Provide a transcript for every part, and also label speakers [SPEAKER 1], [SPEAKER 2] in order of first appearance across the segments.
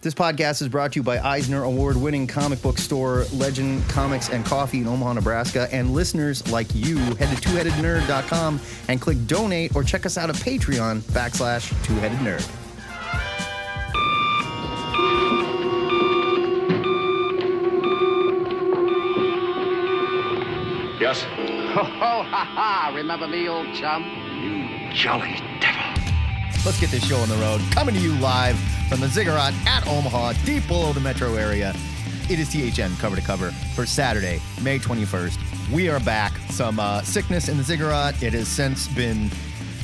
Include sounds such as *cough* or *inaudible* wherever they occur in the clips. [SPEAKER 1] This podcast is brought to you by Eisner Award winning comic book store Legend Comics and Coffee in Omaha, Nebraska, and listeners like you. Head to twoheadednerd.com and click donate or check us out at Patreon backslash twoheaded nerd.
[SPEAKER 2] Yes.
[SPEAKER 3] Ho, ho, ha, ha. Remember me, old chum?
[SPEAKER 2] Jolly devil.
[SPEAKER 1] Let's get this show on the road. Coming to you live from the Ziggurat at Omaha, deep below the metro area. It is THN cover to cover for Saturday, May 21st. We are back. Some uh, sickness in the Ziggurat. It has since been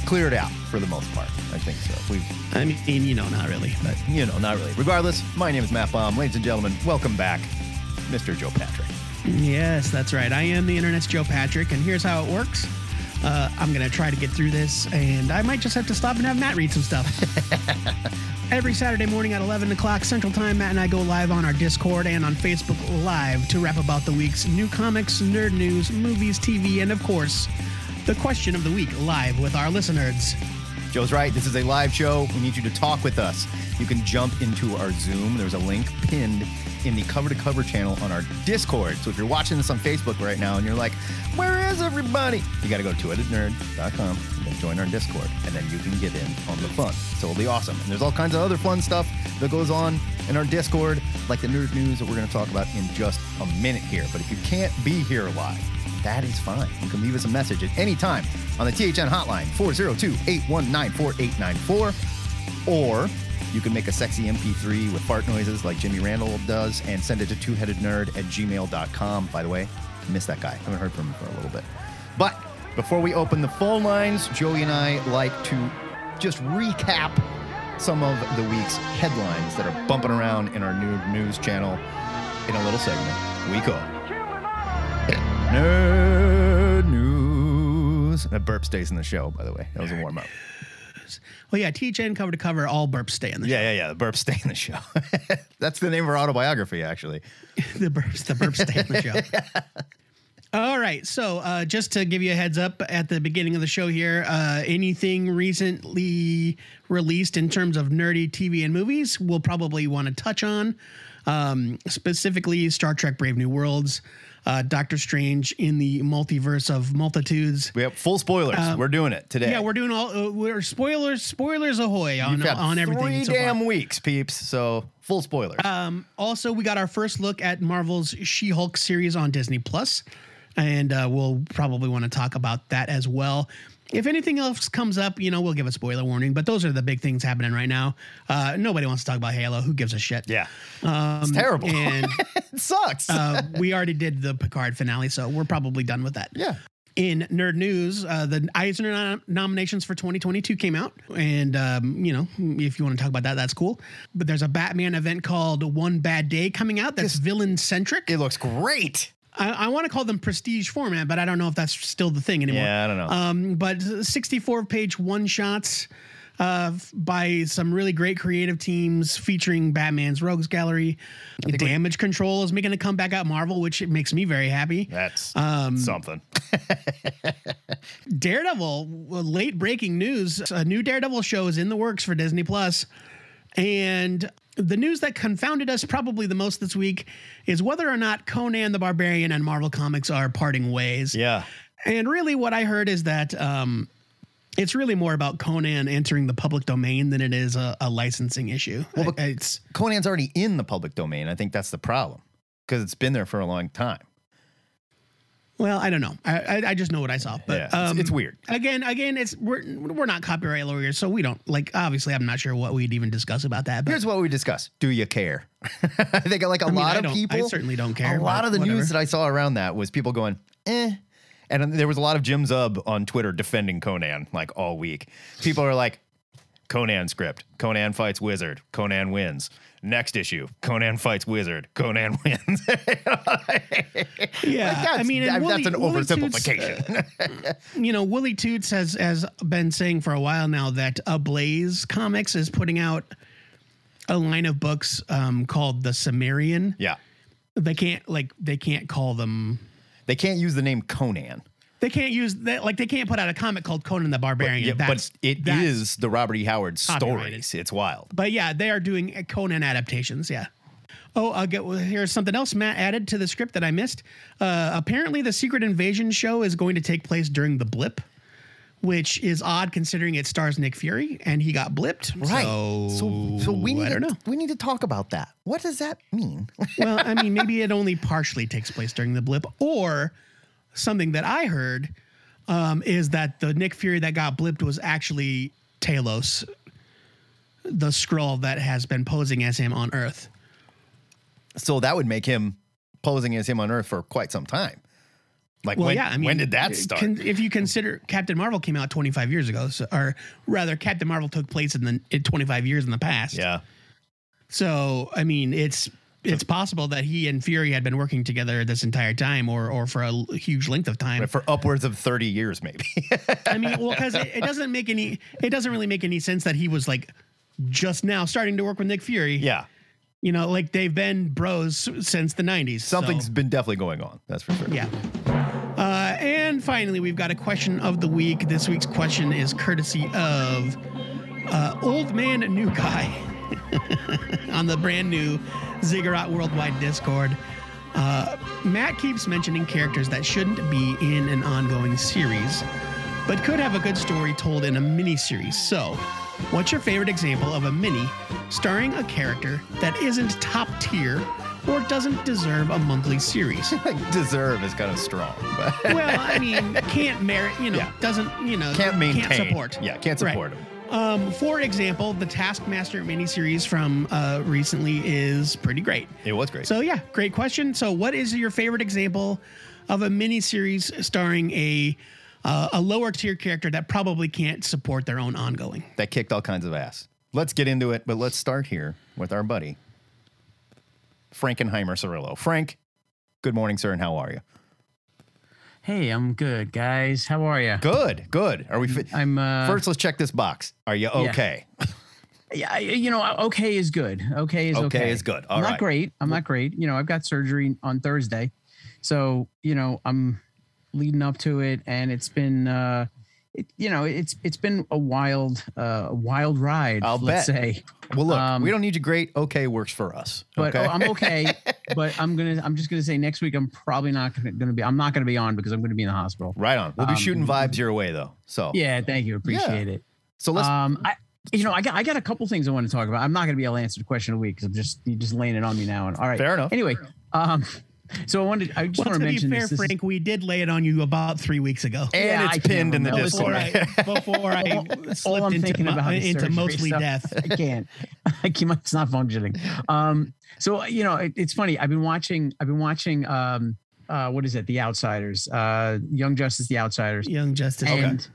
[SPEAKER 1] cleared out for the most part. I think so. We've,
[SPEAKER 4] I mean, you know, not really.
[SPEAKER 1] but, you know, not really. Regardless, my name is Matt Baum. Ladies and gentlemen, welcome back, Mr. Joe Patrick.
[SPEAKER 4] Yes, that's right. I am the internet's Joe Patrick, and here's how it works. Uh, I'm gonna try to get through this, and I might just have to stop and have Matt read some stuff. Every Saturday morning at 11 o'clock Central Time, Matt and I go live on our Discord and on Facebook Live to rap about the week's new comics, nerd news, movies, TV, and of course, the question of the week live with our listeners.
[SPEAKER 1] Joe's right. This is a live show. We need you to talk with us. You can jump into our Zoom. There's a link pinned in the cover to cover channel on our Discord. So if you're watching this on Facebook right now and you're like, where is everybody? You got to go to editnerd.com and then join our Discord. And then you can get in on the fun. So it'll be awesome. And there's all kinds of other fun stuff that goes on in our Discord, like the nerd news that we're going to talk about in just a minute here. But if you can't be here live, that is fine. You can leave us a message at any time on the THN hotline, 402 819 4894. Or you can make a sexy MP3 with fart noises like Jimmy Randall does and send it to twoheadednerd at gmail.com. By the way, miss that guy. Haven't heard from him for a little bit. But before we open the phone lines, Joey and I like to just recap some of the week's headlines that are bumping around in our new news channel in a little segment we call Nerd news. That burp stays in the show, by the way. That was a warm up.
[SPEAKER 4] Well, yeah, THN cover to cover, all burps stay in the
[SPEAKER 1] Yeah, yeah, yeah. The burp stay in the show. *laughs* That's the name of our autobiography, actually.
[SPEAKER 4] *laughs* the burps, the burps stay in the show. All right, so uh, just to give you a heads up at the beginning of the show here, uh, anything recently released in terms of nerdy TV and movies, we'll probably want to touch on, um, specifically Star Trek: Brave New Worlds, uh, Doctor Strange in the Multiverse of Multitudes.
[SPEAKER 1] *laughs* We have full spoilers. we're doing it today.
[SPEAKER 4] Um, Yeah, we're doing all uh, we're spoilers, spoilers ahoy on
[SPEAKER 1] We've got
[SPEAKER 4] on everything.
[SPEAKER 1] Three
[SPEAKER 4] so far.
[SPEAKER 1] damn weeks, peeps. So full spoilers.
[SPEAKER 4] Um, Also, we got our first look at Marvel's She-Hulk series on Disney Plus, and uh, we'll probably want to talk about that as well. If anything else comes up, you know, we'll give a spoiler warning. But those are the big things happening right now. Uh, nobody wants to talk about Halo. Who gives a shit?
[SPEAKER 1] yeah, Um, it's terrible.
[SPEAKER 4] Um, *laughs* And
[SPEAKER 1] *laughs* it sucks.
[SPEAKER 4] uh, we already did the Picard finale, so we're probably done with that.
[SPEAKER 1] yeah.
[SPEAKER 4] In nerd news, uh, the Eisner nom- nominations for 2022 came out, and um, you know, if you want to talk about that, that's cool. But there's a Batman event called One Bad Day coming out. That's villain centric.
[SPEAKER 1] It looks great.
[SPEAKER 4] I, I want to call them prestige format, but I don't know if that's still the thing anymore.
[SPEAKER 1] Yeah, I don't know.
[SPEAKER 4] Um, but 64 page one shots uh, f- by some really great creative teams featuring Batman's Rogues Gallery. Damage Control is making a comeback at Marvel, which it makes me very happy. Um,
[SPEAKER 1] That's something.
[SPEAKER 4] Daredevil, well, late breaking news. A new Daredevil show is in the works for Disney Plus. And the news that confounded us probably the most this week is whether or not Conan the Barbarian and Marvel Comics are parting ways.
[SPEAKER 1] Yeah.
[SPEAKER 4] And really, what I heard is that um, it's really more about Conan entering the public domain than it is a, a licensing issue.
[SPEAKER 1] Well,
[SPEAKER 4] I-
[SPEAKER 1] but-
[SPEAKER 4] it's
[SPEAKER 1] Conan's already in the public domain. I think that's the problem because it's been there for a long time.
[SPEAKER 4] well, I don't know. I I, I just know what I saw, but um,
[SPEAKER 1] Yeah, it's- it's weird.
[SPEAKER 4] Again, again, it's we're we're not copyright lawyers, so we don't like. Obviously, I'm not sure what we'd even discuss about that. But
[SPEAKER 1] Here's what we discuss. Do you care? *laughs* I think like a
[SPEAKER 4] mean,
[SPEAKER 1] lot
[SPEAKER 4] I
[SPEAKER 1] of
[SPEAKER 4] don't- I
[SPEAKER 1] people.
[SPEAKER 4] certainly don't care,
[SPEAKER 1] A lot
[SPEAKER 4] but
[SPEAKER 1] of the
[SPEAKER 4] whatever.
[SPEAKER 1] news that I saw around that was people going, eh. And then there was a lot of Jim Zub on Twitter defending Conan like all week. People are like, Conan script. Conan fights wizard. Conan wins. Next issue. Conan fights wizard. Conan *laughs*
[SPEAKER 4] *laughs*
[SPEAKER 1] wins.
[SPEAKER 4] yeah,
[SPEAKER 1] that's,
[SPEAKER 4] I mean, and
[SPEAKER 1] that-
[SPEAKER 4] Wooly-
[SPEAKER 1] that's an
[SPEAKER 4] Wooly Toots,
[SPEAKER 1] oversimplification.
[SPEAKER 4] you know, Willie Toots has has been saying for a while now that Ablaze Comics is putting out a line of books um, called the Cimmerian.
[SPEAKER 1] yeah.
[SPEAKER 4] They can't like they can't call them.
[SPEAKER 1] They can't use the name Conan.
[SPEAKER 4] They can't use that. Like they can't put out a comic called Conan the Barbarian.
[SPEAKER 1] *laughs* Yeah, but
[SPEAKER 4] That's-
[SPEAKER 1] it is
[SPEAKER 4] that's-
[SPEAKER 1] the Robert E. Howard
[SPEAKER 4] Copyrighted.
[SPEAKER 1] stories. It's wild.
[SPEAKER 4] But yeah, they are doing uh, Conan adaptations. Yeah. Oh, I'll get well, here's something else Matt added to the script that I missed. Uh, apparently, the Secret Invasion show is going to take place during the blip, which is odd considering it stars Nick Fury and he got blipped. So,
[SPEAKER 1] so, so we need
[SPEAKER 4] I
[SPEAKER 1] to,
[SPEAKER 4] don't know.
[SPEAKER 1] we need to talk about that. What does that mean? *laughs*
[SPEAKER 4] well, I mean, maybe it only partially takes place during the blip, or something that I heard um, is that the Nick Fury that got blipped was actually Talos, the scroll that has been posing as him on Earth.
[SPEAKER 1] so that would make him posing as him on Earth for quite some time. Like
[SPEAKER 4] Well,
[SPEAKER 1] when,
[SPEAKER 4] yeah, I mean, uh,
[SPEAKER 1] when did that start?
[SPEAKER 4] Con- if you consider Captain Marvel came out 25 years ago, so, or rather, Captain Marvel took place in the in 25 years in the past.
[SPEAKER 1] yeah.
[SPEAKER 4] So, I mean, it's it's possible that he and Fury had been working together this entire time, or or for a l- huge length of time.
[SPEAKER 1] For upwards of 30 years, maybe. *laughs*
[SPEAKER 4] I mean, well, because it, it doesn't make any, it doesn't really make any sense that he was like just now starting to work with Nick Fury.
[SPEAKER 1] yeah.
[SPEAKER 4] You know, like they've been bros since the 90s. so-
[SPEAKER 1] something's been definitely going on. That's for sure.
[SPEAKER 4] yeah. Uh, and finally, we've got a question of the week. This week's question is courtesy of uh, Old Man New Guy *laughs* on the brand new Ziggurat Worldwide Discord. Uh, Matt keeps mentioning characters that shouldn't be in an ongoing series, but could have a good story told in a mini series. So, what's your favorite example of a mini starring a character that isn't top tier or doesn't deserve a monthly series?
[SPEAKER 1] Like deserve is kind of strong, but *laughs*
[SPEAKER 4] well, I mean, can't merit, you know,
[SPEAKER 1] Yeah.
[SPEAKER 4] doesn't, you know,
[SPEAKER 1] can't maintain.
[SPEAKER 4] can't support.
[SPEAKER 1] Yeah, can't
[SPEAKER 4] Right.
[SPEAKER 1] support him.
[SPEAKER 4] Um, for example, the Taskmaster miniseries from uh, recently is pretty great.
[SPEAKER 1] It was great.
[SPEAKER 4] So, yeah, great question. So, what is your favorite example of a miniseries starring a uh, a lower tier character that probably can't support their own ongoing?
[SPEAKER 1] that kicked all kinds of ass. Let's get into it, but let's start here with our buddy, Frankenheimer Cirillo. Frank, good morning, sir, and how are you?
[SPEAKER 5] Hey, I'm good, guys. How are you?
[SPEAKER 1] Good, good. Are we fi-
[SPEAKER 5] I'm uh,
[SPEAKER 1] first? Let's check this box. Are you okay?
[SPEAKER 5] Yeah, I- you know, okay is good. Okay is
[SPEAKER 1] Okay
[SPEAKER 5] okay.
[SPEAKER 1] is good. All
[SPEAKER 5] I'm
[SPEAKER 1] right.
[SPEAKER 5] not great. I'm not great. You know, I've got surgery on Thursday, so you know, I'm leading up to it, and it's been, uh, it, you know, it's it's been a wild, uh, a wild ride.
[SPEAKER 1] I'll
[SPEAKER 5] let's
[SPEAKER 1] bet.
[SPEAKER 5] say.
[SPEAKER 1] Well, look,
[SPEAKER 5] Um,
[SPEAKER 1] we don't need you great. Okay works for us.
[SPEAKER 5] But
[SPEAKER 1] okay.
[SPEAKER 5] oh, I'm okay.
[SPEAKER 1] *laughs*
[SPEAKER 5] but I'm gonna. I'm just gonna say next week. I'm probably not gonna, gonna be. I'm not gonna be on because I'm gonna be in the hospital.
[SPEAKER 1] right on. We'll be
[SPEAKER 5] um,
[SPEAKER 1] shooting vibes your way though. So
[SPEAKER 5] Yeah. Thank you. Appreciate it.
[SPEAKER 1] So let's.
[SPEAKER 5] um, I, you know, I got I got a couple things I want to talk about. I'm not going to be able to answer the question of the week because I'm just you just laying it on me now. And all right,
[SPEAKER 1] Fair enough.
[SPEAKER 5] Anyway, um, so I wanted I just
[SPEAKER 4] Well,
[SPEAKER 5] want
[SPEAKER 4] to
[SPEAKER 5] to
[SPEAKER 4] be
[SPEAKER 5] mention
[SPEAKER 4] fair,
[SPEAKER 5] this. This is-
[SPEAKER 4] Frank, we did lay it on you about three weeks ago.
[SPEAKER 1] and
[SPEAKER 5] yeah, I
[SPEAKER 1] it's
[SPEAKER 5] can't
[SPEAKER 1] pinned in the
[SPEAKER 5] remember.
[SPEAKER 4] Before
[SPEAKER 1] Discord.
[SPEAKER 4] I, before
[SPEAKER 5] *laughs*
[SPEAKER 4] I *laughs* slipped
[SPEAKER 5] I'm
[SPEAKER 4] into,
[SPEAKER 5] thinking
[SPEAKER 4] mo-
[SPEAKER 5] about is
[SPEAKER 4] into
[SPEAKER 5] surgery
[SPEAKER 4] mostly
[SPEAKER 5] stuff.
[SPEAKER 4] death.
[SPEAKER 5] I can't. *laughs* I can't. It's not functioning. Um, so you know, it, it's funny. I've been watching. I've been watching. Um, uh, what is it? The Outsiders. Uh, Young Justice. The Outsiders.
[SPEAKER 4] Young Justice.
[SPEAKER 5] and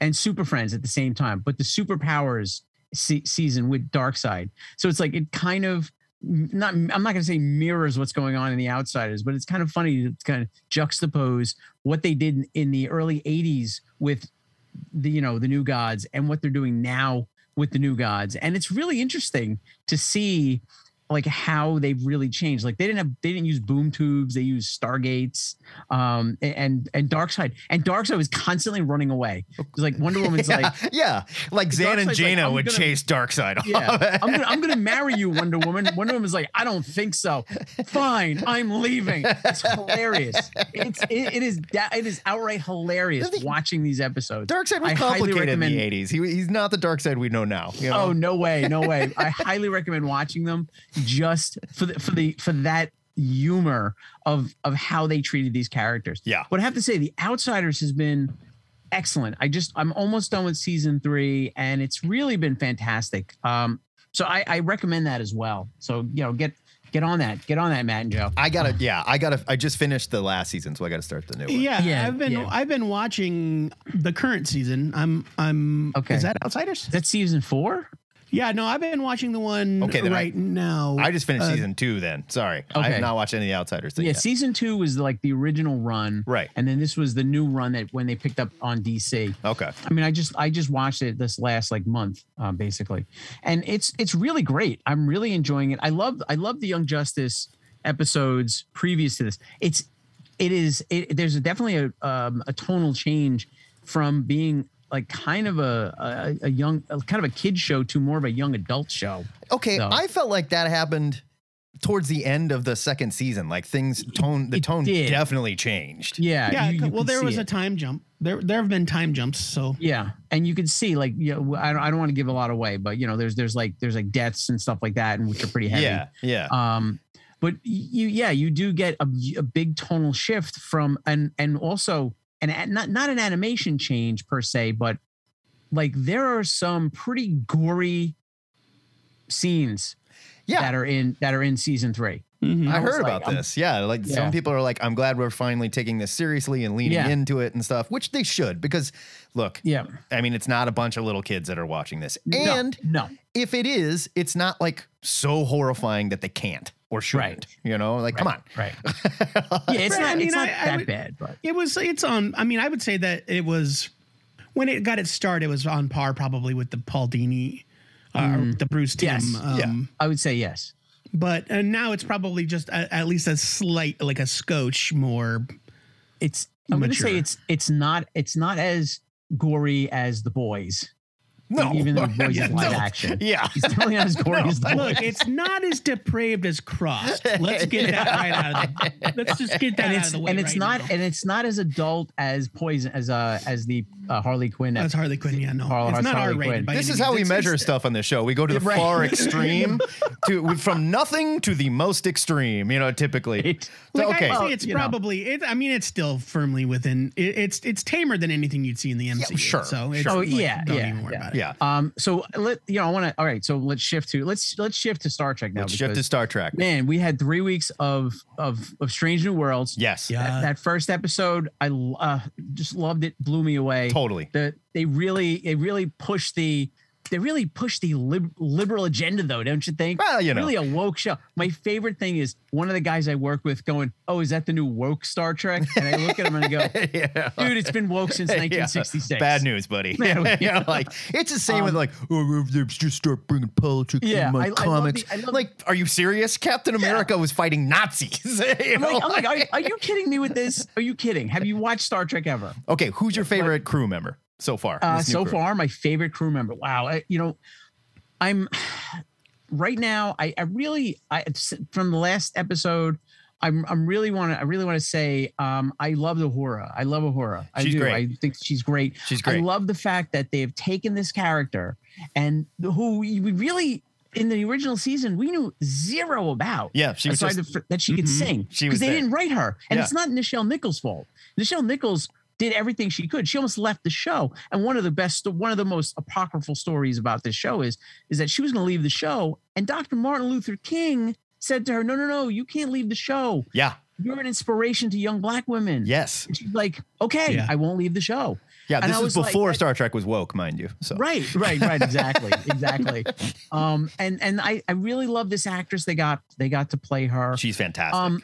[SPEAKER 5] and Super Friends at the same time, but the Superpowers se- season with Darkseid. So it's like it kind of not I'm not going to say mirrors what's going on in the outsiders, but it's kind of funny to kind of juxtapose what they did in- in the early 80s with the you know the new gods and what they're doing now with the new gods. And it's really interesting to see like how they've really changed. Like they didn't have they didn't use boom tubes, they used stargates um and and Darkseid. And Darkseid was constantly running away. It's
[SPEAKER 1] *laughs*
[SPEAKER 5] like Wonder Woman's like
[SPEAKER 1] yeah, yeah, like Zan and
[SPEAKER 5] Darkseid's like,
[SPEAKER 1] Jaina
[SPEAKER 5] I'm
[SPEAKER 1] would
[SPEAKER 5] gonna-
[SPEAKER 1] chase Darkseid. *laughs*
[SPEAKER 5] yeah, I'm gonna, I'm gonna marry you, Wonder Woman. Wonder Woman's like, I don't think so. Fine, I'm leaving. It's hilarious. It's it, it is da- it is outright hilarious
[SPEAKER 1] Doesn't he-
[SPEAKER 5] watching these episodes.
[SPEAKER 1] Darkseid was
[SPEAKER 5] I highly
[SPEAKER 1] complicated in
[SPEAKER 5] recommend-
[SPEAKER 1] the 80s. He, he's not the Darkseid we know now. you know?
[SPEAKER 5] Oh no way, no way. I highly recommend watching them just for the for the for that humor of of how they treated these characters.
[SPEAKER 1] Yeah.
[SPEAKER 5] But I have to say, The Outsiders has been excellent. I just I'm almost done with season three, and it's really been fantastic. Um, so I, I recommend that as well. So you know, get get on that, get on that, Matt and Joe.
[SPEAKER 1] *laughs* I gotta, yeah, I gotta. I just finished the last season, so I gotta start the new one.
[SPEAKER 4] Yeah,
[SPEAKER 5] Yeah,
[SPEAKER 4] I've been
[SPEAKER 5] yeah.
[SPEAKER 4] I've been watching the current season. I'm I'm
[SPEAKER 5] Okay.
[SPEAKER 4] Is that Outsiders?
[SPEAKER 5] That's season four.
[SPEAKER 4] Yeah, no, I've been watching the one
[SPEAKER 1] Okay, then I-
[SPEAKER 4] right now.
[SPEAKER 1] I just finished
[SPEAKER 4] Uh,
[SPEAKER 1] season two. Then, sorry, I have
[SPEAKER 5] Okay.
[SPEAKER 1] not watched any of the Outsiders. Thing
[SPEAKER 5] yeah,
[SPEAKER 1] yet.
[SPEAKER 5] season two was like the original run,
[SPEAKER 1] Right.
[SPEAKER 5] And then this was the new run that when they picked up on DC.
[SPEAKER 1] Okay.
[SPEAKER 5] I mean, I just I just watched it this last like month, um, basically, and it's it's really great. I'm really enjoying it. I love I love the Young Justice episodes previous to this. It's it is it, there's definitely a um, a tonal change from being like kind of a, a a young kind of a kid show to more of a young adult show.
[SPEAKER 1] Okay,
[SPEAKER 5] No.
[SPEAKER 1] I felt like that happened towards the end of the second season. Like things tone the
[SPEAKER 5] It
[SPEAKER 1] tone
[SPEAKER 5] did.
[SPEAKER 1] definitely changed.
[SPEAKER 5] Yeah,
[SPEAKER 4] yeah.
[SPEAKER 5] you- you
[SPEAKER 4] well,
[SPEAKER 5] could
[SPEAKER 4] there
[SPEAKER 5] see
[SPEAKER 4] was
[SPEAKER 5] it.
[SPEAKER 4] a time jump. There there have been time jumps. So
[SPEAKER 5] Yeah, and you can see like you know, I don't, I don't want to give a lot away, but you know, there's there's like there's like deaths and stuff like that, and which are pretty heavy.
[SPEAKER 1] Yeah, yeah.
[SPEAKER 5] Um, but you yeah you do get a, a big tonal shift from and and also and not not an animation change per se, but like there are some pretty gory scenes
[SPEAKER 1] Yeah.
[SPEAKER 5] that are in that are in season three.
[SPEAKER 4] mhm.
[SPEAKER 1] I
[SPEAKER 5] was
[SPEAKER 1] heard
[SPEAKER 5] like,
[SPEAKER 1] about
[SPEAKER 5] I'm-
[SPEAKER 1] this. Yeah, like
[SPEAKER 5] Yeah.
[SPEAKER 1] some people are like, I'm glad we're finally taking this seriously and leaning
[SPEAKER 5] Yeah.
[SPEAKER 1] into it and stuff, which they should because, look,
[SPEAKER 5] Yeah,
[SPEAKER 1] I mean, it's not a bunch of little kids that are watching this,
[SPEAKER 5] No,
[SPEAKER 1] and
[SPEAKER 5] no,
[SPEAKER 1] if it is, it's not like so horrifying that they can't or shouldn't. You know, like come on. *laughs*
[SPEAKER 5] right. Yeah, it's
[SPEAKER 4] Right,
[SPEAKER 5] not
[SPEAKER 4] I mean,
[SPEAKER 5] it's not
[SPEAKER 4] I- I
[SPEAKER 5] that
[SPEAKER 4] would-
[SPEAKER 5] bad, but
[SPEAKER 4] it was it's on. I mean, I would say that it was when it got its start. It was on par probably with the Paul Dini, uh, the Bruce Tim.
[SPEAKER 5] Mm. Yes.
[SPEAKER 4] Um,
[SPEAKER 1] Yeah.
[SPEAKER 5] I would say yes.
[SPEAKER 4] But and now it's probably just a, at least a slight like a scotch more.
[SPEAKER 5] it's I'm going to say
[SPEAKER 4] Mature.
[SPEAKER 5] it's it's
[SPEAKER 4] *laughs*
[SPEAKER 5] not it's not as gory as the boys.
[SPEAKER 1] No, *laughs*
[SPEAKER 5] Even though the boys
[SPEAKER 1] Yeah,
[SPEAKER 5] is live
[SPEAKER 1] no.
[SPEAKER 5] action.
[SPEAKER 1] Yeah,
[SPEAKER 5] It's
[SPEAKER 1] *laughs*
[SPEAKER 5] definitely not as
[SPEAKER 4] *laughs*
[SPEAKER 5] gory as the boys.
[SPEAKER 4] Look, it's not as depraved as Crossed. Let's get that right out
[SPEAKER 1] *laughs*
[SPEAKER 4] of the. Let's just get that
[SPEAKER 5] and
[SPEAKER 4] out
[SPEAKER 5] it's
[SPEAKER 4] of the way.
[SPEAKER 5] and it's
[SPEAKER 4] right
[SPEAKER 5] not
[SPEAKER 4] now.
[SPEAKER 5] and it's not as adult as poison as uh as the uh, Harley Quinn.
[SPEAKER 4] That's Harley Quinn. Yeah, no,
[SPEAKER 5] Harley-
[SPEAKER 4] it's not
[SPEAKER 5] Harley
[SPEAKER 4] R rated.
[SPEAKER 5] Quinn.
[SPEAKER 4] by
[SPEAKER 1] this
[SPEAKER 4] any
[SPEAKER 1] is how we
[SPEAKER 4] means. It's-
[SPEAKER 1] measure stuff on this show. We go to the
[SPEAKER 5] *laughs* Right.
[SPEAKER 1] far extreme to from nothing to the most extreme. You know, typically.
[SPEAKER 5] Right.
[SPEAKER 1] So,
[SPEAKER 4] Like
[SPEAKER 1] okay,
[SPEAKER 4] I'd
[SPEAKER 5] Well,
[SPEAKER 4] say it's
[SPEAKER 5] you know.
[SPEAKER 4] probably. It, I mean, it's still firmly within. It, it's it's tamer than anything you'd see in the MCU.
[SPEAKER 1] sure,
[SPEAKER 4] So it's
[SPEAKER 5] sure. Oh,
[SPEAKER 4] like,
[SPEAKER 5] yeah,
[SPEAKER 4] Don't
[SPEAKER 5] yeah,
[SPEAKER 4] even worry
[SPEAKER 5] yeah.
[SPEAKER 4] about it.
[SPEAKER 1] yeah.
[SPEAKER 5] Um. So let you know. I want to. All right. So let's shift to let's let's shift to Star Trek now.
[SPEAKER 1] Let's shift to
[SPEAKER 5] because,
[SPEAKER 1] Star Trek.
[SPEAKER 5] man, we had three weeks of of of Strange New Worlds.
[SPEAKER 1] Yes,
[SPEAKER 4] Yeah.
[SPEAKER 5] That, that first episode, I l- uh, just loved it. Blew me away.
[SPEAKER 1] totally.
[SPEAKER 5] the they really they really push the they really push the lib- liberal agenda though don't you think
[SPEAKER 1] Well, you know.
[SPEAKER 5] really a woke show my favorite thing is one of the guys i work with going oh is that the new woke star trek and i look at him and i go
[SPEAKER 1] *laughs* yeah.
[SPEAKER 5] dude it's been
[SPEAKER 1] *laughs*
[SPEAKER 5] woke since 1966
[SPEAKER 1] Bad news, buddy.
[SPEAKER 5] Yeah, Um, we-
[SPEAKER 1] *laughs* you know, like it's the same with like, oh, they just start bringing politics
[SPEAKER 5] Yeah,
[SPEAKER 1] in
[SPEAKER 5] I- I
[SPEAKER 1] my
[SPEAKER 5] love
[SPEAKER 1] comics.
[SPEAKER 5] the- I love-
[SPEAKER 1] like, are you serious? Captain America was fighting Nazis. *laughs* you
[SPEAKER 5] I'm
[SPEAKER 1] know,
[SPEAKER 5] like, I'm
[SPEAKER 1] like-
[SPEAKER 5] like are, are you kidding me with this? Are you kidding? Have you watched Star Trek ever?
[SPEAKER 1] okay, who's your favorite crew member so far?
[SPEAKER 5] Uh,
[SPEAKER 1] this new
[SPEAKER 5] so
[SPEAKER 1] crew?
[SPEAKER 5] far, my favorite crew member. Wow, I, you know, I'm *sighs* right now. I, I really, I from the last episode, I'm I'm really want to. I really want to say, um, I love the horror. I love Ahura. I
[SPEAKER 1] She's
[SPEAKER 5] do.
[SPEAKER 1] great.
[SPEAKER 5] I think she's great.
[SPEAKER 1] She's great.
[SPEAKER 5] I love the fact that they have taken this character and who we we really in the original season we knew zero about.
[SPEAKER 1] yeah, she was
[SPEAKER 5] aside
[SPEAKER 1] just Mm-hmm.
[SPEAKER 5] the- that she could
[SPEAKER 4] Mhm.
[SPEAKER 5] sing
[SPEAKER 1] She
[SPEAKER 5] because
[SPEAKER 1] was
[SPEAKER 5] they
[SPEAKER 1] there.
[SPEAKER 5] didn't write her, and
[SPEAKER 1] Yeah.
[SPEAKER 5] it's not Nichelle Nichols' fault. Nichelle Nichols did everything she could. She almost left the show. And one of the best, one of the most apocryphal stories about this show is is that she was going to leave the show, and Dr. Martin Luther King said to her, "No, no, no, you can't leave the show.
[SPEAKER 1] yeah,
[SPEAKER 5] You're an inspiration to young black women."
[SPEAKER 1] yes,
[SPEAKER 5] And she's like, "Okay,
[SPEAKER 4] Yeah.
[SPEAKER 5] I won't leave the show."
[SPEAKER 1] yeah.
[SPEAKER 5] And
[SPEAKER 1] This
[SPEAKER 5] I
[SPEAKER 1] was
[SPEAKER 5] was like,
[SPEAKER 1] before
[SPEAKER 5] that-
[SPEAKER 1] Star Trek was woke, mind you. So
[SPEAKER 5] Right, right, right.
[SPEAKER 1] *laughs*
[SPEAKER 5] Exactly, exactly. Um, and and I I really love this actress they got they got to play her.
[SPEAKER 1] she's fantastic.
[SPEAKER 5] Um,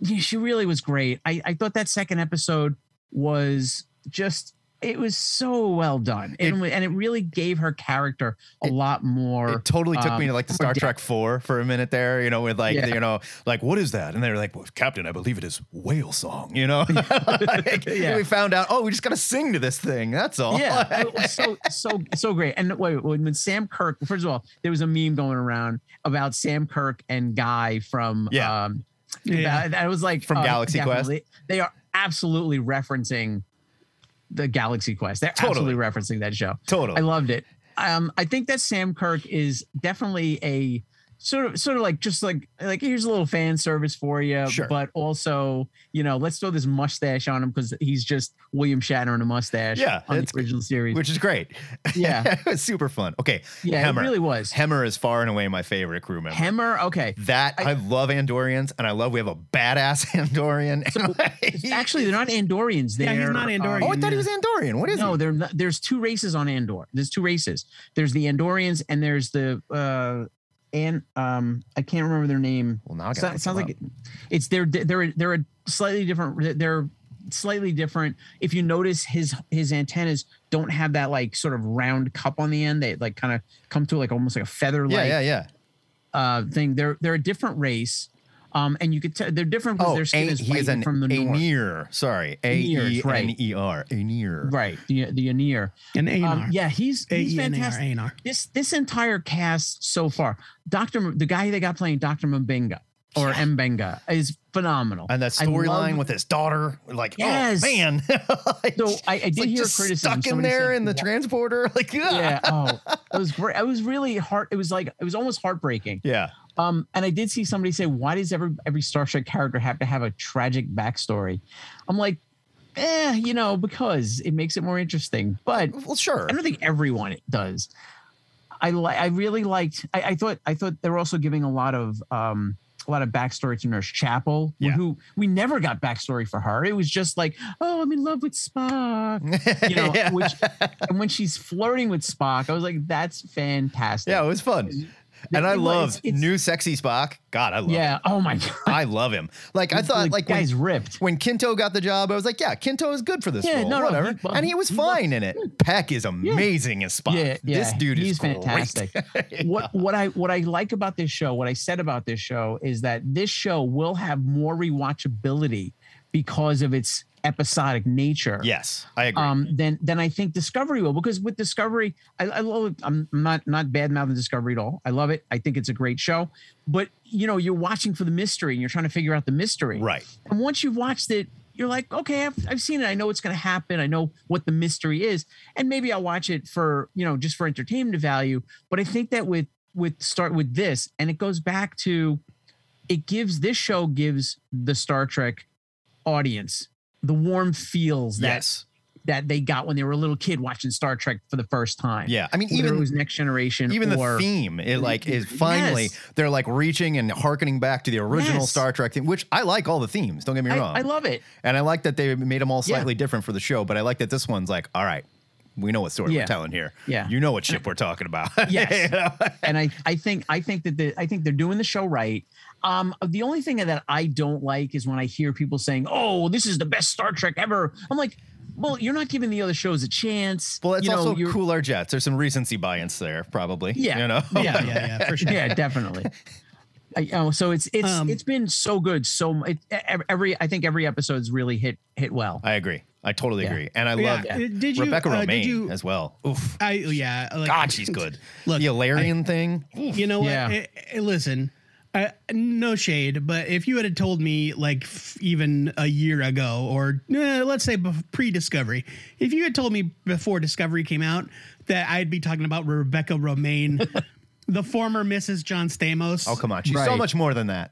[SPEAKER 5] yeah, she really was great. I, I thought that second episode was just it was so well done, and, it, and it really gave her character a
[SPEAKER 1] It-
[SPEAKER 5] lot more.
[SPEAKER 1] it totally took me
[SPEAKER 5] um,
[SPEAKER 1] to
[SPEAKER 5] *laughs*
[SPEAKER 1] like the
[SPEAKER 5] more
[SPEAKER 1] Star
[SPEAKER 5] depth.
[SPEAKER 1] Trek Four for a minute there, you know, with like
[SPEAKER 5] Yeah.
[SPEAKER 1] you know, like what is that? And they're like, well, Captain, I believe it is whale song, you know. *laughs* Like,
[SPEAKER 5] *laughs* Yeah.
[SPEAKER 1] We found out, oh, we just gotta sing to this thing. That's all. *laughs*
[SPEAKER 5] Yeah, it was so so so great. And wait, when, when Sam Kirk, first of all, there was a meme going around about Sam Kirk and Guy from
[SPEAKER 1] Yeah.
[SPEAKER 5] um,
[SPEAKER 4] Yeah.
[SPEAKER 5] I was like uh,
[SPEAKER 1] From Galaxy Quest?
[SPEAKER 5] definitely. They are absolutely referencing the Galaxy Quest. They're
[SPEAKER 1] Totally.
[SPEAKER 5] absolutely referencing that show.
[SPEAKER 1] totally.
[SPEAKER 5] I loved it. Um, I think that Sam Kirk is definitely a sort of sort of like just like like here's a little fan service for you,
[SPEAKER 1] Sure.
[SPEAKER 5] but also you know let's throw this mustache on him because he's just William Shatner in a mustache.
[SPEAKER 1] Yeah,
[SPEAKER 5] on the
[SPEAKER 1] it's-
[SPEAKER 5] original series.
[SPEAKER 1] which is great.
[SPEAKER 5] yeah,
[SPEAKER 1] it was *laughs* super fun. Okay.
[SPEAKER 5] yeah,
[SPEAKER 1] Hemmer.
[SPEAKER 5] it really was.
[SPEAKER 1] Hemmer is far and away my favorite crew member.
[SPEAKER 5] Hemmer, okay.
[SPEAKER 1] that I,
[SPEAKER 5] I-
[SPEAKER 1] love Andorians and I love we have a badass *laughs* Andorian.
[SPEAKER 5] Actually, they're not Andorians. They're
[SPEAKER 4] Yeah, he's not Andorian.
[SPEAKER 1] oh, I thought he was Andorian. What is
[SPEAKER 5] no,
[SPEAKER 1] he?
[SPEAKER 5] they're not, there's two races on Andor. There's two races. There's the Andorians and there's the uh and um I can't remember their name.
[SPEAKER 1] Well, now I gotta
[SPEAKER 5] So-
[SPEAKER 1] look
[SPEAKER 5] sounds
[SPEAKER 1] him
[SPEAKER 5] like it's they're they're they're a slightly different. They're slightly different. If you notice, his his antennas don't have that like sort of round cup on the end. They like kind of come to like almost like a feather
[SPEAKER 1] Yeah,
[SPEAKER 5] like
[SPEAKER 1] yeah, yeah.
[SPEAKER 5] uh, thing. They're they're a different race. Um, and you could tell they're different because
[SPEAKER 1] Oh,
[SPEAKER 5] their skin
[SPEAKER 1] a-
[SPEAKER 5] is
[SPEAKER 1] he is
[SPEAKER 5] white
[SPEAKER 1] an
[SPEAKER 5] from the north.
[SPEAKER 1] Aenir. Sorry, A
[SPEAKER 5] Aenir,
[SPEAKER 1] E
[SPEAKER 5] that's right.
[SPEAKER 1] N E R. Aenir.
[SPEAKER 5] Right, the the Anir.
[SPEAKER 4] And A&R.
[SPEAKER 5] Um, yeah, he's he's
[SPEAKER 4] A-E-N-A-R,
[SPEAKER 5] fantastic.
[SPEAKER 4] A&R.
[SPEAKER 5] This this entire cast so far, Doctor M- the guy they got playing Doctor Mbenga or Mbenga is phenomenal.
[SPEAKER 1] And that
[SPEAKER 5] I
[SPEAKER 1] storyline
[SPEAKER 5] love-
[SPEAKER 1] with his daughter, like,
[SPEAKER 5] Yes.
[SPEAKER 1] oh man, *laughs* Like,
[SPEAKER 5] So I, I did
[SPEAKER 1] it's like
[SPEAKER 5] hear
[SPEAKER 1] just
[SPEAKER 5] criticism
[SPEAKER 1] stuck in
[SPEAKER 5] Somebody
[SPEAKER 1] there
[SPEAKER 5] said-
[SPEAKER 1] in the
[SPEAKER 5] Yeah.
[SPEAKER 1] transporter, *laughs* like
[SPEAKER 5] yeah.
[SPEAKER 1] yeah,
[SPEAKER 5] Oh,
[SPEAKER 1] *laughs*
[SPEAKER 5] it was great. It was really heart. It was like it was almost heartbreaking.
[SPEAKER 1] yeah,
[SPEAKER 5] Um, and I did see somebody say, "Why does every every Star Trek character have to have a tragic backstory?" I'm like, eh, you know, because it makes it more interesting. But
[SPEAKER 1] Well, sure,
[SPEAKER 5] I don't think everyone does. I li- I really liked. I, I thought I thought they were also giving a lot of um a lot of backstory to Nurse Chapel,
[SPEAKER 1] Yeah.
[SPEAKER 5] who we never got backstory for her. It was just like, oh, I'm in love with Spock. You know,
[SPEAKER 1] *laughs* yeah.
[SPEAKER 5] which and when she's flirting with Spock, I was like, that's fantastic.
[SPEAKER 1] yeah, it was fun, and I
[SPEAKER 5] It was-
[SPEAKER 1] love
[SPEAKER 5] it's-
[SPEAKER 1] new sexy Spock. God, I love, him.
[SPEAKER 5] yeah. Oh my god.
[SPEAKER 1] I love him. Like I thought, like when,
[SPEAKER 5] guys ripped.
[SPEAKER 1] when Kinto got the job, I was like, yeah, Kinto is good for this
[SPEAKER 5] Yeah,
[SPEAKER 1] role,
[SPEAKER 5] no, no,
[SPEAKER 1] whatever,
[SPEAKER 5] he- well,
[SPEAKER 1] and he was
[SPEAKER 5] he
[SPEAKER 1] fine in it. Peck is amazing as Spock.
[SPEAKER 5] Yeah, yeah.
[SPEAKER 1] This dude
[SPEAKER 5] he's
[SPEAKER 1] is great. *laughs*
[SPEAKER 5] fantastic. What what I what I like about this show, what I said about this show is that this show will have more rewatchability because of its episodic nature.
[SPEAKER 1] Yes, I agree.
[SPEAKER 5] Um, then then I think Discovery will because with Discovery, I, I love it. I'm I'm not not bad mouthing Discovery at all. I love it. I think it's a great show. But you know, you're watching for the mystery and you're trying to figure out the mystery.
[SPEAKER 1] right.
[SPEAKER 5] And once you've watched it, you're like, okay, I've, I've seen it. I know what's going to happen. I know what the mystery is, and maybe I'll watch it for you know just for entertainment value. But I think that with with start with this, and it goes back to, it gives this show gives the Star Trek audience the warm feels that
[SPEAKER 1] yes.
[SPEAKER 5] that they got when they were a little kid watching Star Trek for the first time.
[SPEAKER 1] Yeah. I mean,
[SPEAKER 5] Whether
[SPEAKER 1] even
[SPEAKER 5] it was Next Generation,
[SPEAKER 1] even
[SPEAKER 5] or,
[SPEAKER 1] the theme it like is finally
[SPEAKER 5] Yes.
[SPEAKER 1] they're like reaching and harkening back to the original
[SPEAKER 5] Yes.
[SPEAKER 1] star trek theme which i like all the themes don't get me
[SPEAKER 5] I,
[SPEAKER 1] wrong
[SPEAKER 5] I love it.
[SPEAKER 1] and i like that they made them all
[SPEAKER 5] Yeah.
[SPEAKER 1] slightly different for the show but i like that this one's like all right we know what story
[SPEAKER 5] Yeah.
[SPEAKER 1] we're telling here
[SPEAKER 5] Yeah.
[SPEAKER 1] you know what ship we're talking about *laughs*
[SPEAKER 5] Yes.
[SPEAKER 1] You know?
[SPEAKER 5] and I, I think I think that the, I think they're doing the show right. Um, the only thing that I don't like is when I hear people saying, "Oh, this is the best Star Trek ever." I'm like, "Well, you're not giving the other shows a chance."
[SPEAKER 1] well it's
[SPEAKER 5] You know,
[SPEAKER 1] also
[SPEAKER 5] you're-
[SPEAKER 1] cooler jets there's some recency bias there probably
[SPEAKER 5] Yeah.
[SPEAKER 1] you know
[SPEAKER 4] Yeah,
[SPEAKER 1] *laughs*
[SPEAKER 4] yeah, yeah, for sure.
[SPEAKER 5] Yeah, definitely. I, you know, so it's it's
[SPEAKER 4] Um,
[SPEAKER 5] it's been so good. So mu- it, ev- every I think every episode's really hit hit well.
[SPEAKER 1] i agree i totally
[SPEAKER 5] Yeah.
[SPEAKER 1] agree and i
[SPEAKER 4] Yeah,
[SPEAKER 1] love
[SPEAKER 4] uh, Did you,
[SPEAKER 1] rebecca
[SPEAKER 4] uh,
[SPEAKER 1] romaine
[SPEAKER 4] Did you,
[SPEAKER 1] as well oof
[SPEAKER 4] I, oh, yeah. Like,
[SPEAKER 1] god she's good
[SPEAKER 4] *laughs* Look,
[SPEAKER 1] the ilarian thing
[SPEAKER 4] You know what?
[SPEAKER 5] Yeah.
[SPEAKER 4] Eh, eh, listen, I, no shade, but if you had told me like f- even a year ago, or eh, let's say pre Discovery, if you had told me before Discovery came out that I'd be talking about Rebecca Romaine, *laughs* the former Mrs. John Stamos.
[SPEAKER 1] oh come on she's so
[SPEAKER 5] Right.
[SPEAKER 1] much more than that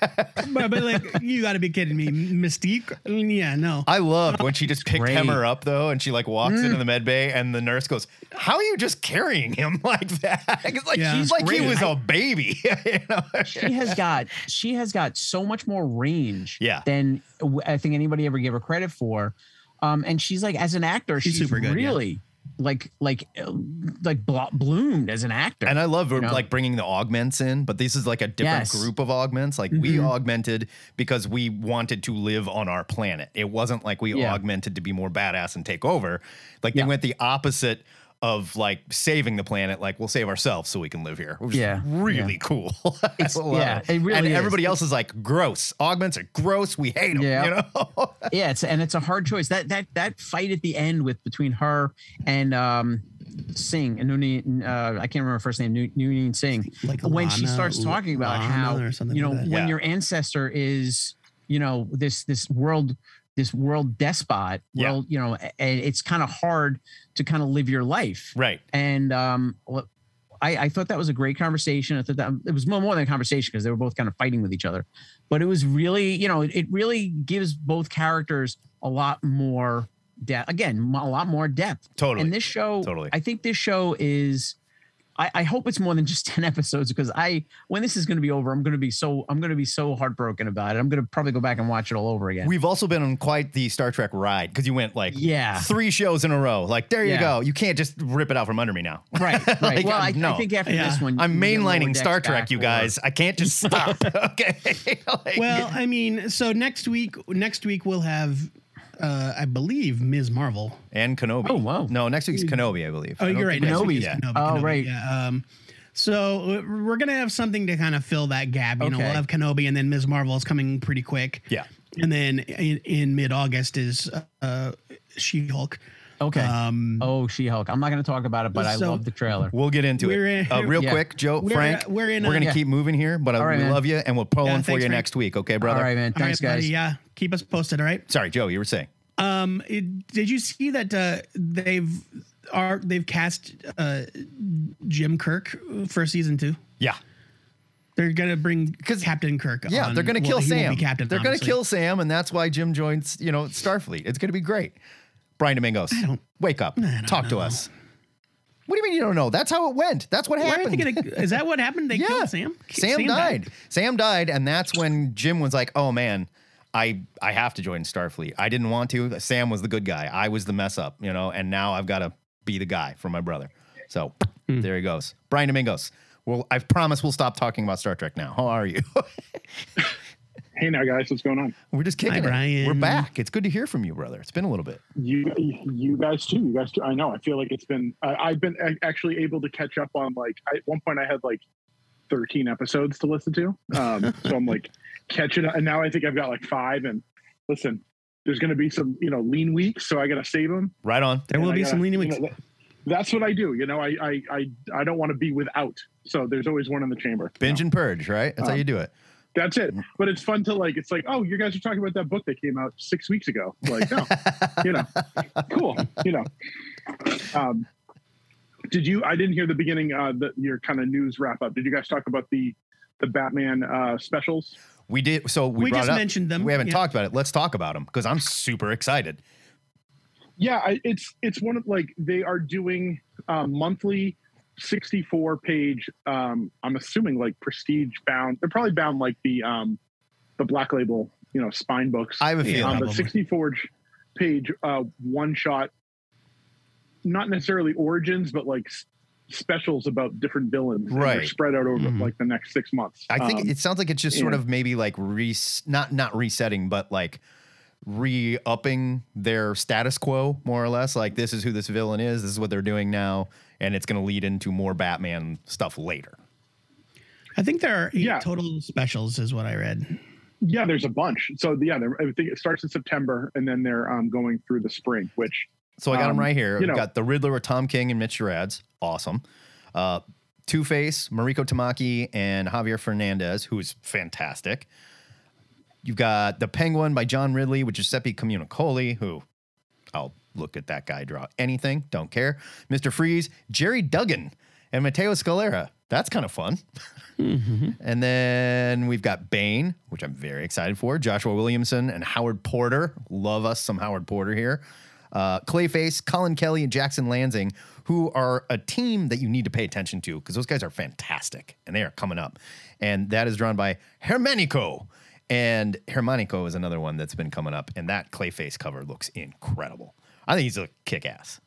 [SPEAKER 4] But, but, like, you got to be kidding me. Mystique? Mm, Yeah, no.
[SPEAKER 1] I loved when she just picked
[SPEAKER 5] great.
[SPEAKER 1] Hemmer up though, and she like walks
[SPEAKER 4] Mm.
[SPEAKER 1] into the med bay, and the nurse goes, "How are you just carrying him *laughs* like that? It's like
[SPEAKER 4] Yeah.
[SPEAKER 1] she's
[SPEAKER 4] She's
[SPEAKER 1] like he
[SPEAKER 5] great.
[SPEAKER 1] was
[SPEAKER 5] I-
[SPEAKER 1] a baby." you know?
[SPEAKER 5] she has got she has got so much more range
[SPEAKER 1] Yeah.
[SPEAKER 5] than w- I think anybody ever gave her credit for. Um, and she's like as an actor,
[SPEAKER 4] She's
[SPEAKER 5] she's,
[SPEAKER 4] super good, yeah.
[SPEAKER 5] really like like uh, like blo- bloomed as an actor.
[SPEAKER 1] And I love
[SPEAKER 5] know?
[SPEAKER 1] like bringing the augments in, but this is like a different
[SPEAKER 5] Yes. Mm-hmm.
[SPEAKER 1] group of augments. Like we augmented because we wanted to live on our planet. It wasn't like we
[SPEAKER 5] Yeah.
[SPEAKER 1] augmented to be more badass and take over. Like
[SPEAKER 5] Yeah.
[SPEAKER 1] they went the opposite of like saving the planet. Like we'll save ourselves so we can live here. Which
[SPEAKER 5] Yeah.
[SPEAKER 1] is really cool. *laughs* I
[SPEAKER 5] It's-
[SPEAKER 1] love
[SPEAKER 5] yeah, it really
[SPEAKER 1] and
[SPEAKER 5] is.
[SPEAKER 1] everybody else is like gross. Augments are gross. We hate them.
[SPEAKER 5] Yeah.
[SPEAKER 1] You know. *laughs*
[SPEAKER 5] yeah, it's and it's a hard choice. That that that fight at the end with between her and um Singh and Noonie, uh, I can't remember her first name, Noonie Noonie Singh.
[SPEAKER 4] Like
[SPEAKER 5] when she
[SPEAKER 4] Lana-
[SPEAKER 5] starts talking about
[SPEAKER 4] Lana
[SPEAKER 5] how
[SPEAKER 4] or something
[SPEAKER 5] you know
[SPEAKER 4] like that.
[SPEAKER 5] when
[SPEAKER 1] Yeah.
[SPEAKER 5] your ancestor is you know this this world this world despot
[SPEAKER 1] Yeah.
[SPEAKER 5] well you know a- and it's kind of hard to kind of live your life
[SPEAKER 1] right.
[SPEAKER 5] and um wh- I, I thought that was a great conversation. I thought that it was more more than a conversation because they were both kind of fighting with each other, but it was really, you know, it, it really gives both characters a lot more depth. Again, m- a lot more depth.
[SPEAKER 1] Totally.
[SPEAKER 5] And this show,
[SPEAKER 1] Totally.
[SPEAKER 5] I think this show is. I, I hope it's more than just *laughs* ten episodes because I, when this is going to be over, I'm going to be so I'm going to be so heartbroken about it. I'm going to probably go back and watch it all over again.
[SPEAKER 1] We've also been on quite the Star Trek ride because you went like
[SPEAKER 5] Yeah.
[SPEAKER 1] three shows in a row. Like there you
[SPEAKER 5] Yeah.
[SPEAKER 1] go. You can't just rip it out from under me now. *laughs*
[SPEAKER 5] right, right.
[SPEAKER 1] Like,
[SPEAKER 5] well,
[SPEAKER 1] I'm-
[SPEAKER 5] I,
[SPEAKER 1] no.
[SPEAKER 5] I think after
[SPEAKER 4] Yeah.
[SPEAKER 5] this one,
[SPEAKER 1] I'm
[SPEAKER 5] you get Lower
[SPEAKER 1] mainlining
[SPEAKER 5] Decks
[SPEAKER 1] Star Trek,
[SPEAKER 5] back
[SPEAKER 1] you
[SPEAKER 5] or-
[SPEAKER 1] guys. I can't just stop. okay. Like,
[SPEAKER 4] Well, I mean, so next week, next week we'll have, uh, I believe, Ms. Marvel.
[SPEAKER 1] and Kenobi.
[SPEAKER 5] Oh, wow.
[SPEAKER 1] No, next week's Kenobi, I believe.
[SPEAKER 4] Oh,
[SPEAKER 1] I don't
[SPEAKER 4] you're right.
[SPEAKER 1] think
[SPEAKER 4] next
[SPEAKER 1] next
[SPEAKER 4] week
[SPEAKER 1] week-
[SPEAKER 4] is
[SPEAKER 1] Yeah.
[SPEAKER 5] Oh, right.
[SPEAKER 4] Yeah. Um, So uh, we're gonna have something to kind of fill that gap. You know,
[SPEAKER 5] Okay.
[SPEAKER 4] we'll have Kenobi, and then Ms. Marvel is coming pretty quick.
[SPEAKER 1] Yeah.
[SPEAKER 4] and then in, in mid August is uh, She Hulk.
[SPEAKER 5] Okay.
[SPEAKER 4] Um,
[SPEAKER 5] oh, She Hulk. I'm not going to talk about it, but I
[SPEAKER 4] So-
[SPEAKER 5] love the trailer.
[SPEAKER 1] We'll get into
[SPEAKER 4] We're
[SPEAKER 1] it.
[SPEAKER 4] in-
[SPEAKER 1] uh, real
[SPEAKER 5] Yeah.
[SPEAKER 1] quick, Joe,
[SPEAKER 4] We're-
[SPEAKER 1] Frank,
[SPEAKER 4] we're in a-
[SPEAKER 1] going to
[SPEAKER 5] Yeah.
[SPEAKER 1] keep moving here, but uh
[SPEAKER 5] All right,
[SPEAKER 1] we
[SPEAKER 5] man.
[SPEAKER 1] love you and we'll pull
[SPEAKER 4] Yeah,
[SPEAKER 1] in for you
[SPEAKER 4] thanks, Frank.
[SPEAKER 1] next week. Okay, brother?
[SPEAKER 5] All right, man.
[SPEAKER 4] all right,
[SPEAKER 5] Thanks,
[SPEAKER 4] buddy.
[SPEAKER 5] guys.
[SPEAKER 4] Yeah, keep us posted. All right.
[SPEAKER 1] Sorry, Joe, you were saying.
[SPEAKER 4] Um, it- did you see that uh, they've are they've cast uh, Jim Kirk for season two?
[SPEAKER 1] Yeah.
[SPEAKER 4] They're gonna bring
[SPEAKER 1] 'Cause-
[SPEAKER 4] Captain Kirk.
[SPEAKER 1] Yeah,
[SPEAKER 4] on-
[SPEAKER 1] they're going to kill
[SPEAKER 4] well, he won't
[SPEAKER 1] Sam.
[SPEAKER 4] be Captain,
[SPEAKER 1] they're going to
[SPEAKER 4] obviously.
[SPEAKER 1] kill Sam, and that's why Jim joins, you know, Starfleet. It's going to be great. Brian Domingos,
[SPEAKER 4] don't-
[SPEAKER 1] wake up.
[SPEAKER 4] don't
[SPEAKER 1] Talk to
[SPEAKER 4] know.
[SPEAKER 1] us. What do you mean you don't know? That's how it went. That's what
[SPEAKER 4] Why
[SPEAKER 1] happened.
[SPEAKER 4] are they gonna, is that what happened? They killed Sam.
[SPEAKER 1] Sam, died. Sam died, and that's when Jim was like, "Oh man, I I have to join Starfleet. I didn't want to. Sam was the good guy. I was the mess up, you know. And now I've got to be the guy for my brother. So
[SPEAKER 4] Hmm.
[SPEAKER 1] there he goes, Brian Domingos. Well, I promise we'll stop talking about Star Trek now. *laughs* How are you?
[SPEAKER 6] Hey now, guys, what's going on?
[SPEAKER 1] We're just kicking it.
[SPEAKER 4] Brian.
[SPEAKER 1] We're back. It's good to hear from you, brother. It's been a little bit.
[SPEAKER 6] You, you guys too. You guys too. I know. I feel like it's been. I, I've been a- actually able to catch up on like. I, at one point, I had like thirteen episodes to listen to. Um, so I'm like catching up, and now I think I've got like five. And listen, there's going to be some you know lean weeks, so I got to save them.
[SPEAKER 1] Right on.
[SPEAKER 4] There will be some leaning weeks.
[SPEAKER 6] that's what I do. You know, I I I, I don't want to be without. So there's always one in the chamber.
[SPEAKER 1] Binge and purge, right? That's how
[SPEAKER 6] Um,
[SPEAKER 1] you do it. Mm.
[SPEAKER 6] That's it. But it's fun to like. It's like, oh, you guys are talking about that book that came out six weeks ago. Like,
[SPEAKER 1] *laughs*
[SPEAKER 6] no, you know, cool. You know, um, did you? I didn't hear the beginning. Uh, the, your kind of news wrap up. Did you guys talk about the the Batman uh, specials?
[SPEAKER 1] We did. So we,
[SPEAKER 4] We
[SPEAKER 1] brought
[SPEAKER 4] just
[SPEAKER 1] it up.
[SPEAKER 4] mentioned them.
[SPEAKER 1] We haven't
[SPEAKER 4] Yeah.
[SPEAKER 1] talked about it. Let's talk about them because I'm super excited.
[SPEAKER 6] Yeah, I, it's it's one of like they are doing uh, monthly. 64 page um i'm assuming like prestige bound they're probably bound like the um the black label you know spine books
[SPEAKER 1] I have a
[SPEAKER 4] Yeah,
[SPEAKER 1] feeling.
[SPEAKER 6] um,
[SPEAKER 4] probably.
[SPEAKER 6] but 64 j- page uh, one shot, not necessarily origins, but like s- specials about different villains. and they're
[SPEAKER 1] Right. Mm-hmm.
[SPEAKER 6] Spread out over
[SPEAKER 4] Mhm.
[SPEAKER 6] like the next six months.
[SPEAKER 1] I think
[SPEAKER 6] Um,
[SPEAKER 1] it sounds like it's just sort
[SPEAKER 6] yeah.
[SPEAKER 1] of maybe like re not not resetting, but like re upping their status quo more or less. Like this is who this villain is. This is what they're doing now, and it's going to lead into more Batman stuff later.
[SPEAKER 4] I think there are eight
[SPEAKER 6] Yeah.
[SPEAKER 4] total specials, is what I read.
[SPEAKER 6] yeah, there's a bunch. So yeah, there- I think it starts in September and then they're um, going through the spring, which
[SPEAKER 1] So I got them
[SPEAKER 6] Um,
[SPEAKER 1] right here.
[SPEAKER 6] you
[SPEAKER 1] We've
[SPEAKER 6] know-
[SPEAKER 1] got the Riddler with Tom King and Mitch Gerads. Awesome. Uh, Two Face, Mariko Tamaki, and Javier Fernandez, who is fantastic. You've got The Penguin by John Ridley with Giuseppe Comunicoli, who I'll look at that guy draw anything, don't care. Mr. Freeze, Jerry Duggan, and Mateo Scalera. That's kind of fun. And then we've got Bane, which I'm very excited for. Joshua Williamson and Howard Porter. Love us some Howard Porter here. Uh, Clayface, Colin Kelly, and Jackson Lansing, who are a team that you need to pay attention to because those guys are fantastic and they are coming up. And that is drawn by Hermanico. And Hermanico is another one that's been coming up. And that Clayface cover looks incredible. I think he's a kick ass.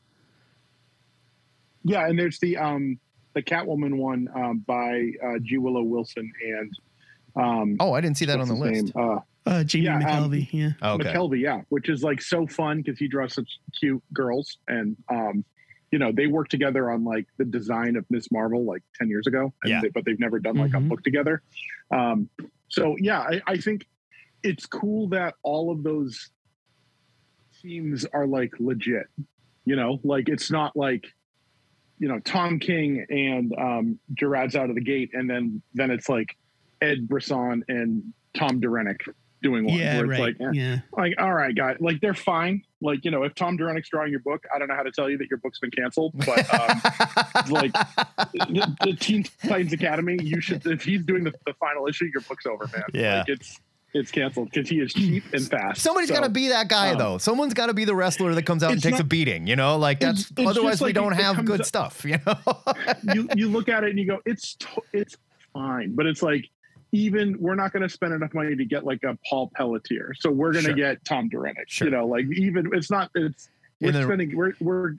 [SPEAKER 6] yeah, and there's the um, the Catwoman one um, by uh, G Willow Wilson and um,
[SPEAKER 1] Oh, I didn't see that on
[SPEAKER 6] what's
[SPEAKER 1] the
[SPEAKER 6] his
[SPEAKER 1] list.
[SPEAKER 6] name? Uh,
[SPEAKER 4] Uh, Jamie
[SPEAKER 6] Yeah, um,
[SPEAKER 4] McKelvey. yeah.
[SPEAKER 1] Oh, Okay.
[SPEAKER 6] McKelvey, yeah, which is like so fun because he draws such cute girls, and um, you know they work together on like the design of Miss Marvel like ten years ago, and
[SPEAKER 1] Yeah.
[SPEAKER 6] they, but they've never done like
[SPEAKER 4] Mhm.
[SPEAKER 6] a book together. Um, so yeah, I, I think it's cool that all of those teams are like legit. You know, like it's not like you know Tom King and um, Gerard's out of the gate, and then then it's like Ed Brisson and Tom Derenick doing one.
[SPEAKER 4] Yeah,
[SPEAKER 6] where it's
[SPEAKER 4] right.
[SPEAKER 6] like, eh
[SPEAKER 4] yeah.
[SPEAKER 6] like all right guys like they're fine like you know if tom durenick's drawing your book i don't know how to tell you that your book's been canceled but um,
[SPEAKER 1] *laughs*
[SPEAKER 6] like the, the teen titans academy you should if he's doing the, the final issue your book's over man
[SPEAKER 1] Yeah.
[SPEAKER 6] like it's it's canceled because he is cheap and fast
[SPEAKER 1] Somebody's
[SPEAKER 6] So,
[SPEAKER 1] got to be that guy
[SPEAKER 6] um,
[SPEAKER 1] though. Someone's got to be the wrestler that comes out and
[SPEAKER 6] It's
[SPEAKER 1] takes a
[SPEAKER 6] not-
[SPEAKER 1] beating. You know, like that's
[SPEAKER 6] It's- it's
[SPEAKER 1] otherwise
[SPEAKER 6] just
[SPEAKER 1] we
[SPEAKER 6] like
[SPEAKER 1] don't
[SPEAKER 6] it- it
[SPEAKER 1] have
[SPEAKER 6] comes
[SPEAKER 1] good
[SPEAKER 6] up-
[SPEAKER 1] stuff. You know.
[SPEAKER 6] you you look at it and you go it's to- it's fine but it's like even we're not going to spend enough money to get like a paul pelletier so we're going to
[SPEAKER 1] Sure.
[SPEAKER 6] get tom durenick
[SPEAKER 1] Sure.
[SPEAKER 6] you know like even it's not it's
[SPEAKER 1] In
[SPEAKER 6] we're
[SPEAKER 1] the-
[SPEAKER 6] spending we're we're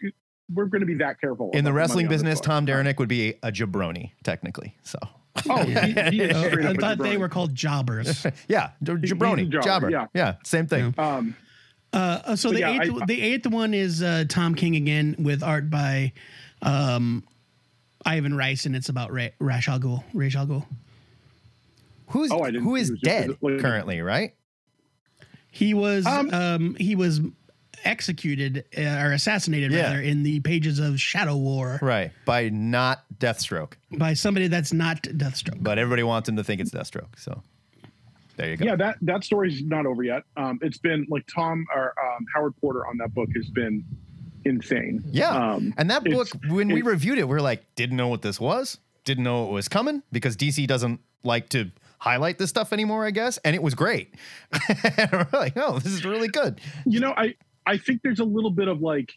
[SPEAKER 6] we're going to be that careful
[SPEAKER 1] *laughs* In
[SPEAKER 6] about
[SPEAKER 1] the
[SPEAKER 6] money
[SPEAKER 1] wrestling
[SPEAKER 6] on this
[SPEAKER 1] business,
[SPEAKER 6] book.
[SPEAKER 1] Tom Derenick would be a jabroni technically. So
[SPEAKER 6] Oh, he, he
[SPEAKER 1] *laughs*
[SPEAKER 6] is
[SPEAKER 4] Oh,
[SPEAKER 6] straight
[SPEAKER 4] I
[SPEAKER 6] up a
[SPEAKER 4] thought they
[SPEAKER 6] jabroni.
[SPEAKER 4] were called jobbers.
[SPEAKER 1] yeah, j-
[SPEAKER 6] he's a
[SPEAKER 1] jabroni,
[SPEAKER 6] jobber,
[SPEAKER 1] jobber.
[SPEAKER 6] yeah.
[SPEAKER 1] same thing.
[SPEAKER 6] Um,
[SPEAKER 4] Uh, so the
[SPEAKER 6] yeah,
[SPEAKER 4] eighth,
[SPEAKER 6] I-
[SPEAKER 4] the eighth one is uh, Tom King again with art by um, Ivan Rice, and it's about Ra- Ra's al Ghul. Ra's al Ghul.
[SPEAKER 1] Who's
[SPEAKER 6] Oh, I didn't-
[SPEAKER 1] who
[SPEAKER 6] it
[SPEAKER 1] is
[SPEAKER 6] was just-
[SPEAKER 1] dead
[SPEAKER 6] it was-
[SPEAKER 1] currently, right?
[SPEAKER 4] He was um,
[SPEAKER 6] Um,
[SPEAKER 4] he was executed uh, or assassinated
[SPEAKER 1] Yeah.
[SPEAKER 4] rather in the pages of Shadow War
[SPEAKER 1] Right. By not Deathstroke.
[SPEAKER 4] by somebody that's not Deathstroke.
[SPEAKER 1] But everybody wants him to think it's Deathstroke. So there you go.
[SPEAKER 6] yeah that that story's not over yet um it's been like tom or um howard porter on that book has been insane
[SPEAKER 1] Yeah.
[SPEAKER 6] um
[SPEAKER 1] and that book,
[SPEAKER 6] it's-
[SPEAKER 1] when we
[SPEAKER 6] it-
[SPEAKER 1] reviewed it, we are like, didn't know what this was, didn't know it was coming because DC doesn't like to highlight this stuff anymore, I guess. And it was great. *laughs* And we're like, oh, this is really good.
[SPEAKER 6] you know i i think there's a little bit of like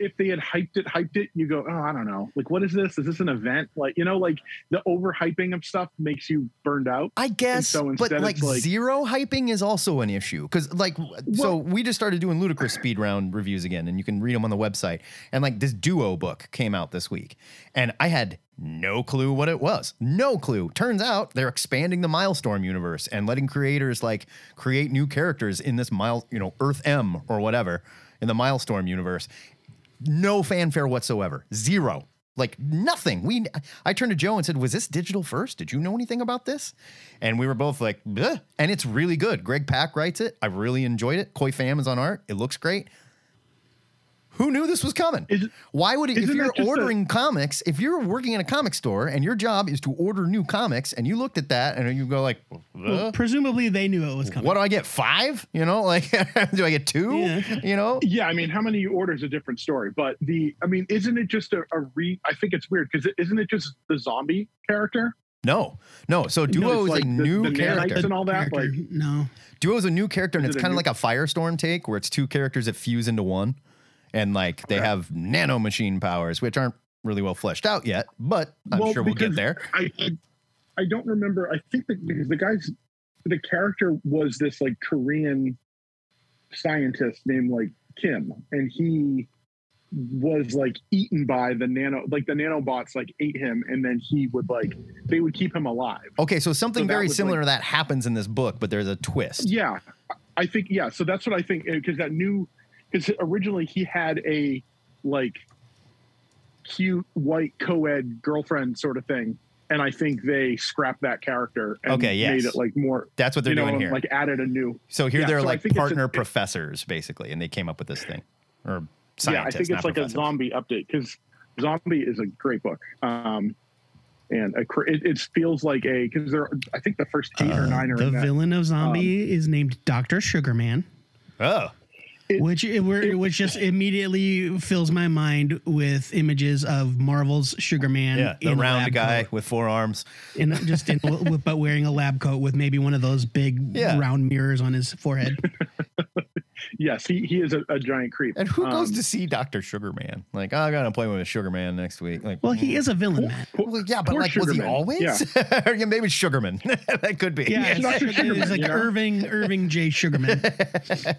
[SPEAKER 6] if they had hyped it hyped it you go oh i don't know like what is this is this an event like you know like the overhyping of stuff makes you burned out
[SPEAKER 1] I guess,
[SPEAKER 6] so
[SPEAKER 1] but
[SPEAKER 6] instead
[SPEAKER 1] like,
[SPEAKER 6] it's like-
[SPEAKER 1] zero hyping is also an issue because like, w- so
[SPEAKER 6] Well-
[SPEAKER 1] we just started doing ludicrous speed round reviews again, and you can read them on the website. And like this duo book came out this week, and I had no clue what it was, no clue. Turns out they're expanding the Milestorm universe and letting creators like create new characters in this mile, you know, Earth M or whatever in the Milestorm universe no fanfare whatsoever. Zero. Like nothing. We I turned to Joe and said, "Was this digital first? Did you know anything about this?" And we were both like, "Bleh." and it's really good. Greg Pack writes it. I really enjoyed it. Koi Fam is on art. It looks great. Who knew this was coming?
[SPEAKER 6] Is-
[SPEAKER 1] Why would it, if
[SPEAKER 6] isn't
[SPEAKER 1] you're
[SPEAKER 6] that just a-
[SPEAKER 1] ordering comics, if you're working in a comic store and your job is to order new comics and you looked at that and you go like,
[SPEAKER 4] Well,
[SPEAKER 1] "Uh,
[SPEAKER 4] presumably they knew it was coming.
[SPEAKER 1] "What do I get? 5?" You know, like *laughs* do I get 2?
[SPEAKER 4] Yeah.
[SPEAKER 1] You know?
[SPEAKER 6] yeah i mean how many you order is a different story but the i mean isn't it just a, a re i think it's weird because isn't it just the zombie character
[SPEAKER 1] No. No, so Duo
[SPEAKER 6] it's
[SPEAKER 1] is
[SPEAKER 6] like
[SPEAKER 1] a
[SPEAKER 6] the-
[SPEAKER 1] new
[SPEAKER 6] the nanites
[SPEAKER 1] character.
[SPEAKER 6] and all that like
[SPEAKER 4] Character. no,
[SPEAKER 1] Duo is a new character, and
[SPEAKER 6] Is
[SPEAKER 1] it's
[SPEAKER 6] it a
[SPEAKER 1] kind of
[SPEAKER 6] new-
[SPEAKER 1] like a Firestorm take, where it's two characters that fuse into one, and like they
[SPEAKER 6] Okay.
[SPEAKER 1] have nano machine powers, which aren't really well fleshed out yet, but I'm
[SPEAKER 6] Well,
[SPEAKER 1] sure we'll
[SPEAKER 6] because-
[SPEAKER 1] get there.
[SPEAKER 6] I I don't remember. I think that because the guy's the character was this like Korean scientist named like Kim, and he was like eaten by the nano like the nanobots like ate him and then he would like they would keep him alive
[SPEAKER 1] Okay, so something
[SPEAKER 6] that
[SPEAKER 1] very
[SPEAKER 6] was, like-
[SPEAKER 1] similar to that happens in this book, but there's a twist.
[SPEAKER 6] yeah i think yeah so that's what i think because that new because originally he had a like cute white co-ed girlfriend sort of thing and i think they scrapped that character and
[SPEAKER 1] Okay, yes.
[SPEAKER 6] made it like more
[SPEAKER 1] That's what they're
[SPEAKER 6] you know,
[SPEAKER 1] doing here.
[SPEAKER 6] like added a new
[SPEAKER 1] so here
[SPEAKER 6] yeah,
[SPEAKER 1] they're
[SPEAKER 6] so I
[SPEAKER 1] like
[SPEAKER 6] think it's a-
[SPEAKER 1] partner
[SPEAKER 6] it-
[SPEAKER 1] professors, basically, and they came up with this thing, or
[SPEAKER 6] yeah i
[SPEAKER 1] scientists.
[SPEAKER 6] think
[SPEAKER 1] not
[SPEAKER 6] it's like a
[SPEAKER 1] professors.
[SPEAKER 6] zombie update because zombie is a great book um and a, cr- it, it feels like a because there are- i think the first eight or
[SPEAKER 4] Uh,
[SPEAKER 6] nine are
[SPEAKER 4] the
[SPEAKER 6] in that.
[SPEAKER 4] villain of Zombie
[SPEAKER 6] Um,
[SPEAKER 4] is named Doctor Sugarman,
[SPEAKER 1] Oh,
[SPEAKER 6] It-
[SPEAKER 4] which it, were- which
[SPEAKER 6] *laughs*
[SPEAKER 4] just immediately fills my mind with images of Marvel's Sugarman,
[SPEAKER 1] yeah, the
[SPEAKER 4] in a
[SPEAKER 1] round
[SPEAKER 4] lab
[SPEAKER 1] guy
[SPEAKER 4] coat.
[SPEAKER 1] with four arms.
[SPEAKER 4] in
[SPEAKER 1] *laughs*
[SPEAKER 4] just in, with- but wearing a lab coat with maybe one of those big
[SPEAKER 1] Yeah.
[SPEAKER 4] round mirrors on his forehead.
[SPEAKER 6] yes he, he is a, a giant creep
[SPEAKER 1] And who goes
[SPEAKER 6] Um,
[SPEAKER 1] to see Doctor Sugarman? Like, oh, I gotta play with Sugarman next week. Like,
[SPEAKER 4] Well, he is a villain, Matt.
[SPEAKER 1] Well, yeah, but
[SPEAKER 6] Poor
[SPEAKER 1] like, was he
[SPEAKER 6] Sugarman.
[SPEAKER 1] always? *laughs* Yeah, maybe it's Sugarman. that could be. *laughs*
[SPEAKER 4] Yeah, it's,
[SPEAKER 6] Dr. Sugarman,
[SPEAKER 4] it's like
[SPEAKER 6] you know?
[SPEAKER 4] Irving Irving J. Sugarman.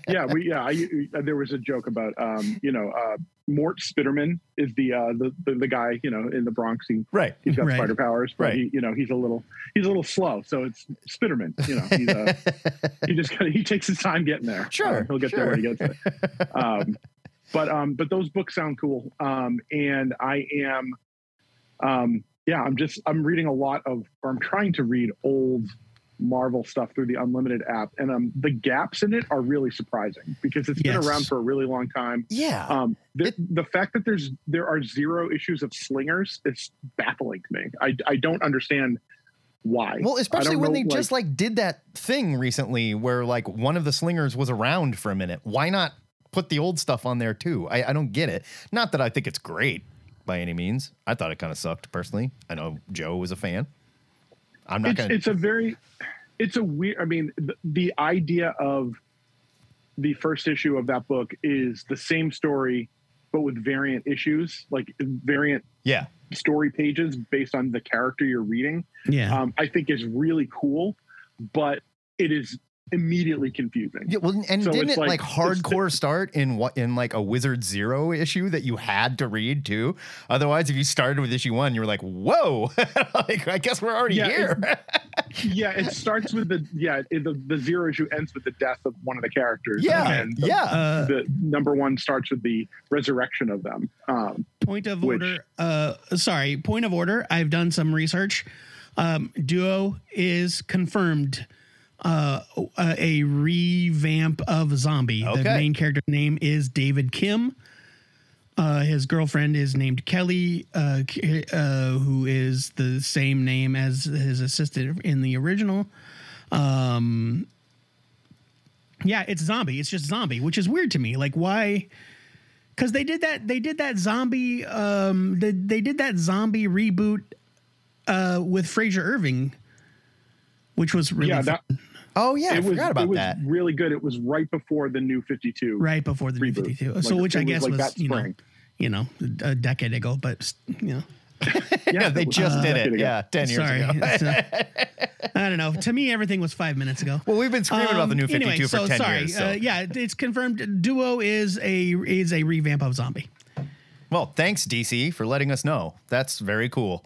[SPEAKER 6] yeah, we yeah. I, uh, there was a joke about um, you know uh, Mort Spitterman is the, uh, the the the guy you know in the Bronx. He
[SPEAKER 1] Right.
[SPEAKER 6] he's got
[SPEAKER 4] Right.
[SPEAKER 6] spider powers, but
[SPEAKER 1] Right.
[SPEAKER 6] he, you know he's a little he's a little slow. So it's Spitterman. You know he's, uh,
[SPEAKER 1] *laughs*
[SPEAKER 6] he just kinda, he takes his time getting there.
[SPEAKER 1] Sure,
[SPEAKER 6] Um, he'll get there when he gets there.
[SPEAKER 1] *laughs*
[SPEAKER 6] Um, but um, but those books sound cool. Um, and I am, um, yeah, I'm just I'm reading a lot of or I'm trying to read old Marvel stuff through the Unlimited app, and um, the gaps in it are really surprising because it's
[SPEAKER 4] Yes.
[SPEAKER 6] been around for a really long time.
[SPEAKER 1] Yeah.
[SPEAKER 6] Um, the,
[SPEAKER 1] It-
[SPEAKER 6] the fact that there's there are zero issues of slingers is baffling to me. I I don't understand why.
[SPEAKER 1] well, especially
[SPEAKER 6] don't
[SPEAKER 1] when
[SPEAKER 6] know,
[SPEAKER 1] they just like did that thing recently where like one of the slingers was around for a minute. Why not put the old stuff on there too? I, I don't get it. Not that I think it's great by any means. I thought it kind of sucked personally. I know Joe was a fan. I'm not
[SPEAKER 6] it's,
[SPEAKER 1] gonna.
[SPEAKER 6] it's a very it's a weird i mean the, the idea of the first issue of that book is the same story but with variant issues like variant
[SPEAKER 1] yeah.
[SPEAKER 6] story pages based on the character you're reading
[SPEAKER 4] Yeah.
[SPEAKER 6] um, i think is really cool but it is immediately confusing.
[SPEAKER 1] Yeah, well, and
[SPEAKER 6] So
[SPEAKER 1] didn't
[SPEAKER 6] it's
[SPEAKER 1] it
[SPEAKER 6] like-
[SPEAKER 1] like,
[SPEAKER 6] it's the-
[SPEAKER 1] hardcore start in what in like a Wizard Zero issue that you had to read too? Otherwise, if you started with issue one, you were like, "Whoa!" *laughs* like I guess we're already
[SPEAKER 6] Yeah,
[SPEAKER 1] here.
[SPEAKER 4] *laughs*
[SPEAKER 6] Yeah, it starts with the yeah it, the the zero issue ends with the death of one of the characters.
[SPEAKER 1] yeah,
[SPEAKER 6] and the,
[SPEAKER 1] yeah.
[SPEAKER 4] Uh,
[SPEAKER 6] the number one starts with the resurrection of them. Um,
[SPEAKER 4] point of
[SPEAKER 6] Which-
[SPEAKER 4] order. Uh, sorry, point of order. I've done some research. Um, Duo is confirmed uh, a- a revamp of Zombie. The
[SPEAKER 1] Okay.
[SPEAKER 4] main character's name is David Kim. Uh, his girlfriend is named Kelly, uh, K- uh, who is the same name as his assistant in the original. Um, yeah, it's zombie. It's just zombie, which is weird to me. Like, why? because they did that they did that zombie um they, they did that zombie reboot uh with Fraser Irving which was really
[SPEAKER 6] yeah, that
[SPEAKER 1] oh yeah, I
[SPEAKER 6] it was
[SPEAKER 1] forgot
[SPEAKER 6] it
[SPEAKER 1] about
[SPEAKER 6] was
[SPEAKER 1] that.
[SPEAKER 6] really good. It was right before the new Fifty Two.
[SPEAKER 4] fun, right before the new
[SPEAKER 6] reboot.
[SPEAKER 4] 52
[SPEAKER 6] Like,
[SPEAKER 4] so which
[SPEAKER 6] it
[SPEAKER 4] I
[SPEAKER 6] was
[SPEAKER 4] guess
[SPEAKER 6] like
[SPEAKER 4] was,
[SPEAKER 6] that
[SPEAKER 4] you know
[SPEAKER 6] spring.
[SPEAKER 4] you know a decade ago but you know
[SPEAKER 1] *laughs*
[SPEAKER 4] Uh,
[SPEAKER 1] Yeah,
[SPEAKER 6] it
[SPEAKER 1] they
[SPEAKER 6] was-
[SPEAKER 1] just did
[SPEAKER 6] Decade
[SPEAKER 1] it.
[SPEAKER 6] ago.
[SPEAKER 1] Yeah, ten years
[SPEAKER 4] sorry
[SPEAKER 1] ago.
[SPEAKER 4] *laughs*
[SPEAKER 1] *laughs*
[SPEAKER 4] It's, uh, I don't know to me everything was five minutes ago
[SPEAKER 1] well, we've been screaming about the new
[SPEAKER 4] Um,
[SPEAKER 1] Fifty Two
[SPEAKER 4] anyway,
[SPEAKER 1] for
[SPEAKER 4] so
[SPEAKER 1] ten
[SPEAKER 4] sorry
[SPEAKER 1] years. So.
[SPEAKER 4] Uh, yeah it's confirmed duo is a is a revamp of zombie
[SPEAKER 1] Well, thanks DC for letting us know. That's very cool.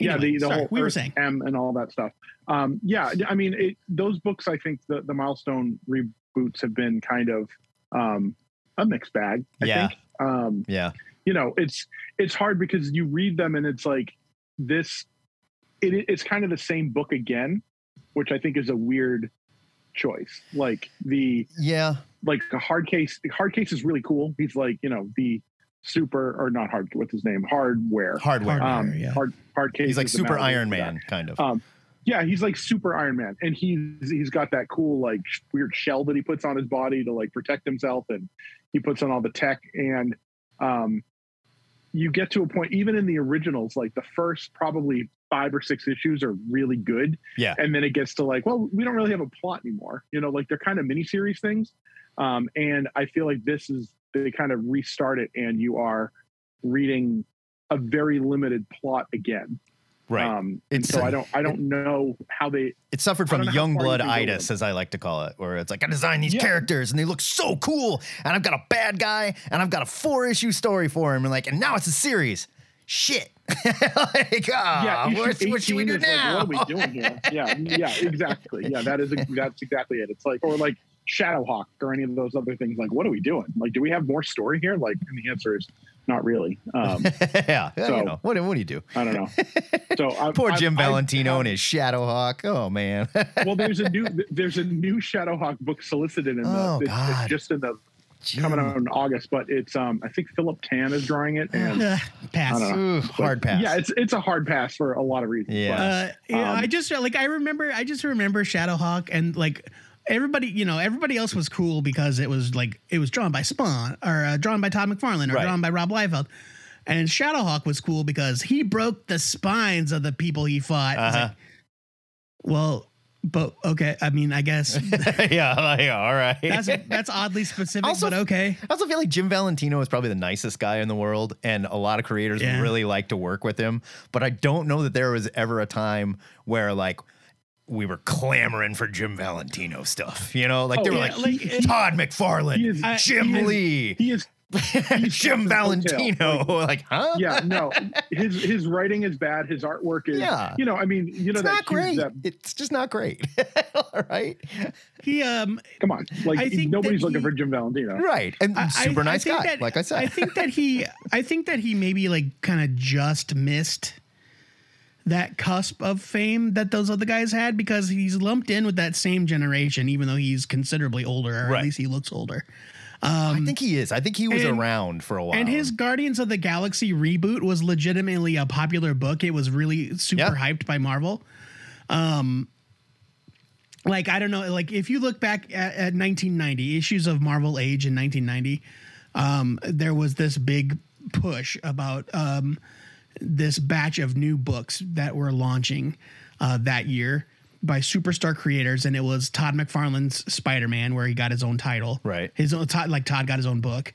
[SPEAKER 6] yeah, the,
[SPEAKER 4] Anyway,
[SPEAKER 6] the
[SPEAKER 4] sorry,
[SPEAKER 6] whole
[SPEAKER 4] we were
[SPEAKER 6] Earth
[SPEAKER 4] saying
[SPEAKER 6] M and all that stuff. Um, yeah, I mean, it, those books, I think the, the milestone reboots have been kind of um, a mixed bag. I
[SPEAKER 1] Yeah.
[SPEAKER 6] think. Um,
[SPEAKER 1] Yeah,
[SPEAKER 6] you know, it's it's hard because you read them and it's like this. It, it's kind of the same book again, which I think is a weird choice. Like the
[SPEAKER 1] yeah.
[SPEAKER 6] like a hard case hard case is really cool he's like you know the super or not hard what's his name hardware
[SPEAKER 1] Hardware.
[SPEAKER 4] Hardware.
[SPEAKER 6] um
[SPEAKER 4] yeah.
[SPEAKER 6] hard hard case
[SPEAKER 1] He's like
[SPEAKER 6] is the
[SPEAKER 1] Super
[SPEAKER 6] mountain
[SPEAKER 1] Iron
[SPEAKER 6] for that.
[SPEAKER 1] Man, kind of.
[SPEAKER 6] um yeah he's like super iron man and he's he's got that cool like sh- weird shell that he puts on his body to like protect himself and he puts on all the tech and um you get to a point even in the originals like the first probably five or six issues are really good
[SPEAKER 1] Yeah.
[SPEAKER 6] and then it gets to like well we don't really have a plot anymore you know like they're kind of miniseries things um and i feel like this is they kind of restart it and you are reading a very limited plot again
[SPEAKER 1] right.
[SPEAKER 6] um and
[SPEAKER 1] It's-
[SPEAKER 6] so i don't i don't know how they
[SPEAKER 1] It suffered from
[SPEAKER 6] I don't know how
[SPEAKER 1] young
[SPEAKER 6] far
[SPEAKER 1] blood
[SPEAKER 6] you can go
[SPEAKER 1] itis,
[SPEAKER 6] with it.
[SPEAKER 1] as I like to call it, where it's like I designed these
[SPEAKER 6] Yeah.
[SPEAKER 1] characters and they look so cool, and I've got a bad guy, and I've got a four issue story for him, and like, and now it's a series. Shit. *laughs* like, ah,
[SPEAKER 6] issue
[SPEAKER 1] what, what should we
[SPEAKER 6] 18
[SPEAKER 1] do
[SPEAKER 6] is like,
[SPEAKER 1] now? *laughs*
[SPEAKER 6] what are we doing here? Yeah, yeah, exactly. Yeah, that is that's exactly it. It's like or like Shadowhawk or any of those other things. Like, what are we doing? Like, do we have more story here? Like, and the answer is not really.
[SPEAKER 1] *laughs*
[SPEAKER 6] Um,
[SPEAKER 1] yeah,
[SPEAKER 6] So-
[SPEAKER 1] you know, what, what do you do?
[SPEAKER 6] I don't
[SPEAKER 1] *laughs*
[SPEAKER 6] know. So I,
[SPEAKER 1] Poor
[SPEAKER 6] I-
[SPEAKER 1] Jim
[SPEAKER 6] I-
[SPEAKER 1] Valentino and his Shadowhawk. Oh man,
[SPEAKER 6] well, there's a new there's a new Shadowhawk book solicited in the
[SPEAKER 1] Oh,
[SPEAKER 6] it's, it's
[SPEAKER 1] God.
[SPEAKER 6] just in the coming
[SPEAKER 1] Jim.
[SPEAKER 6] out in August, but it's um I think Philip Tan is drawing it and
[SPEAKER 4] Ugh, pass
[SPEAKER 6] know.
[SPEAKER 1] Uh, Ooh, hard pass.
[SPEAKER 6] yeah, it's it's a hard pass for a lot of reasons.
[SPEAKER 1] Yeah.
[SPEAKER 6] but-
[SPEAKER 4] Uh, yeah,
[SPEAKER 6] Um,
[SPEAKER 4] I just like I remember I just remember Shadowhawk and like everybody you know everybody else was cool because it was like it was drawn by Spawn or uh, drawn by Todd McFarlane or
[SPEAKER 1] Right.
[SPEAKER 4] drawn by Rob Liefeld. And Shadowhawk was cool because he broke the spines of the people he fought. It's
[SPEAKER 1] Uh-huh.
[SPEAKER 4] like, well, but okay, I mean, I guess
[SPEAKER 1] yeah, like, yeah, all right.
[SPEAKER 4] that's that's oddly specific,
[SPEAKER 1] Also-
[SPEAKER 4] but okay.
[SPEAKER 1] I also feel like Jim Valentino is probably the nicest guy in the world, and a lot of creators
[SPEAKER 4] Yeah.
[SPEAKER 1] really like to work with him. But I don't know that there was ever a time where like we were clamoring for Jim Valentino stuff. You know, like they
[SPEAKER 6] Oh,
[SPEAKER 1] were
[SPEAKER 6] yeah,
[SPEAKER 1] like,
[SPEAKER 4] like, it-
[SPEAKER 1] Todd
[SPEAKER 6] He
[SPEAKER 1] McFarlane,
[SPEAKER 6] is- I-
[SPEAKER 1] Jim
[SPEAKER 6] he is-
[SPEAKER 1] Lee,
[SPEAKER 6] He is he's got
[SPEAKER 1] *laughs* Jim
[SPEAKER 6] this
[SPEAKER 1] Valentino. *laughs* Like, huh?
[SPEAKER 6] yeah, no. His his writing is bad. His artwork is
[SPEAKER 1] Yeah.
[SPEAKER 6] you know, I mean, you know
[SPEAKER 1] It's
[SPEAKER 6] that,
[SPEAKER 1] not
[SPEAKER 6] huge-
[SPEAKER 1] great.
[SPEAKER 6] that-
[SPEAKER 1] *laughs* It's just not great. *laughs* All right.
[SPEAKER 4] He um
[SPEAKER 6] come on. Like
[SPEAKER 4] I think
[SPEAKER 6] nobody's
[SPEAKER 4] that
[SPEAKER 6] looking
[SPEAKER 4] he-
[SPEAKER 6] for Jim Valentino.
[SPEAKER 1] Right. And
[SPEAKER 4] I-
[SPEAKER 1] super
[SPEAKER 4] I- I
[SPEAKER 1] nice
[SPEAKER 4] think
[SPEAKER 1] guy,
[SPEAKER 4] that-
[SPEAKER 1] like I said.
[SPEAKER 4] I think that he, I think that he maybe like kind of just missed that cusp of fame that those other guys had because he's lumped in with that same generation, even though he's considerably older, or
[SPEAKER 1] Right.
[SPEAKER 4] at least he looks older. Um,
[SPEAKER 1] I think he is. I think he was
[SPEAKER 4] and-
[SPEAKER 1] around for a while.
[SPEAKER 4] And his Guardians of the Galaxy reboot was legitimately a popular book. It was really super
[SPEAKER 1] Yeah.
[SPEAKER 4] hyped by Marvel. Um, like I don't know, like if you look back at, at 1990 issues of Marvel Age in 1990, um, there was this big push about um, this batch of new books that were launching uh, that year by superstar creators, and it was Todd McFarlane's Spider Man, where he got his own title,
[SPEAKER 1] Right.
[SPEAKER 4] His own Todd, like Todd got his own book.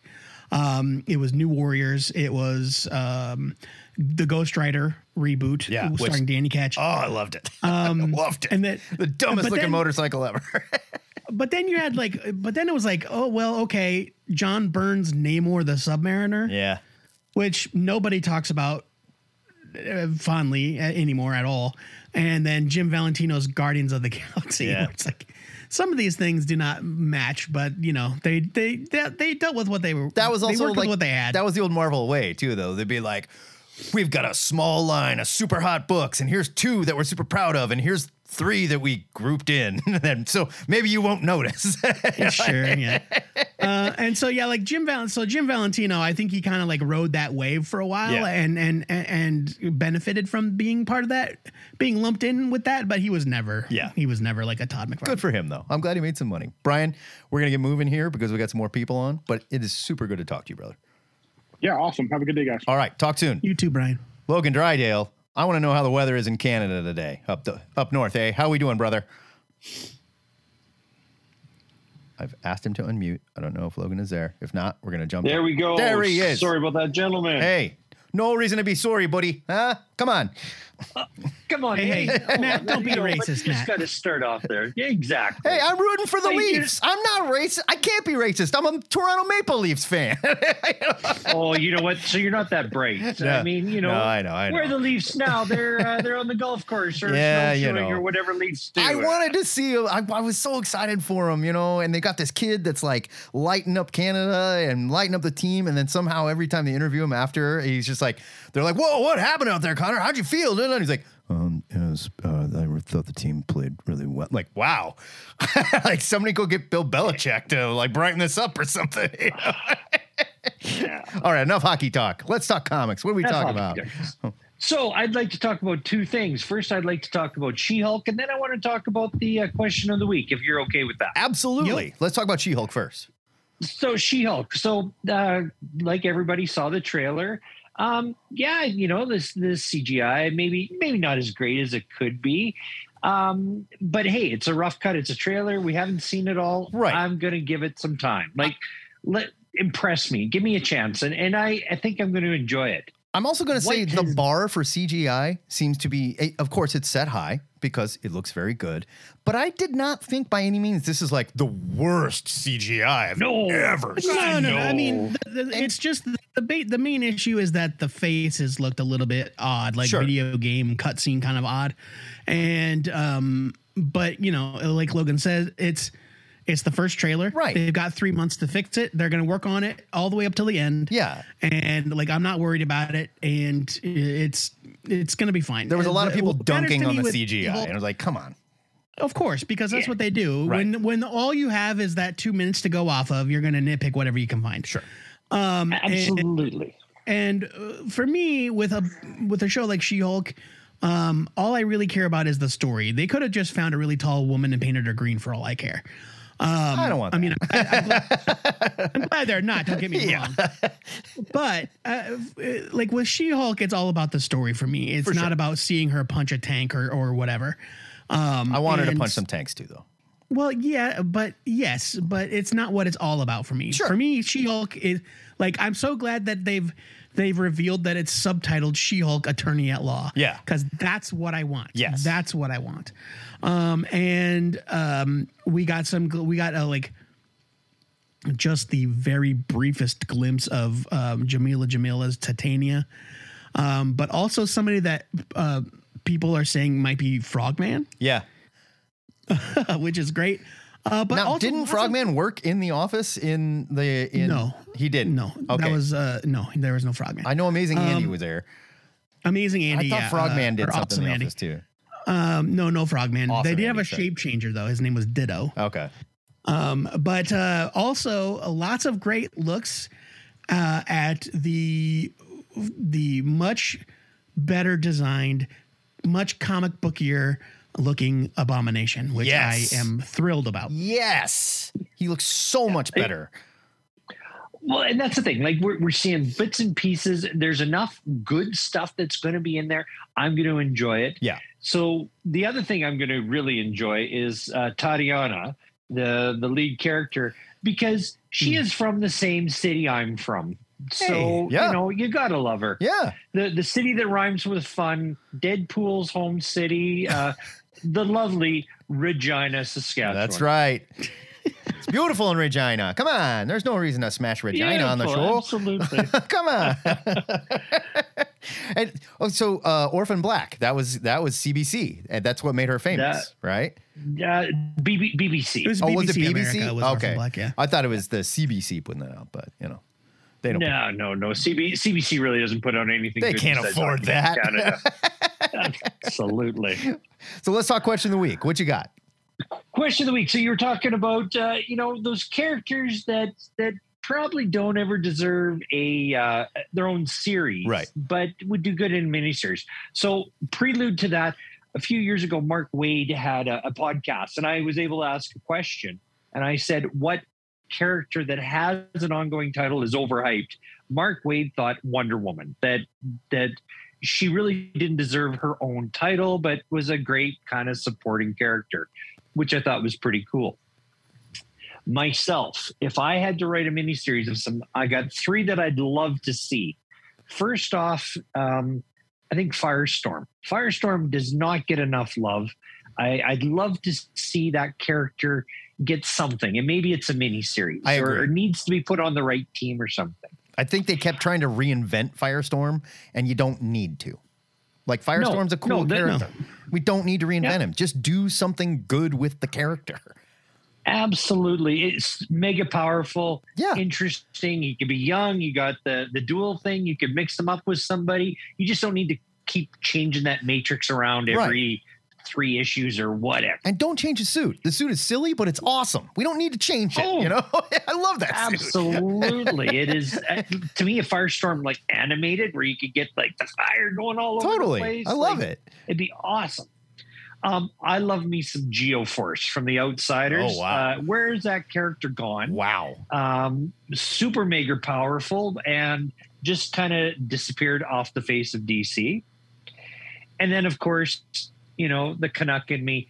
[SPEAKER 4] Um, it was New Warriors. It was um, the Ghost Rider reboot,
[SPEAKER 1] Yeah,
[SPEAKER 4] starring
[SPEAKER 1] which-
[SPEAKER 4] Danny Ketch.
[SPEAKER 1] Oh, *laughs* I loved it. *laughs*
[SPEAKER 4] Um,
[SPEAKER 1] loved it.
[SPEAKER 4] and then,
[SPEAKER 1] the dumbest
[SPEAKER 4] but
[SPEAKER 1] looking
[SPEAKER 4] then-
[SPEAKER 1] motorcycle
[SPEAKER 4] *laughs*
[SPEAKER 1] ever.
[SPEAKER 4] but then you had like, but then it was like, oh well, okay, John Burns Namor the Submariner,
[SPEAKER 1] yeah.
[SPEAKER 4] which nobody talks about uh, fondly uh, anymore at all. And then Jim Valentino's Guardians of the Galaxy. *laughs*
[SPEAKER 1] Yeah.
[SPEAKER 4] It's like some of these things do not match, but you know they they they, they dealt with what they were.
[SPEAKER 1] That was
[SPEAKER 4] they
[SPEAKER 1] also
[SPEAKER 4] worked with
[SPEAKER 1] like
[SPEAKER 4] what they
[SPEAKER 1] *laughs*
[SPEAKER 4] had.
[SPEAKER 1] That was the old Marvel way too, though. They'd be like, "We've got a small line of super hot books, and here's two that we're super proud of, and here's three that we grouped in, *laughs* and then, so maybe you won't notice." *laughs*
[SPEAKER 4] sure, yeah. Uh, and so yeah, like Jim Val- so Jim Valentino, I think he kind of like rode that wave for a while
[SPEAKER 1] Yeah.
[SPEAKER 4] and, and and and benefited from being part of that, being lumped in with that, but he was never
[SPEAKER 1] Yeah.
[SPEAKER 4] he was never like a Todd McFarlane.
[SPEAKER 1] Good for him, though. I'm glad he made some money. Brian, we're gonna get moving here because we got some more people on, but it is super good to talk to you, brother.
[SPEAKER 6] Yeah, awesome. Have a good day, guys.
[SPEAKER 1] All right, talk soon.
[SPEAKER 4] You too, Brian.
[SPEAKER 1] Logan Drydale, I want to know how the weather is in Canada today, up the, up north, eh? How we doing, brother? I've asked him to unmute. I don't know if Logan is there. If not, we're gonna jump.
[SPEAKER 7] There
[SPEAKER 1] in.
[SPEAKER 7] we go.
[SPEAKER 1] There he is.
[SPEAKER 7] Sorry about that, gentleman.
[SPEAKER 1] Hey, no reason to be sorry, buddy. Huh? Come on.
[SPEAKER 7] Uh, Come on,
[SPEAKER 4] Hey, hey,
[SPEAKER 7] come
[SPEAKER 4] Matt,
[SPEAKER 7] on.
[SPEAKER 4] don't be
[SPEAKER 7] You know, but
[SPEAKER 4] racist,
[SPEAKER 7] You
[SPEAKER 4] Matt.
[SPEAKER 7] just got to start off there. Yeah, exactly.
[SPEAKER 1] Hey, I'm rooting for the
[SPEAKER 7] Hey, you-
[SPEAKER 1] Leafs. I'm not racist. I can't be racist. I'm a Toronto Maple Leafs fan.
[SPEAKER 7] oh, you know what? So you're not that bright.
[SPEAKER 1] No.
[SPEAKER 7] I mean, you know,
[SPEAKER 1] No, I know, I
[SPEAKER 7] where are
[SPEAKER 1] know.
[SPEAKER 7] the Leafs now? They're uh, they're on the golf course
[SPEAKER 1] *laughs*
[SPEAKER 7] or
[SPEAKER 1] Yeah, you
[SPEAKER 7] snowshoeing
[SPEAKER 1] know.
[SPEAKER 7] or whatever Leafs do.
[SPEAKER 1] I wanted to see him. I, I was so excited for him, you know. And they got this kid that's like lighting up Canada and lighting up the team. And then somehow every time they interview him after, he's just like, they're like, "Whoa, what happened out there, Connor? How'd you feel?" And he's like, "Um, it was, uh, I thought the team played really well." Like, wow, *laughs* like somebody go get Bill Belichick to like brighten this up or something. *laughs* you know? All right, enough hockey talk. Let's talk comics. What are we
[SPEAKER 7] That's
[SPEAKER 1] talking
[SPEAKER 7] all
[SPEAKER 1] about?
[SPEAKER 7] I'm doing. So I'd like to talk about two things. First, I'd like to talk about She-Hulk, and then I want to talk about the uh, question of the week, if you're okay with that.
[SPEAKER 1] Absolutely. Let's talk about She-Hulk first.
[SPEAKER 7] so She-Hulk. So uh, like everybody saw the trailer. Um, yeah, you know this this CGI maybe maybe not as great as it could be. Um, but hey, it's a rough cut. It's a trailer. We haven't seen it all.
[SPEAKER 1] Right.
[SPEAKER 7] I'm gonna give it some time. Like let impress me. Give me a chance. And and I, I think I'm gonna enjoy it.
[SPEAKER 1] I'm also going to say
[SPEAKER 7] What
[SPEAKER 1] the
[SPEAKER 7] is-
[SPEAKER 1] bar for CGI seems to be, eh, of course, it's set high because it looks very good. But I did not think by any means this is like the worst CGI I've
[SPEAKER 7] No.
[SPEAKER 1] ever seen.
[SPEAKER 4] No, no, no. I mean, the, the, it's just the, the ba- the main issue is that the faces looked a little bit odd, like
[SPEAKER 1] Sure.
[SPEAKER 4] video game cutscene kind of odd, and um, but you know, like Logan says, it's it's the first trailer.
[SPEAKER 1] Right.
[SPEAKER 4] They've got three months to fix it. They're gonna work on it all the way up till the end.
[SPEAKER 1] Yeah.
[SPEAKER 4] And like, I'm not worried about it, and it's it's gonna be fine.
[SPEAKER 1] There was a lot of
[SPEAKER 4] What
[SPEAKER 1] people
[SPEAKER 4] matters to
[SPEAKER 1] dunking
[SPEAKER 4] me
[SPEAKER 1] on the
[SPEAKER 4] with
[SPEAKER 1] CGI.
[SPEAKER 4] people-
[SPEAKER 1] and I was like, come on.
[SPEAKER 4] of course, because that's what they do.
[SPEAKER 1] Right.
[SPEAKER 4] When when all you have is that two minutes to go off of, you're going to nitpick whatever you can find. Sure. Um, and,
[SPEAKER 7] Absolutely.
[SPEAKER 4] and uh, for me, with a with a show like She Hulk, um, all I really care about is the story. They could have just found a really tall woman and painted her green for all I care. Um,
[SPEAKER 1] I don't want
[SPEAKER 4] I mean, I,
[SPEAKER 1] *laughs*
[SPEAKER 4] I'm, glad, I'm glad they're not. Don't get me
[SPEAKER 1] Yeah.
[SPEAKER 4] wrong. But uh, f- like with She Hulk, it's all about the story for me. It's not about seeing her punch a tank or or whatever. Um,
[SPEAKER 1] I wanted to
[SPEAKER 4] and-
[SPEAKER 1] punch some tanks too,
[SPEAKER 4] *laughs*
[SPEAKER 1] though.
[SPEAKER 4] well, yeah, but yes, but it's not what it's all about for me.
[SPEAKER 1] Sure.
[SPEAKER 4] For me, She-Hulk is like I'm so glad that they've they've revealed that it's subtitled She-Hulk Attorney at Law.
[SPEAKER 1] Yeah.
[SPEAKER 4] Cuz that's what I want.
[SPEAKER 1] Yes.
[SPEAKER 4] That's what I want. Um and um we got some gl- we got a like just the very briefest glimpse of um, Jamila Jamila's Titania, um, but also somebody that uh, people are saying might be Frogman,
[SPEAKER 1] Yeah.
[SPEAKER 4] *laughs* which is great. Uh, but
[SPEAKER 1] now,
[SPEAKER 4] also
[SPEAKER 1] didn't
[SPEAKER 4] lots of-
[SPEAKER 1] Frogman work in the office in the. In,
[SPEAKER 4] No.
[SPEAKER 1] He didn't.
[SPEAKER 4] No,
[SPEAKER 1] Okay.
[SPEAKER 4] that was uh, no. There was no Frogman.
[SPEAKER 1] I know Amazing Andy
[SPEAKER 4] Um,
[SPEAKER 1] was there.
[SPEAKER 4] Amazing Andy.
[SPEAKER 1] I thought
[SPEAKER 4] yeah,
[SPEAKER 1] Frogman
[SPEAKER 4] uh,
[SPEAKER 1] did
[SPEAKER 4] or
[SPEAKER 1] something
[SPEAKER 4] Awesome
[SPEAKER 1] in the
[SPEAKER 4] Andy.
[SPEAKER 1] office too.
[SPEAKER 4] Um, no, no Frogman. they
[SPEAKER 1] Awesome
[SPEAKER 4] did have
[SPEAKER 1] Andy,
[SPEAKER 4] a
[SPEAKER 1] sorry.
[SPEAKER 4] shape changer though. His name was Ditto.
[SPEAKER 1] Okay.
[SPEAKER 4] Um, but uh, also uh, lots of great looks uh, at the the much better designed, much comic bookier looking abomination, which
[SPEAKER 1] Yes.
[SPEAKER 4] I am thrilled about.
[SPEAKER 1] Yes. He looks so much better.
[SPEAKER 7] Well, and that's the thing. Like we're we're seeing bits and pieces. There's enough good stuff that's going to be in there. I'm going to enjoy it.
[SPEAKER 1] Yeah.
[SPEAKER 7] So the other thing I'm going to really enjoy is uh, Tatiana, the the lead character. because she is from the same city I'm from. So
[SPEAKER 1] Hmm. Hey, yeah.
[SPEAKER 7] you know you gotta love her.
[SPEAKER 1] Yeah.
[SPEAKER 7] The the city that rhymes with fun, Deadpool's home
[SPEAKER 1] *laughs*
[SPEAKER 7] city, uh, the lovely Regina, Saskatchewan.
[SPEAKER 1] That's right. It's beautiful in Regina. Come on. There's no reason to smash Regina on the
[SPEAKER 7] Beautiful,
[SPEAKER 1] show. *laughs*
[SPEAKER 7] Absolutely.
[SPEAKER 1] Come on. and oh, so uh, Orphan Black, that was that was CBC. And that's what made her famous, right?
[SPEAKER 7] uh, BB, BBC.
[SPEAKER 4] It was BBC
[SPEAKER 1] Oh, was it BBC?
[SPEAKER 4] America. Was Orphan
[SPEAKER 1] Okay.
[SPEAKER 4] Black, yeah.
[SPEAKER 1] I thought it was the CBC putting that out, but you know, they don't
[SPEAKER 7] no, no, no. CB, CBC really doesn't put out anything.
[SPEAKER 1] they
[SPEAKER 7] good
[SPEAKER 1] can't
[SPEAKER 7] besides
[SPEAKER 1] afford
[SPEAKER 7] Hockey
[SPEAKER 1] that.
[SPEAKER 7] Night in Canada.
[SPEAKER 1] *laughs*
[SPEAKER 7] Absolutely.
[SPEAKER 1] so let's talk question of the week. What you got?
[SPEAKER 7] Question of the week. So you were talking about uh, you know those characters that that probably don't ever deserve a uh, their own series,
[SPEAKER 1] Right.
[SPEAKER 7] But would do good in miniseries. So prelude to that, a few years ago, Mark Wade had a, a podcast, and I was able to ask a question, and I said, "What character that has an ongoing title is overhyped?" Mark Wade thought Wonder Woman that that she really didn't deserve her own title, but was a great kind of supporting character, which I thought was pretty cool. Myself, if I had to write a miniseries of some, I got three that I'd love to see. First off, um, I think Firestorm. Firestorm does not get enough love. I, I'd love to see that character get something, and maybe it's a miniseries
[SPEAKER 1] I
[SPEAKER 7] or,
[SPEAKER 1] agree.
[SPEAKER 7] or needs to be put on the right team or something.
[SPEAKER 1] I think they kept trying to reinvent Firestorm, and you don't need to. Like Firestorm's a cool
[SPEAKER 7] no, they- no.
[SPEAKER 1] character. We don't need to reinvent
[SPEAKER 7] Yeah.
[SPEAKER 1] him. Just do something good with the character.
[SPEAKER 7] Absolutely, it's mega powerful.
[SPEAKER 1] Yeah.
[SPEAKER 7] interesting. You could be young. You got the the dual thing. You could mix them up with somebody. You just don't need to keep changing that matrix around
[SPEAKER 1] Right.
[SPEAKER 7] every three issues or whatever.
[SPEAKER 1] And don't change the suit. The suit is silly, but it's awesome. We don't need to change it.
[SPEAKER 7] Oh.
[SPEAKER 1] you know, *laughs* I love that suit.
[SPEAKER 7] Absolutely, it is uh, to me a firestorm like animated where you could get like the fire going all over the
[SPEAKER 1] Totally,
[SPEAKER 7] place.
[SPEAKER 1] I love
[SPEAKER 7] Like,
[SPEAKER 1] it.
[SPEAKER 7] It'd be awesome. Um, I love me some Geoforce from The Outsiders.
[SPEAKER 1] Oh, wow.
[SPEAKER 7] uh, where is that character gone?
[SPEAKER 1] Wow.
[SPEAKER 7] um, super mega powerful and just kind of disappeared off the face of DC. And then, of course, you know, the Canuck in me,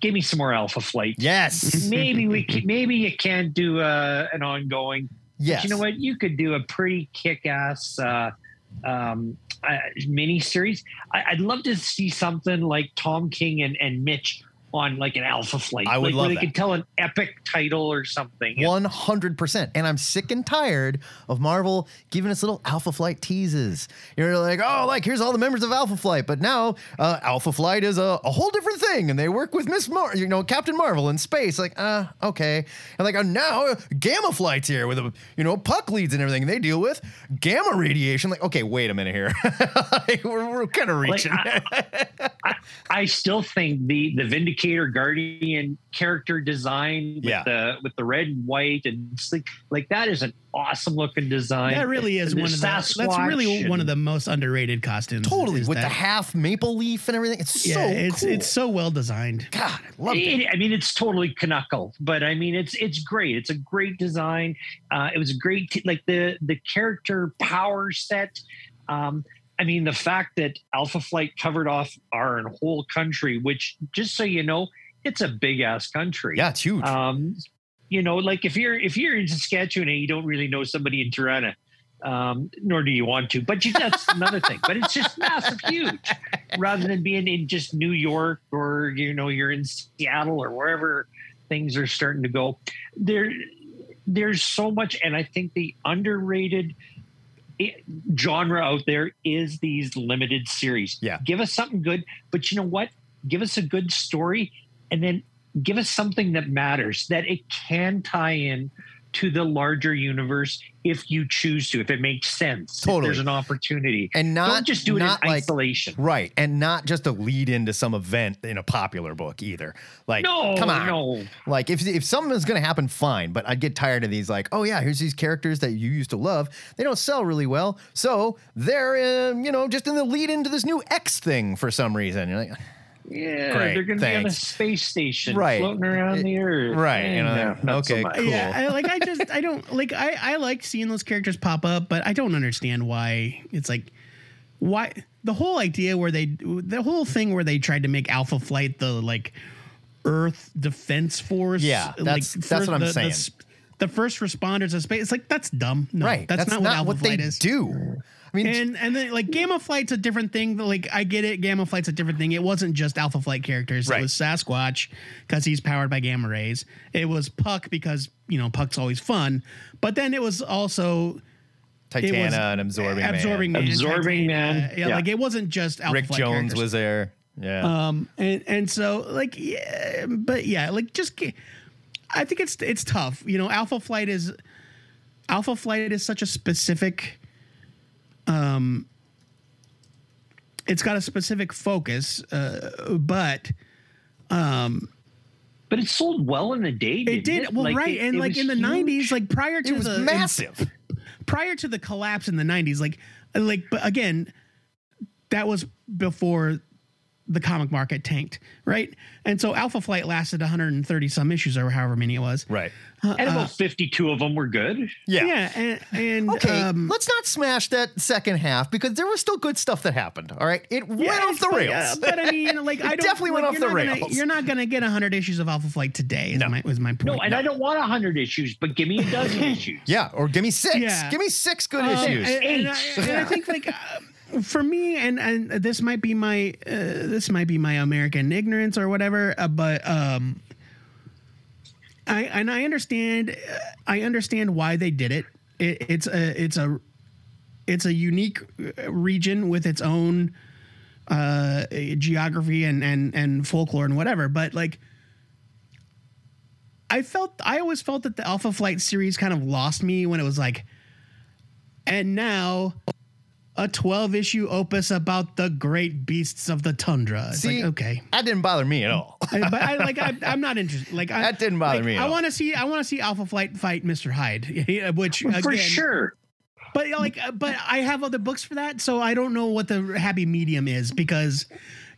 [SPEAKER 7] give me some more Alpha Flight.
[SPEAKER 1] Yes.
[SPEAKER 7] *laughs* Maybe we can, maybe you can't do uh, an ongoing.
[SPEAKER 1] yes.
[SPEAKER 7] You know what? You could do a pretty kick-ass uh, um, uh, mini series. I'd love to see something like Tom King and, and Mitch on like an Alpha Flight.
[SPEAKER 1] I would
[SPEAKER 7] like,
[SPEAKER 1] love
[SPEAKER 7] where
[SPEAKER 1] that.
[SPEAKER 7] They could tell an epic title or something.
[SPEAKER 1] One hundred percent, and I'm sick and tired of Marvel giving us little Alpha Flight teases. You're like, oh, like here's all the members of Alpha Flight, but now uh, Alpha Flight is a, a whole different thing, and they work with Miss Mar, you know, Captain Marvel in space. Like, uh, okay, and like uh, now uh, Gamma Flight's here with a, you know, puck leads and everything. They deal with gamma radiation. Like, okay, wait a minute here, *laughs* Like, we're, we're kind of
[SPEAKER 7] Like,
[SPEAKER 1] reaching.
[SPEAKER 7] I- I, I still think the the Vindicator Guardian character design with
[SPEAKER 1] Yeah.
[SPEAKER 7] the with the red and white and sleek like that is an awesome looking design.
[SPEAKER 4] That really is
[SPEAKER 7] And the
[SPEAKER 4] one of the. That's really
[SPEAKER 7] Sasquatch
[SPEAKER 4] one of
[SPEAKER 7] and-
[SPEAKER 4] the most underrated costumes.
[SPEAKER 1] totally
[SPEAKER 4] is
[SPEAKER 1] with the
[SPEAKER 4] that-
[SPEAKER 1] half maple leaf and everything. It's
[SPEAKER 4] Yeah,
[SPEAKER 1] so
[SPEAKER 4] it's
[SPEAKER 1] cool.
[SPEAKER 4] it's so well designed.
[SPEAKER 1] God, I love it.
[SPEAKER 7] It- I mean, it's totally Knuckle, but I mean, it's it's great. It's a great design. Uh, it was a great t- like the the character power set. Um, I mean, the fact that Alpha Flight covered off our whole country, which just so you know, it's a big ass country.
[SPEAKER 1] Yeah, it's huge.
[SPEAKER 7] Um, you know, like if you're if you're in Saskatchewan and you don't really know somebody in Toronto, um, nor do you want to, but you, that's *laughs* another thing. But it's just massive, huge, rather than being in just New York or you know you're in Seattle or wherever things are starting to go. There, there's so much, and I think the underrated i- genre out there is these limited series.
[SPEAKER 1] Yeah.
[SPEAKER 7] give us something good, but you know what? Give us a good story, and then give us something that matters that it can tie in to the larger universe if you choose to if it makes sense if
[SPEAKER 1] Totally.
[SPEAKER 7] there's an opportunity
[SPEAKER 1] and not
[SPEAKER 7] don't just do it in
[SPEAKER 1] not like
[SPEAKER 7] isolation
[SPEAKER 1] Right, and not just a lead into some event in a popular book either. Like,
[SPEAKER 7] no
[SPEAKER 1] come on,
[SPEAKER 7] no
[SPEAKER 1] like if if something's gonna happen, fine. But I'd get tired of these. Like, oh yeah, here's these characters that you used to love. They don't sell really well, so they're um, you know just in the lead into this new X thing for some reason. You're like,
[SPEAKER 7] yeah
[SPEAKER 1] Great,
[SPEAKER 7] they're gonna be on a
[SPEAKER 1] thanks.
[SPEAKER 7] space station
[SPEAKER 1] Right.
[SPEAKER 7] floating around the earth
[SPEAKER 1] right, you know,
[SPEAKER 7] Eh,
[SPEAKER 1] like,
[SPEAKER 7] no, not so
[SPEAKER 1] okay,
[SPEAKER 7] much.
[SPEAKER 1] cool.
[SPEAKER 4] Yeah, I, like I just I don't like I I like seeing those characters pop up, but I don't understand why it's like why the whole idea where they the whole thing where they tried to make Alpha Flight the like Earth Defense Force.
[SPEAKER 1] Yeah, that's-
[SPEAKER 4] like,
[SPEAKER 1] that's what I'm saying.
[SPEAKER 4] sp- the first responders of space. It's like that's dumb. No,
[SPEAKER 1] right.
[SPEAKER 4] That's, not, what Alpha
[SPEAKER 1] they
[SPEAKER 4] Flight is.
[SPEAKER 1] do. I mean,
[SPEAKER 4] And and then like Gamma Flight's a different thing. Like I get it, Gamma Flight's a different thing. It wasn't just Alpha Flight characters.
[SPEAKER 1] Right.
[SPEAKER 4] It was Sasquatch because he's powered by gamma rays. It was Puck because you know Puck's always fun. But then it was also
[SPEAKER 1] Titana and absorbing, Man.
[SPEAKER 4] absorbing man.
[SPEAKER 7] Absorbing Man.
[SPEAKER 4] Titan- Yeah,
[SPEAKER 1] Yeah.
[SPEAKER 4] like it wasn't just Alpha
[SPEAKER 1] Rick
[SPEAKER 4] Flight
[SPEAKER 1] Jones
[SPEAKER 4] characters.
[SPEAKER 1] was there. Yeah.
[SPEAKER 7] Uh,
[SPEAKER 4] Um, and and so like yeah, but yeah, like just ge- I think it's it's tough. You know, Alpha Flight is Alpha Flight is such a specific um it's got a specific focus, uh, but um,
[SPEAKER 7] But it sold well in the day. Didn't
[SPEAKER 4] it
[SPEAKER 7] it
[SPEAKER 4] did well,
[SPEAKER 7] Like,
[SPEAKER 4] right?
[SPEAKER 7] it-
[SPEAKER 4] and
[SPEAKER 7] it
[SPEAKER 4] like
[SPEAKER 7] was
[SPEAKER 4] in the
[SPEAKER 7] huge.
[SPEAKER 4] '90s, like prior to
[SPEAKER 1] it was
[SPEAKER 4] the
[SPEAKER 1] massive.
[SPEAKER 4] prior to the collapse in the 90s like like but again that was before the comic market tanked right and so alpha flight lasted 130 some issues or however many it was Uh,
[SPEAKER 1] right.
[SPEAKER 7] and about fifty-two of them were good.
[SPEAKER 1] Yeah.
[SPEAKER 4] yeah and, and
[SPEAKER 1] Okay,
[SPEAKER 4] um
[SPEAKER 1] let's not smash that second half because there was still good stuff that happened. All right, it went
[SPEAKER 4] yeah,
[SPEAKER 1] off the
[SPEAKER 4] but,
[SPEAKER 1] rails.
[SPEAKER 4] uh,
[SPEAKER 1] *laughs*
[SPEAKER 4] but I mean, like, I don't
[SPEAKER 1] definitely went
[SPEAKER 4] like,
[SPEAKER 1] off
[SPEAKER 4] you're
[SPEAKER 1] the
[SPEAKER 4] not gonna-
[SPEAKER 1] rails.
[SPEAKER 4] you're not going to get 100 issues of Alpha Flight today. Is
[SPEAKER 1] No.
[SPEAKER 4] my was my point.
[SPEAKER 7] No, Oh, and I don't want hundred issues, but give me
[SPEAKER 1] *laughs*
[SPEAKER 7] a dozen issues.
[SPEAKER 1] yeah, or give me six.
[SPEAKER 4] Yeah.
[SPEAKER 1] Give me six good
[SPEAKER 4] Um,
[SPEAKER 1] issues.
[SPEAKER 4] And, and I, and I
[SPEAKER 1] Yeah.
[SPEAKER 4] think like uh, for me, and and this might be my uh, this might be my American ignorance or whatever, uh, but um, I and I understand uh, I understand why they did it. it it's a it's a it's a unique uh, region with its own uh geography and and and folklore and whatever but like i felt i always felt that the alpha flight series kind of lost me when it was like and now a 12 issue opus about the great beasts of the tundra. It's
[SPEAKER 1] See,
[SPEAKER 4] like, okay.
[SPEAKER 1] that didn't bother me at all.
[SPEAKER 4] *laughs* I- but I like I, I'm not interested. Like I,
[SPEAKER 1] That didn't bother
[SPEAKER 4] like,
[SPEAKER 1] me at
[SPEAKER 4] I
[SPEAKER 1] all.
[SPEAKER 4] want to see I want to see Alpha Flight fight Mr. Hyde, *laughs* which again,
[SPEAKER 7] *laughs* For sure.
[SPEAKER 4] But like, uh, but I have other books for that, so I don't know what the happy medium is because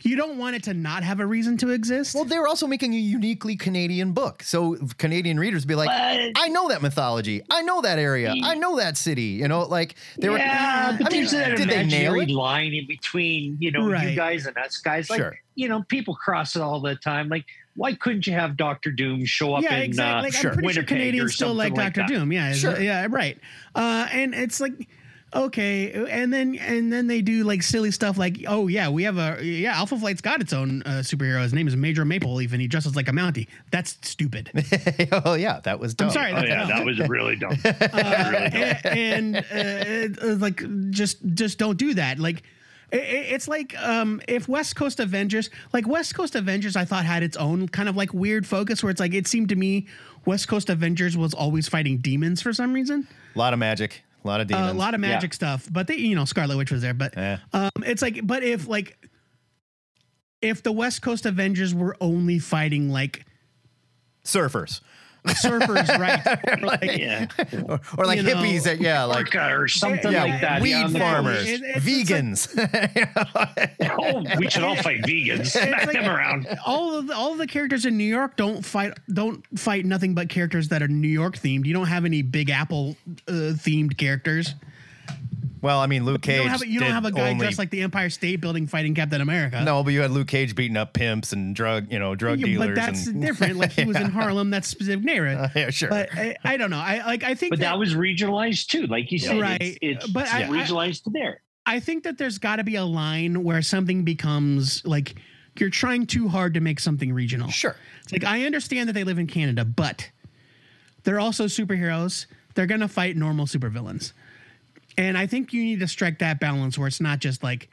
[SPEAKER 4] you don't want it to not have a reason to exist.
[SPEAKER 1] Well, they were also making a uniquely Canadian book, so Canadian readers would be like,
[SPEAKER 7] But-
[SPEAKER 1] "I know that mythology. I know that area. I know that city." You know, like they were.
[SPEAKER 7] yeah, Uh, but
[SPEAKER 1] I mean,
[SPEAKER 7] there's that
[SPEAKER 1] did they nail
[SPEAKER 7] imaginary
[SPEAKER 1] it?
[SPEAKER 7] line in between, you know,
[SPEAKER 4] Right.
[SPEAKER 7] you guys and us guys. Like,
[SPEAKER 1] Sure.
[SPEAKER 7] you know, people cross it all the time. Like, why couldn't you have Doctor Doom show up in uh,
[SPEAKER 4] Like,
[SPEAKER 1] sure.
[SPEAKER 4] I'm pretty
[SPEAKER 7] Winnipeg
[SPEAKER 4] sure
[SPEAKER 7] or
[SPEAKER 4] Canadians still
[SPEAKER 7] something
[SPEAKER 4] like
[SPEAKER 7] like
[SPEAKER 4] Doctor
[SPEAKER 7] that.
[SPEAKER 4] Doom. Yeah, is-
[SPEAKER 1] Sure.
[SPEAKER 4] yeah, right. Uh, and it's like, okay, and then and then they do like silly stuff like, oh yeah, we have a yeah, Alpha Flight's got its own uh, superhero. His name is Major Maple Leaf, and he dresses like a Mountie. That's
[SPEAKER 1] *laughs*
[SPEAKER 4] stupid.
[SPEAKER 1] oh yeah, that was dumb.
[SPEAKER 4] I'm sorry.
[SPEAKER 7] Oh
[SPEAKER 4] that's *laughs*
[SPEAKER 7] yeah,
[SPEAKER 4] dumb.
[SPEAKER 7] that was really dumb.
[SPEAKER 4] Uh, and and, uh, uh, like just just don't do that like i- i- it's like um, if West Coast Avengers, like West Coast Avengers, I thought had its own kind of like weird focus where it's like it seemed to me West Coast Avengers was always fighting demons for some reason,
[SPEAKER 1] A lot of magic, a lot of
[SPEAKER 4] Uh,
[SPEAKER 1] demons.
[SPEAKER 4] a lot of magic stuff. But they, you know, Scarlet Witch was there. But
[SPEAKER 1] Yeah.
[SPEAKER 4] um, it's like, but if like if the West Coast Avengers were only fighting like
[SPEAKER 1] Surfers,
[SPEAKER 4] surfers,
[SPEAKER 1] *laughs*
[SPEAKER 4] right?
[SPEAKER 7] yeah.
[SPEAKER 1] or, or like
[SPEAKER 4] You know,
[SPEAKER 1] hippies that yeah, like
[SPEAKER 7] Orca or something
[SPEAKER 1] yeah,
[SPEAKER 7] like that.
[SPEAKER 1] weed
[SPEAKER 7] yeah, I'm like,
[SPEAKER 1] farmers,
[SPEAKER 4] It- it's- it's like-
[SPEAKER 1] vegans. *laughs*
[SPEAKER 7] Oh, we should all fight
[SPEAKER 4] *laughs*
[SPEAKER 7] vegans. Smack
[SPEAKER 4] like-
[SPEAKER 7] them around.
[SPEAKER 4] all of the, all of the characters in New York don't fight don't fight nothing but characters that are New York themed. You don't have any Big Apple uh, themed characters.
[SPEAKER 1] well, I mean, Luke
[SPEAKER 4] You
[SPEAKER 1] Cage.
[SPEAKER 4] don't have a, you don't
[SPEAKER 1] did
[SPEAKER 4] have a guy
[SPEAKER 1] only-
[SPEAKER 4] dressed like the Empire State Building fighting Captain America.
[SPEAKER 1] No, but you had Luke Cage beating up pimps and drug, you know, drug
[SPEAKER 4] Yeah,
[SPEAKER 1] dealers.
[SPEAKER 4] but that's
[SPEAKER 1] and,
[SPEAKER 4] different. Like
[SPEAKER 1] *laughs*
[SPEAKER 4] he was in Harlem, that's specific era.
[SPEAKER 1] yeah, sure.
[SPEAKER 4] But I, I don't know. I like I think
[SPEAKER 7] But
[SPEAKER 4] that,
[SPEAKER 7] that was regionalized too, like you said.
[SPEAKER 4] Right.
[SPEAKER 7] It's, it's,
[SPEAKER 4] But
[SPEAKER 7] it's
[SPEAKER 4] I- I-
[SPEAKER 7] regionalized to there.
[SPEAKER 4] I think that there's got to be a line where something becomes like you're trying too hard to make something regional.
[SPEAKER 1] sure.
[SPEAKER 4] It's Like I understand that they live in Canada, but they're also superheroes. They're gonna fight normal supervillains. And I think you need to strike that balance where it's not just like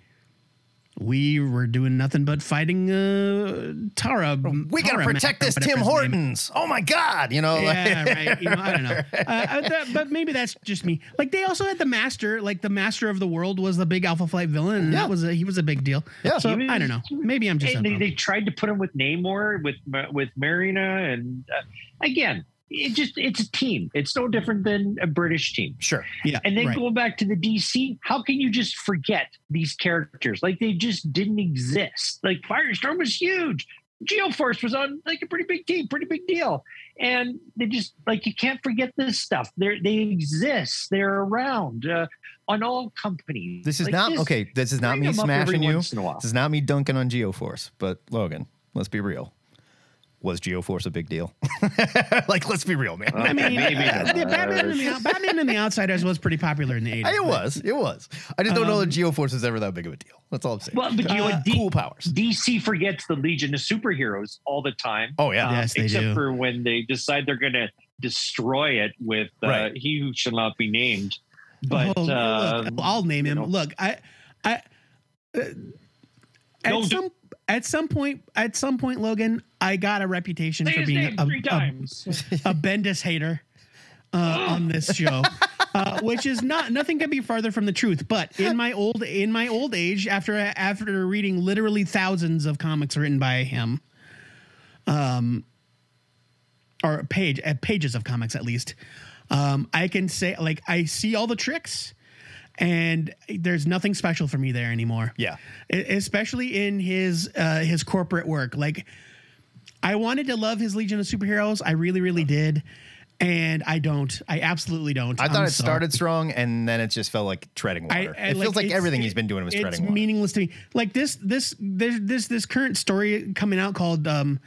[SPEAKER 4] we were doing nothing but fighting uh Tara.
[SPEAKER 1] We got to
[SPEAKER 4] Tara Mac
[SPEAKER 1] protect
[SPEAKER 4] or
[SPEAKER 1] this Tim
[SPEAKER 4] whatever his name is.
[SPEAKER 1] Hortons. Oh my God. You know, like-
[SPEAKER 4] Yeah, right. You know, I don't know. Uh, uh, that- but maybe that's just me. Like they also had the master, like the master of the world was the big Alpha Flight villain, and
[SPEAKER 1] Yeah.
[SPEAKER 4] that was a, he was a big deal.
[SPEAKER 1] Yeah.
[SPEAKER 4] so
[SPEAKER 7] He
[SPEAKER 4] I don't know. Maybe I'm just.
[SPEAKER 7] And
[SPEAKER 4] *laughs*
[SPEAKER 7] they,
[SPEAKER 4] unwell.
[SPEAKER 7] they tried to put him with Namor, with Ma- with Marina, and uh, again, it just it's a team. It's no different than a British team.
[SPEAKER 1] sure.
[SPEAKER 4] yeah,
[SPEAKER 7] And then
[SPEAKER 4] right.
[SPEAKER 7] going back to the DC, how can you just forget these characters? Like they just didn't exist. Like Firestorm was huge. Geoforce was on like a pretty big team, pretty big deal. And they just like you can't forget this stuff. They they exist. They're around uh, on all companies.
[SPEAKER 1] This is
[SPEAKER 7] Like,
[SPEAKER 1] not,
[SPEAKER 7] just
[SPEAKER 1] okay, this is not
[SPEAKER 7] bring
[SPEAKER 1] me
[SPEAKER 7] them up every
[SPEAKER 1] smashing you.
[SPEAKER 7] once in a while.
[SPEAKER 1] This is not me dunking on Geoforce, but Logan, let's be real. was Geoforce a big deal? *laughs* like, let's be real, man.
[SPEAKER 4] I mean,
[SPEAKER 7] maybe
[SPEAKER 4] uh,
[SPEAKER 7] it
[SPEAKER 4] Batman, and the, Batman and the Outsiders was pretty popular in the 80s.
[SPEAKER 1] It was. It was. I just don't know that
[SPEAKER 4] Um,
[SPEAKER 1] Geoforce is ever that big of a deal. That's all I'm saying. Uh,
[SPEAKER 7] Well, but you know what? D-
[SPEAKER 1] cool powers.
[SPEAKER 7] DC forgets the Legion of Superheroes all the time.
[SPEAKER 1] Oh, yeah.
[SPEAKER 7] um,
[SPEAKER 4] Yes, they
[SPEAKER 7] except
[SPEAKER 4] do.
[SPEAKER 7] for when they decide they're going to destroy it with uh,
[SPEAKER 1] Right.
[SPEAKER 7] he who shall not be named. But
[SPEAKER 4] Oh,
[SPEAKER 7] uh,
[SPEAKER 4] look, I'll name
[SPEAKER 7] you
[SPEAKER 4] him.
[SPEAKER 7] know.
[SPEAKER 4] Look, I, I, uh, at
[SPEAKER 7] No, d-
[SPEAKER 4] some at some point, at some point, Logan, I got a reputation
[SPEAKER 7] say
[SPEAKER 4] for
[SPEAKER 7] his
[SPEAKER 4] being
[SPEAKER 7] name
[SPEAKER 4] a,
[SPEAKER 7] three
[SPEAKER 4] a,
[SPEAKER 7] times.
[SPEAKER 4] a Bendis hater uh, on
[SPEAKER 7] *gasps*
[SPEAKER 4] this show. Uh, which is not nothing could be farther from the truth. But in my old in my old age, after after reading literally thousands of comics written by him, um, or page uh, pages of comics at least, um, I can say like I see all the tricks, and there's nothing special for me there anymore
[SPEAKER 1] Yeah.
[SPEAKER 4] e- especially in his uh, his corporate work. Like, I wanted to love his Legion of Superheroes. I really, really did, and I don't. I absolutely don't.
[SPEAKER 1] I thought
[SPEAKER 4] I'm
[SPEAKER 1] it
[SPEAKER 4] sorry.
[SPEAKER 1] started strong and then it just felt like treading
[SPEAKER 4] I-
[SPEAKER 1] water.
[SPEAKER 4] I-
[SPEAKER 1] it feels like,
[SPEAKER 4] it's-
[SPEAKER 1] everything he's
[SPEAKER 4] it-
[SPEAKER 1] been doing was
[SPEAKER 4] It's
[SPEAKER 1] treading water. *laughs*
[SPEAKER 4] meaningless to me. Like this, this, there's this, this current story coming out called. um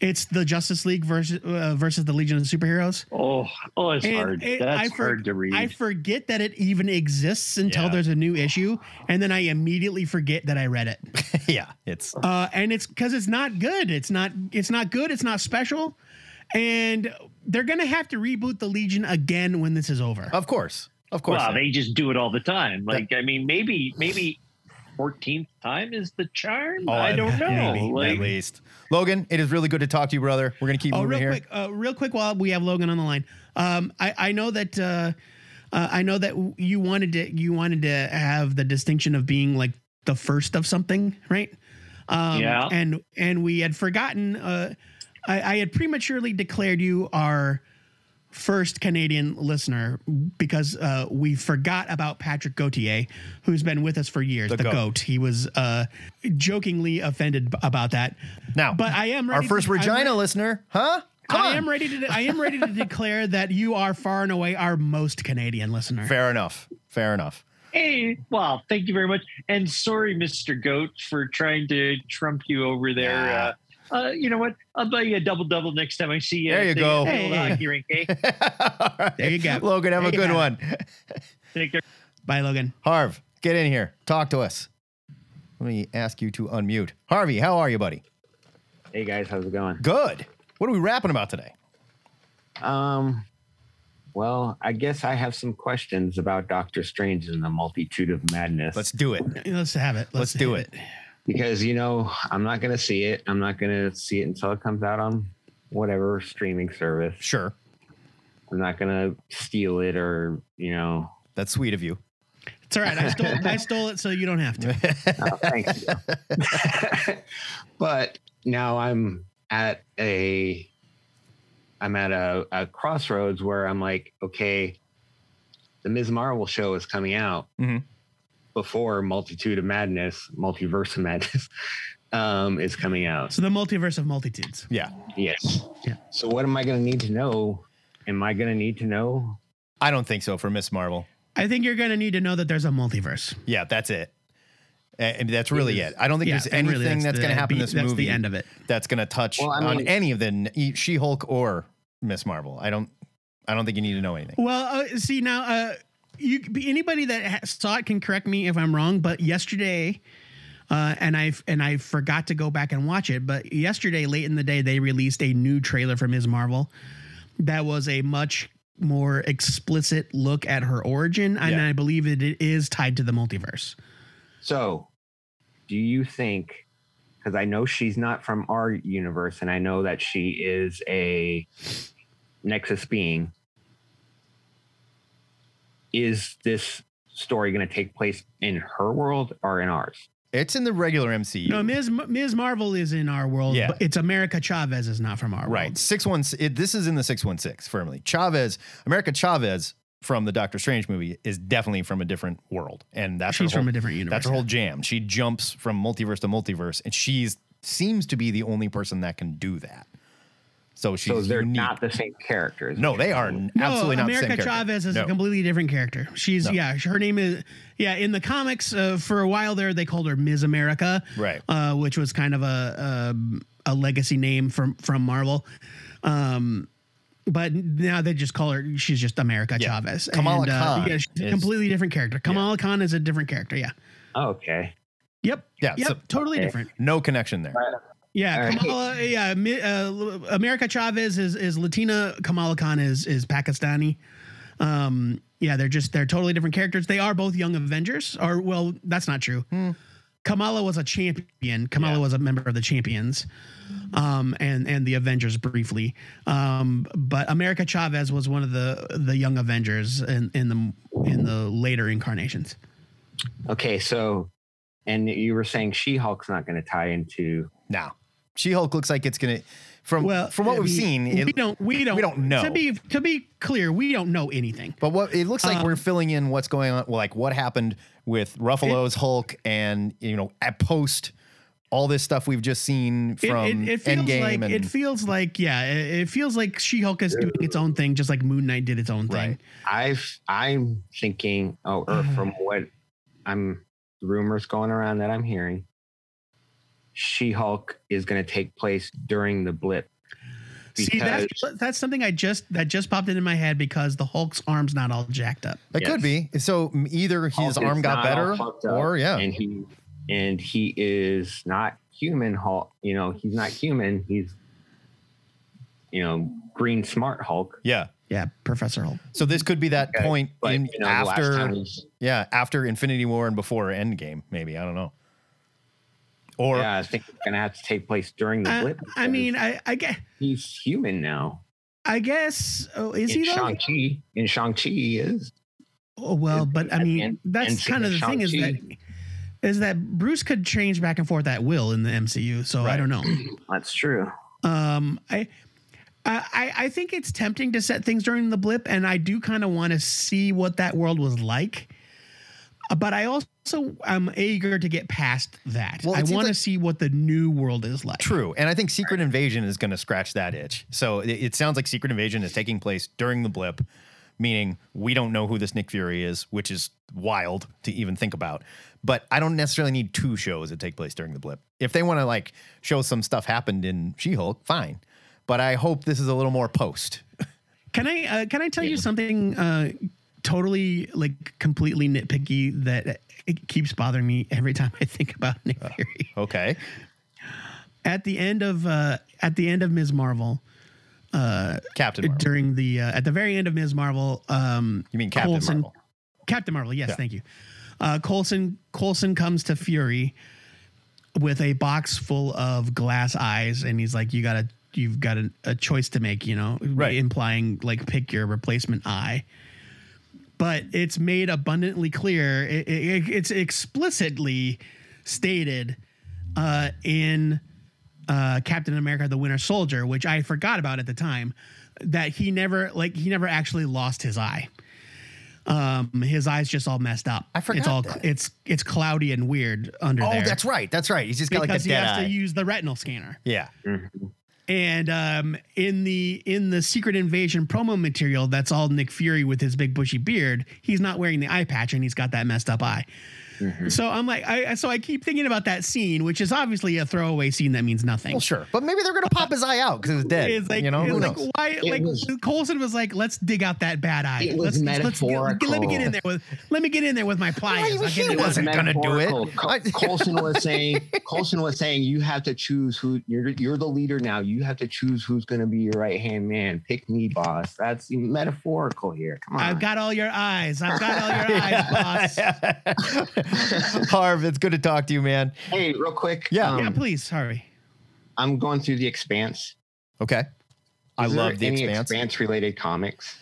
[SPEAKER 4] it's the Justice League versus uh, versus the Legion of Superheroes.
[SPEAKER 7] Oh, oh, it's
[SPEAKER 4] And
[SPEAKER 7] hard.
[SPEAKER 4] it-
[SPEAKER 7] That's
[SPEAKER 4] I for-
[SPEAKER 7] hard to read.
[SPEAKER 4] I forget that it even exists until
[SPEAKER 1] Yeah.
[SPEAKER 4] there's a new issue, and then I immediately forget that I read
[SPEAKER 7] *laughs*
[SPEAKER 4] it.
[SPEAKER 1] yeah. It's
[SPEAKER 4] uh, and it's because it's not good. It's not. It's not good. It's not special, and they're gonna have to reboot the Legion again when this is over.
[SPEAKER 1] of course. Of course.
[SPEAKER 7] well, they just do it all the time. Like, I mean, maybe, maybe. 14th time is the charm.
[SPEAKER 1] Oh,
[SPEAKER 7] I don't
[SPEAKER 1] *laughs*
[SPEAKER 7] know.
[SPEAKER 1] maybe,
[SPEAKER 7] like,
[SPEAKER 1] at least. Logan, it is really good to talk to you, brother. We're gonna keep
[SPEAKER 4] oh,
[SPEAKER 1] moving
[SPEAKER 4] real
[SPEAKER 1] here.
[SPEAKER 4] quick, uh, real quick, while we have Logan on the line, um, I, I know that uh, uh, I know that you wanted to you wanted to have the distinction of being like the first of something, right? Um,
[SPEAKER 7] Yeah.
[SPEAKER 4] And and we had forgotten. Uh, I, I had prematurely declared you our first Canadian listener because uh, we forgot about Patrick Gauthier, who's been with us for years. The,
[SPEAKER 1] goat.
[SPEAKER 4] goat. He was uh, jokingly offended b- about that.
[SPEAKER 1] Now,
[SPEAKER 4] but I am
[SPEAKER 1] Our
[SPEAKER 4] ready
[SPEAKER 1] first
[SPEAKER 4] to- I'm
[SPEAKER 1] Regina listener, huh? Come
[SPEAKER 4] I
[SPEAKER 1] on.
[SPEAKER 4] am ready to. I am ready
[SPEAKER 1] *laughs*
[SPEAKER 4] to declare that you are far and away our most Canadian listener.
[SPEAKER 1] Fair enough. Fair enough.
[SPEAKER 7] Hey, well, thank you very much. And sorry, Mr. Goat, for trying to trump you over there.
[SPEAKER 1] Yeah.
[SPEAKER 7] Uh, uh, you know what? I'll buy you a double double next time I see you.
[SPEAKER 1] There you
[SPEAKER 7] at the
[SPEAKER 1] go.
[SPEAKER 7] old
[SPEAKER 4] Hey.
[SPEAKER 7] hockey rink,
[SPEAKER 1] *laughs*
[SPEAKER 7] eh?
[SPEAKER 1] All right.
[SPEAKER 4] There you go.
[SPEAKER 1] *laughs* Logan, have
[SPEAKER 4] There
[SPEAKER 1] a
[SPEAKER 4] you
[SPEAKER 1] good
[SPEAKER 4] have
[SPEAKER 1] one.
[SPEAKER 7] Take care.
[SPEAKER 4] Bye, Logan.
[SPEAKER 1] Harv, get in here. Talk to us. Let me ask you to unmute. Harvey, how are you, buddy?
[SPEAKER 8] Hey guys, how's it going?
[SPEAKER 1] Good. What are we rapping about today?
[SPEAKER 8] Um, well, I guess I have some questions about Doctor Strange and the multitude of madness.
[SPEAKER 1] Let's do it.
[SPEAKER 4] Let's have it.
[SPEAKER 1] Let's do
[SPEAKER 4] hit
[SPEAKER 1] it.
[SPEAKER 8] because you know I'm not gonna see it. I'm not gonna see it until it comes out on whatever streaming service.
[SPEAKER 1] Sure.
[SPEAKER 8] I'm not gonna steal it or you know.
[SPEAKER 1] That's sweet of you.
[SPEAKER 4] It's all right. I stole. I stole it, so you don't
[SPEAKER 1] *laughs*
[SPEAKER 4] have to.
[SPEAKER 8] Oh, thanks. but now I'm at a I'm at a, a crossroads where I'm like, okay, the Ms. Marvel show is coming out
[SPEAKER 1] Mhm.
[SPEAKER 8] before Multitude of Madness, Multiverse of Madness *laughs* um, is coming out.
[SPEAKER 4] So the multiverse of multitudes.
[SPEAKER 1] Yeah.
[SPEAKER 8] Yes.
[SPEAKER 4] Yeah.
[SPEAKER 8] So what am I going to need to know? Am I going to need to know?
[SPEAKER 1] I don't think so for Miss Marvel.
[SPEAKER 4] I think you're going to need to know that there's a multiverse.
[SPEAKER 1] Yeah, that's it. A- And that's really it. I don't think
[SPEAKER 4] Yeah,
[SPEAKER 1] there's
[SPEAKER 4] and
[SPEAKER 1] anything
[SPEAKER 4] really
[SPEAKER 1] that's
[SPEAKER 4] the-
[SPEAKER 1] going to happen in
[SPEAKER 4] be-
[SPEAKER 1] this
[SPEAKER 4] that's
[SPEAKER 1] movie
[SPEAKER 4] the end of it.
[SPEAKER 1] that's going to touch
[SPEAKER 8] Well, I
[SPEAKER 1] on
[SPEAKER 8] mean-
[SPEAKER 1] any of the n- e, She-Hulk or Miss Marvel. I don't. I don't think you need to know anything.
[SPEAKER 4] Well, uh, see now, uh, you anybody that ha- saw it can correct me if I'm wrong, but yesterday, uh, and I and I forgot to go back and watch it, but yesterday late in the day they released a new trailer from Ms. Marvel that was a much more explicit look at her origin, and
[SPEAKER 1] Yeah.
[SPEAKER 4] I believe that it is tied to the multiverse.
[SPEAKER 8] So, do you think? Because I know she's not from our universe, and I know that she is a Nexus being. Is this story going to take place in her world or in ours?
[SPEAKER 1] It's in the regular MCU.
[SPEAKER 4] No, Ms. M- Ms. Marvel is in our world,
[SPEAKER 1] Yeah.
[SPEAKER 4] but it's America Chavez is not from our
[SPEAKER 1] Right.
[SPEAKER 4] world.
[SPEAKER 1] Six one. It, this is in the six one six firmly. Chavez, America Chavez from the Doctor Strange movie is definitely from a different world, and that's her
[SPEAKER 4] She's
[SPEAKER 1] whole,
[SPEAKER 4] from a different universe.
[SPEAKER 1] that's her whole jam. She jumps from multiverse to multiverse, and she's seems to be the only person that can do that. So she's
[SPEAKER 8] so they're
[SPEAKER 1] unique.
[SPEAKER 8] not the same characters.
[SPEAKER 1] No, they are absolutely
[SPEAKER 4] no,
[SPEAKER 1] not. the same
[SPEAKER 4] America
[SPEAKER 1] character.
[SPEAKER 4] Chavez is
[SPEAKER 1] no.
[SPEAKER 4] a completely different character. She's
[SPEAKER 1] No.
[SPEAKER 4] yeah, her name is yeah. In the comics, uh, for a while there, they called her Ms. America,
[SPEAKER 1] Right.
[SPEAKER 4] Uh, which was kind of a um, a, a legacy name from from Marvel. Um, but now they just call her. She's just America
[SPEAKER 1] Yeah.
[SPEAKER 4] Chavez.
[SPEAKER 1] Kamala
[SPEAKER 4] And, uh,
[SPEAKER 1] Khan
[SPEAKER 4] yeah, she's a
[SPEAKER 1] is-
[SPEAKER 4] completely different character. Kamala Khan is a different character. Yeah.
[SPEAKER 8] Oh, okay.
[SPEAKER 4] Yep.
[SPEAKER 1] Yeah,
[SPEAKER 4] Yep.
[SPEAKER 1] so-
[SPEAKER 4] totally
[SPEAKER 8] okay.
[SPEAKER 4] different.
[SPEAKER 1] No connection there.
[SPEAKER 4] Yeah,
[SPEAKER 8] All right.
[SPEAKER 4] Kamala. Yeah, Mi- uh, America Chavez is is Latina. Kamala Khan is is Pakistani. Um, yeah, they're just they're totally different characters. They are both Young Avengers. Or well, that's not true.
[SPEAKER 1] Hmm.
[SPEAKER 4] Kamala was a champion. Kamala was a member of the Champions, um, and and the Avengers briefly. Um, but America Chavez was one of the the Young Avengers in in the in the later incarnations.
[SPEAKER 8] Okay, so and you were saying She-Hulk's not going to tie into
[SPEAKER 1] Now, She Hulk looks like it's gonna. From
[SPEAKER 4] Well,
[SPEAKER 1] from what
[SPEAKER 4] I
[SPEAKER 1] we've
[SPEAKER 4] mean,
[SPEAKER 1] seen,
[SPEAKER 4] we
[SPEAKER 1] it,
[SPEAKER 4] don't we don't
[SPEAKER 1] we don't know.
[SPEAKER 4] To be to be clear, we don't know anything.
[SPEAKER 1] but what it looks
[SPEAKER 4] Uh-huh.
[SPEAKER 1] like we're filling in what's going on, like what happened with Ruffalo's Hulk, and you know, at post all this stuff we've just seen from
[SPEAKER 4] feels
[SPEAKER 1] Endgame
[SPEAKER 4] like
[SPEAKER 1] and
[SPEAKER 4] it feels like yeah it, it feels like she-hulk is doing its own thing just like moon knight did its own thing
[SPEAKER 1] Right.
[SPEAKER 8] I've I'm thinking oh, or
[SPEAKER 1] Mm-hmm.
[SPEAKER 8] from what I'm rumors going around that I'm hearing She-Hulk is going to take place during the blip.
[SPEAKER 4] see that's that's something i just that just popped into my head because the hulk's arm's not all jacked up
[SPEAKER 1] That could be. So m- either his
[SPEAKER 8] Hulk
[SPEAKER 1] arm
[SPEAKER 8] is
[SPEAKER 1] got
[SPEAKER 8] not all
[SPEAKER 1] better,
[SPEAKER 8] fucked up,
[SPEAKER 1] or yeah,
[SPEAKER 8] and he and he is not human Hulk. You know, he's not human. He's you know green smart Hulk.
[SPEAKER 1] yeah.
[SPEAKER 4] yeah professor hulk
[SPEAKER 1] So this could be that
[SPEAKER 8] Okay,
[SPEAKER 1] point
[SPEAKER 8] But
[SPEAKER 1] in,
[SPEAKER 8] you know,
[SPEAKER 1] after
[SPEAKER 8] last time he's-
[SPEAKER 1] yeah after Infinity War and before Endgame, maybe I don't know. Or
[SPEAKER 8] yeah, I think it's going to have to take place during the
[SPEAKER 4] I,
[SPEAKER 8] blip.
[SPEAKER 4] I mean
[SPEAKER 8] because
[SPEAKER 4] i i guess
[SPEAKER 8] he's human now.
[SPEAKER 4] i guess oh, is
[SPEAKER 8] in
[SPEAKER 4] he though
[SPEAKER 8] Shang Chi. In Shang Chi, he is.
[SPEAKER 4] oh, well but i mean
[SPEAKER 8] And- and
[SPEAKER 4] that's kind of the thing is that
[SPEAKER 8] Shang-Chi.
[SPEAKER 4] is that bruce could change back and forth at will in the mcu so i
[SPEAKER 1] Right.
[SPEAKER 4] don't know
[SPEAKER 8] *clears throat* That's true.
[SPEAKER 4] Um, I, I, I think it's tempting to set things during the blip, and I do kind of want to see what that world was like. Uh, But I also am eager to get past that.
[SPEAKER 1] Well, it
[SPEAKER 4] I
[SPEAKER 1] seems
[SPEAKER 4] want to
[SPEAKER 1] like-
[SPEAKER 4] see what the new world is like.
[SPEAKER 1] True, and I think Secret Invasion is going to scratch that itch. So it, it sounds like Secret Invasion is taking place during the blip, meaning we don't know who this Nick Fury is, which is wild to even think about. But I don't necessarily need two shows that take place during the blip. If they want to like show some stuff happened in She-Hulk, fine. But I hope this is a little more post.
[SPEAKER 4] Can I uh, can I tell you something uh, totally like completely nitpicky that uh, it keeps bothering me every time I think about Nick
[SPEAKER 1] Uh.
[SPEAKER 4] Fury?
[SPEAKER 1] Okay.
[SPEAKER 4] At the end of uh, at the end of Ms. Marvel, uh,
[SPEAKER 1] Captain Marvel.
[SPEAKER 4] during the uh, at the very end of Ms. Marvel, um,
[SPEAKER 1] You mean Captain
[SPEAKER 4] Coulson-
[SPEAKER 1] Marvel?
[SPEAKER 4] Captain Marvel. Yes,
[SPEAKER 1] Yeah.
[SPEAKER 4] thank you. Uh, Colson Colson comes to Fury with a box full of glass eyes, and he's like, "You got to, you've got a, a choice to make," you know,
[SPEAKER 1] Right.
[SPEAKER 4] implying like pick your replacement eye. But it's made abundantly clear. It, it, it's explicitly stated uh, in uh, Captain America: The Winter Soldier, which I forgot about at the time, that he never like he never actually lost his eye. Um, his eyes just all messed up.
[SPEAKER 1] I forgot
[SPEAKER 4] It's all
[SPEAKER 1] that.
[SPEAKER 4] it's it's cloudy and weird under
[SPEAKER 1] Oh,
[SPEAKER 4] there.
[SPEAKER 1] that's right. That's right. He's just got
[SPEAKER 4] because
[SPEAKER 1] like a
[SPEAKER 4] he
[SPEAKER 1] dead
[SPEAKER 4] has
[SPEAKER 1] eye.
[SPEAKER 4] to use the retinal scanner.
[SPEAKER 1] yeah.
[SPEAKER 8] Mm-hmm.
[SPEAKER 4] And um, in the in the Secret Invasion promo material, that's all Nick Fury with his big bushy beard. He's not wearing the eye patch, and he's got that messed up eye.
[SPEAKER 1] Mm-hmm.
[SPEAKER 8] Mm-hmm.
[SPEAKER 4] So I'm like, I so I keep thinking about that scene, which is obviously a throwaway scene that means nothing.
[SPEAKER 1] Well, sure. But maybe they're gonna pop his eye out because it was dead.
[SPEAKER 4] It's like,
[SPEAKER 1] you know,
[SPEAKER 4] it's
[SPEAKER 1] who
[SPEAKER 4] like
[SPEAKER 1] knows?
[SPEAKER 4] why? like
[SPEAKER 8] was-
[SPEAKER 4] Colson was like, "Let's dig out that bad eye.
[SPEAKER 8] It
[SPEAKER 4] let's,
[SPEAKER 8] was
[SPEAKER 4] let's- Let, me get in there with. Let me get in there with my pliers. I'll get
[SPEAKER 1] he
[SPEAKER 4] it out."
[SPEAKER 1] wasn't gonna do it. I-
[SPEAKER 8] Colson
[SPEAKER 4] *laughs*
[SPEAKER 8] was saying, Colson was saying, you have to choose who you're. You're the leader now. You have to choose who's going to be your right hand man. Pick me, boss. That's metaphorical here. Come on.
[SPEAKER 4] I've got all your eyes. I've got
[SPEAKER 1] *laughs*
[SPEAKER 4] all your eyes, boss.
[SPEAKER 1] *laughs* Harv, it's good to talk to you, man.
[SPEAKER 8] hey, real quick.
[SPEAKER 1] Yeah.
[SPEAKER 8] um,
[SPEAKER 4] yeah, please. Sorry.
[SPEAKER 8] I'm going through the Expanse.
[SPEAKER 1] Okay. I
[SPEAKER 8] Is there
[SPEAKER 1] love the
[SPEAKER 8] any
[SPEAKER 1] expanse.
[SPEAKER 8] related comics.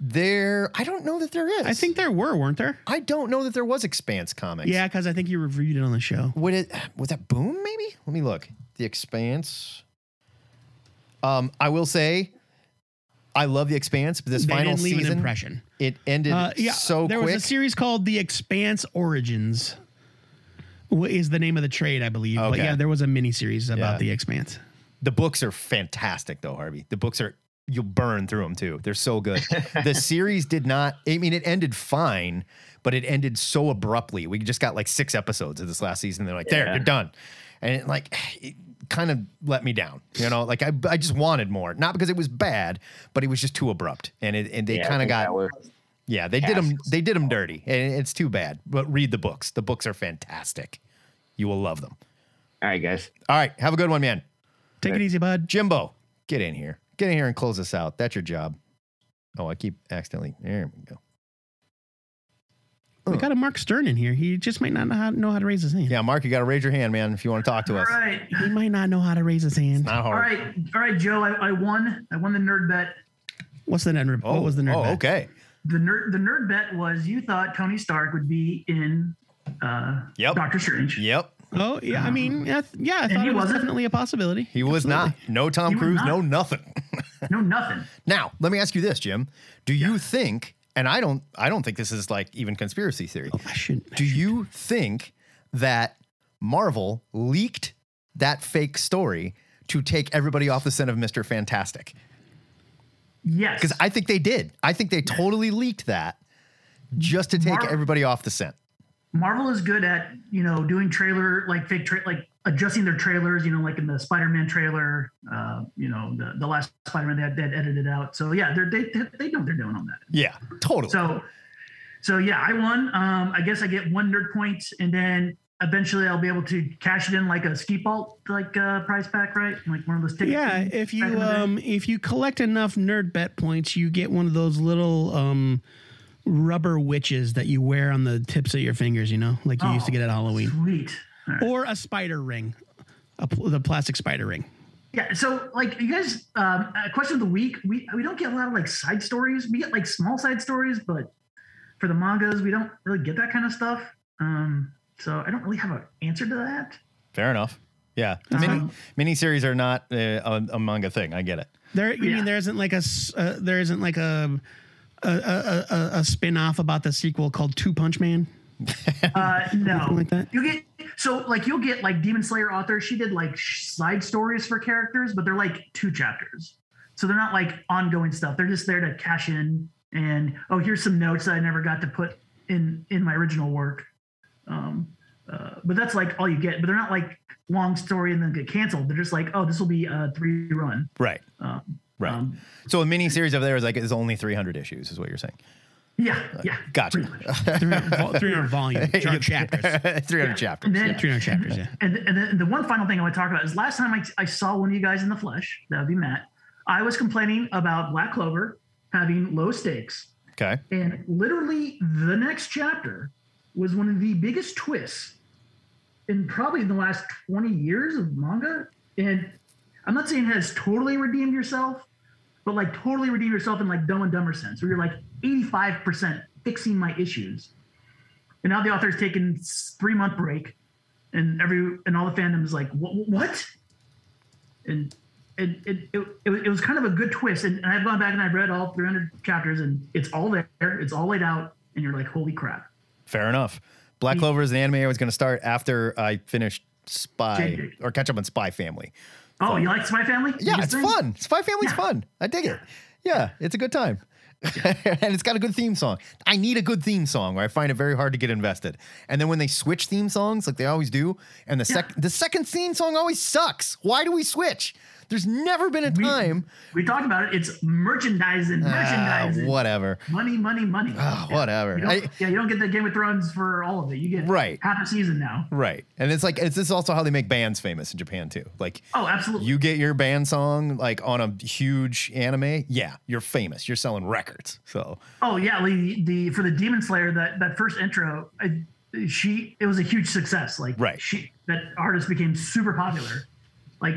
[SPEAKER 1] There, I don't know that there is.
[SPEAKER 4] I think there were, weren't there?
[SPEAKER 1] I don't know that there was expanse comics.
[SPEAKER 4] Yeah, because I think you reviewed it on the show.
[SPEAKER 1] Would it was that Boom? Maybe. Let me look. The Expanse. Um, I will say, I love the Expanse, but this
[SPEAKER 4] They
[SPEAKER 1] final
[SPEAKER 4] didn't leave an
[SPEAKER 1] season
[SPEAKER 4] impression.
[SPEAKER 1] it ended
[SPEAKER 4] Uh, yeah,
[SPEAKER 1] so
[SPEAKER 4] there
[SPEAKER 1] quick.
[SPEAKER 4] was a series called The Expanse Origins. wh- Is the name of the trade, I believe. But
[SPEAKER 1] Okay.
[SPEAKER 4] yeah, there was a mini series about
[SPEAKER 1] Yeah.
[SPEAKER 4] The Expanse.
[SPEAKER 1] The books are fantastic, though, Harvey. The books are you'll burn through them too. They're so
[SPEAKER 8] *laughs*
[SPEAKER 1] good. the series did not. I mean, it ended fine, but it ended so abruptly. We just got like six episodes of this last season. They're like, there,
[SPEAKER 8] Yeah.
[SPEAKER 1] you're done, and it, like. *sighs* It, kind of let me down you know like I, I just wanted more not because it was bad but it was just too abrupt and it and they
[SPEAKER 8] Yeah, I
[SPEAKER 1] kind of
[SPEAKER 8] think
[SPEAKER 1] got
[SPEAKER 8] that was-
[SPEAKER 1] yeah, they did them.
[SPEAKER 8] Casks.
[SPEAKER 1] They did them dirty, and it's too bad. But read the books. The books are fantastic. You will love them.
[SPEAKER 8] All right, guys.
[SPEAKER 1] All right, have a good one, man.
[SPEAKER 4] Take it easy, bud.
[SPEAKER 1] Jimbo, get in here. Get in here and close us out. That's your job. Oh, I keep accidentally. There we go.
[SPEAKER 4] We got a Mark Stern in here. He just might not know how, know how to raise his hand.
[SPEAKER 1] Yeah, Mark, you got to raise your hand, man, if you want to talk to
[SPEAKER 9] All
[SPEAKER 1] us.
[SPEAKER 9] right.
[SPEAKER 4] He might not know how to raise his hand.
[SPEAKER 1] Not
[SPEAKER 9] All
[SPEAKER 1] hard.
[SPEAKER 9] right. All right, Joe. I, I won. I won the nerd bet.
[SPEAKER 4] What's the nerd?
[SPEAKER 1] Oh,
[SPEAKER 4] what was the nerd?
[SPEAKER 1] Oh,
[SPEAKER 4] bet?
[SPEAKER 1] okay.
[SPEAKER 9] The nerd the nerd bet was you thought Tony Stark would be in uh,
[SPEAKER 1] Yep.
[SPEAKER 9] Doctor Strange.
[SPEAKER 1] Yep.
[SPEAKER 4] Oh yeah, I mean, yeah, th- yeah I
[SPEAKER 9] And
[SPEAKER 4] thought
[SPEAKER 9] he
[SPEAKER 4] it was
[SPEAKER 9] wasn't.
[SPEAKER 4] definitely a possibility.
[SPEAKER 1] He was not. No Tom
[SPEAKER 9] He was
[SPEAKER 1] Cruise.
[SPEAKER 9] not.
[SPEAKER 1] No nothing.
[SPEAKER 9] No, nothing.
[SPEAKER 1] Now, let me ask you this, Jim. Do you think? And I don't. I don't think this is like even conspiracy theory.
[SPEAKER 4] I shouldn't.
[SPEAKER 1] Do you think that Marvel leaked that fake story to take everybody off the scent of Mr. Fantastic?
[SPEAKER 9] Yes.
[SPEAKER 1] Because I think they did. I think they totally leaked that just to take
[SPEAKER 9] Mar-
[SPEAKER 1] everybody off the scent.
[SPEAKER 9] Marvel is good at you know doing trailer like fake tra- like adjusting their trailers. You know, like in the Spider-Man trailer, uh, you know the, the last Spider-Man they had that edited out. So yeah, they're, they they they know what they're doing on that.
[SPEAKER 1] Yeah, totally.
[SPEAKER 9] So so yeah, I won. Um, I guess I get one nerd point, and then eventually I'll be able to cash it in like a ski vault like uh, prize pack, right? Like one of those tickets.
[SPEAKER 4] Yeah,
[SPEAKER 9] things *laughs*
[SPEAKER 4] if
[SPEAKER 9] back in
[SPEAKER 4] you
[SPEAKER 9] the day.
[SPEAKER 4] um if you collect enough nerd bet points, you get one of those little um rubber witches that you wear on the tips of your fingers. You know, like you used to
[SPEAKER 9] Oh,
[SPEAKER 4] get at Halloween,
[SPEAKER 9] Sweet. All right.
[SPEAKER 4] or a spider ring, a pl- the plastic spider ring.
[SPEAKER 9] Yeah. So, like, you guys, um, uh, question of the week. We we don't get a lot of like side stories. We get like small side stories, but for the mangas, we don't really get that kind of stuff. Um, so I don't really have an answer to that.
[SPEAKER 1] Fair enough. Yeah. Mini, miniseries are not uh, a, a manga thing. I get it.
[SPEAKER 4] There, you
[SPEAKER 9] Yeah.
[SPEAKER 4] mean there isn't like a s- uh, there isn't like a a, a, a, a spin off about the sequel called Two Punch Man?
[SPEAKER 9] Uh, no.
[SPEAKER 4] *laughs* Something like that?
[SPEAKER 9] You get so like you'll get like Demon Slayer author. She did like sh- side stories for characters, but they're like two chapters. So they're not like ongoing stuff. They're just there to cash in and oh, here's some notes that I never got to put in in my original work. Um, uh, but that's like all you get. But they're not like long story and then get canceled. They're just like oh, this will be a three run.
[SPEAKER 1] Right.
[SPEAKER 9] Um,
[SPEAKER 1] Right.
[SPEAKER 9] um,
[SPEAKER 1] so a miniseries of there is like it's only 300 issues, is what you're saying.
[SPEAKER 9] yeah, yeah.
[SPEAKER 1] Gotcha.
[SPEAKER 9] pretty much.
[SPEAKER 4] Three hundred vol- three
[SPEAKER 1] *laughs*
[SPEAKER 4] hundred volume char- chapters.
[SPEAKER 1] 300
[SPEAKER 9] Yeah.
[SPEAKER 1] chapters.
[SPEAKER 9] And then-
[SPEAKER 4] Three hundred chapters. Yeah.
[SPEAKER 9] And, and then the one final thing I want to talk about is last time I, I saw one of you guys in the flesh, that would be Matt, I was complaining about Black Clover having low stakes.
[SPEAKER 1] Okay.
[SPEAKER 9] And literally the next chapter was one of the biggest twists in probably the last 20 years of manga. And I'm not saying it has totally redeemed yourself, but like totally redeemed yourself in like dumb and dumber sense, where you're like 85% fixing my issues. And now the author's taken s- three month break and every and all the fandom is like, what? what? And and it, it, it, was- it was kind of a good twist. And, and I've gone back and I've read all 300 chapters, and it's all there. It's all laid out, and you're like, holy crap!
[SPEAKER 1] Fair enough. Black Clover is an anime I was going to start after I finished Spy
[SPEAKER 9] Jake.
[SPEAKER 1] or catch up on Spy Family.
[SPEAKER 9] Oh, you like Spy Family?
[SPEAKER 1] Yeah, it's
[SPEAKER 9] Biggest thing?
[SPEAKER 1] fun. Spy Family's fun. I dig it. Yeah, it's a good time. *laughs* and it's got a good theme song. I need a good theme song where I find it very hard to get invested. And then when they switch theme songs, like they always do, and the sec the second theme song always sucks. Why do we switch? There's never been a
[SPEAKER 9] We-
[SPEAKER 1] time.
[SPEAKER 9] We talked about it. It's merchandising,
[SPEAKER 1] Ah,
[SPEAKER 9] merchandising,
[SPEAKER 1] whatever.
[SPEAKER 9] money, money, money.
[SPEAKER 1] Ah, whatever.
[SPEAKER 9] You don't-
[SPEAKER 1] I-
[SPEAKER 9] yeah, you don't get the Game of Thrones for all of it. You get
[SPEAKER 1] Right.
[SPEAKER 9] half a season now.
[SPEAKER 1] Right. And it's like it's this is also how they make bands famous in Japan too. Like
[SPEAKER 9] Oh, absolutely.
[SPEAKER 1] you get your band song like on a huge anime, yeah, you're famous. You're selling records. So
[SPEAKER 9] Oh yeah, like, the, the for the Demon Slayer that that first intro, I, she it was a huge success. Like
[SPEAKER 1] Right.
[SPEAKER 9] she that artist became super popular, like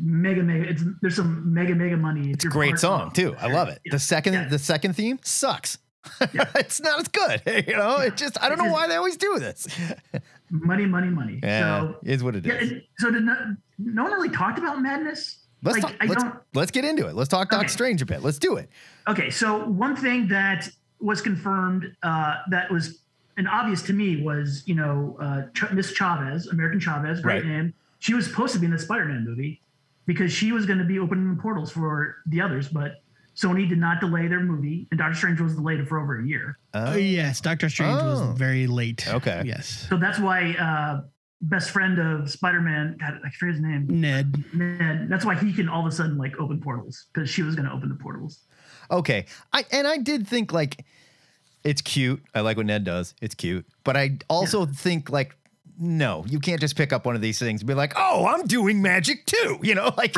[SPEAKER 9] mega mega. It's there's some mega mega money. It's
[SPEAKER 1] great song too. I love it. The second
[SPEAKER 9] Yeah.
[SPEAKER 1] the second theme sucks. *laughs* it's not as good. *laughs* You know, it just I don't know why they always do this.
[SPEAKER 9] money money money.
[SPEAKER 1] Yeah,
[SPEAKER 9] So
[SPEAKER 1] is what it
[SPEAKER 9] yeah,
[SPEAKER 1] is.
[SPEAKER 9] and- so did no, no one really talked about madness.
[SPEAKER 1] let's
[SPEAKER 9] like
[SPEAKER 1] talk,
[SPEAKER 9] I
[SPEAKER 1] let's,
[SPEAKER 9] don't.
[SPEAKER 1] let's get into it. Let's talk Doc
[SPEAKER 9] Okay.
[SPEAKER 1] Strange a bit. Let's do it.
[SPEAKER 9] Okay, so one thing that was confirmed uh, that was an obvious to me was you know uh, Ch- Miss Chavez, American Chavez, great
[SPEAKER 1] Right.
[SPEAKER 9] name. She was supposed to be in the Spider-Man movie because she was going to be opening the portals for the others, but Sony did not delay their movie, and Doctor Strange was delayed for over a year.
[SPEAKER 4] Oh,
[SPEAKER 1] Oh,
[SPEAKER 4] yes, Doctor Strange
[SPEAKER 1] Oh.
[SPEAKER 4] was very late.
[SPEAKER 1] Okay.
[SPEAKER 4] Yes.
[SPEAKER 9] So that's why uh, best friend of Spider Man, God, I forget his name,
[SPEAKER 4] Ned.
[SPEAKER 9] Ned. That's why he can all of a sudden like open portals because she was going to open the portals.
[SPEAKER 1] Okay. I and I did think like it's cute. I like what Ned does. It's cute. But I also think like no, you can't just pick up one of these things and be like, "Oh, I'm doing magic too." You know, *laughs* like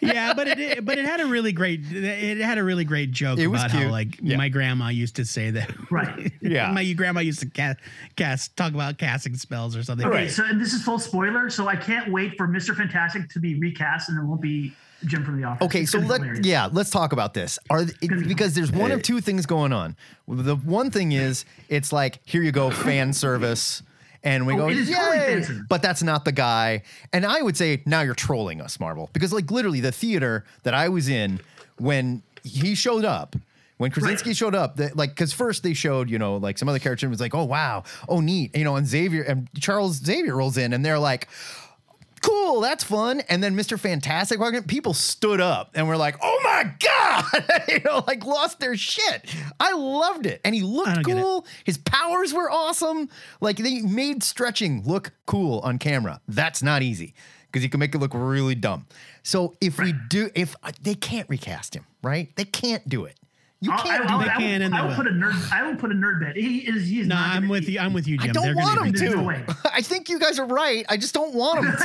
[SPEAKER 4] yeah, but it- it but it had a really great it had a really great joke
[SPEAKER 1] It was
[SPEAKER 4] about
[SPEAKER 1] cute.
[SPEAKER 4] how like
[SPEAKER 1] Yeah.
[SPEAKER 4] my grandma used to say that. *laughs*
[SPEAKER 9] Right.
[SPEAKER 1] Yeah.
[SPEAKER 4] my grandma used to cast, cast talk about casting spells or something.
[SPEAKER 9] Okay, so and this is full spoiler, so I can't wait for Mr. Fantastic to be recast, and it won't be Jim from the office.
[SPEAKER 1] Okay,
[SPEAKER 9] It's
[SPEAKER 1] so
[SPEAKER 9] gonna be
[SPEAKER 1] let
[SPEAKER 9] hilarious.
[SPEAKER 1] yeah, let's talk about this. Are th- it, because there's one of two things going on. The one thing is it's like here you go fan service and we
[SPEAKER 9] Oh,
[SPEAKER 1] go
[SPEAKER 9] it is totally
[SPEAKER 1] "Yay,"
[SPEAKER 9] fan service.
[SPEAKER 1] but that's not the guy. And I would say now you're trolling us, Marvel, because like literally the theater that I was in when he showed up when Krasinski showed up, that like, because first they showed, you know, like some other character was like, oh, wow, oh, neat, you know, and Xavier and Charles Xavier rolls in and they're like, cool, that's fun. And then Mr. Fantastic, walked in, people stood up and were like, oh my God, *laughs* you know, like lost their shit. I loved it. And he looked
[SPEAKER 4] don't get it.
[SPEAKER 1] cool. His powers were awesome. Like they made stretching look cool on camera. That's not easy because you can make it look really dumb. So if we do, if uh, they can't recast him, right? They can't do it. You
[SPEAKER 9] I'll-
[SPEAKER 1] can't
[SPEAKER 9] Uh, I,
[SPEAKER 1] do
[SPEAKER 9] will
[SPEAKER 1] it.
[SPEAKER 4] They can and
[SPEAKER 9] I
[SPEAKER 4] they
[SPEAKER 9] will put a nerd. I will put a nerd bet. He is. He is
[SPEAKER 4] No,
[SPEAKER 9] not
[SPEAKER 4] I'm
[SPEAKER 9] gonna
[SPEAKER 4] with
[SPEAKER 9] be-
[SPEAKER 4] you. I'm with you,
[SPEAKER 1] I
[SPEAKER 4] Jim.
[SPEAKER 1] don't
[SPEAKER 4] They're gonna
[SPEAKER 1] want him
[SPEAKER 4] be-
[SPEAKER 9] There's no
[SPEAKER 1] to.
[SPEAKER 9] way.
[SPEAKER 1] *laughs* I think you guys are right. I just don't want him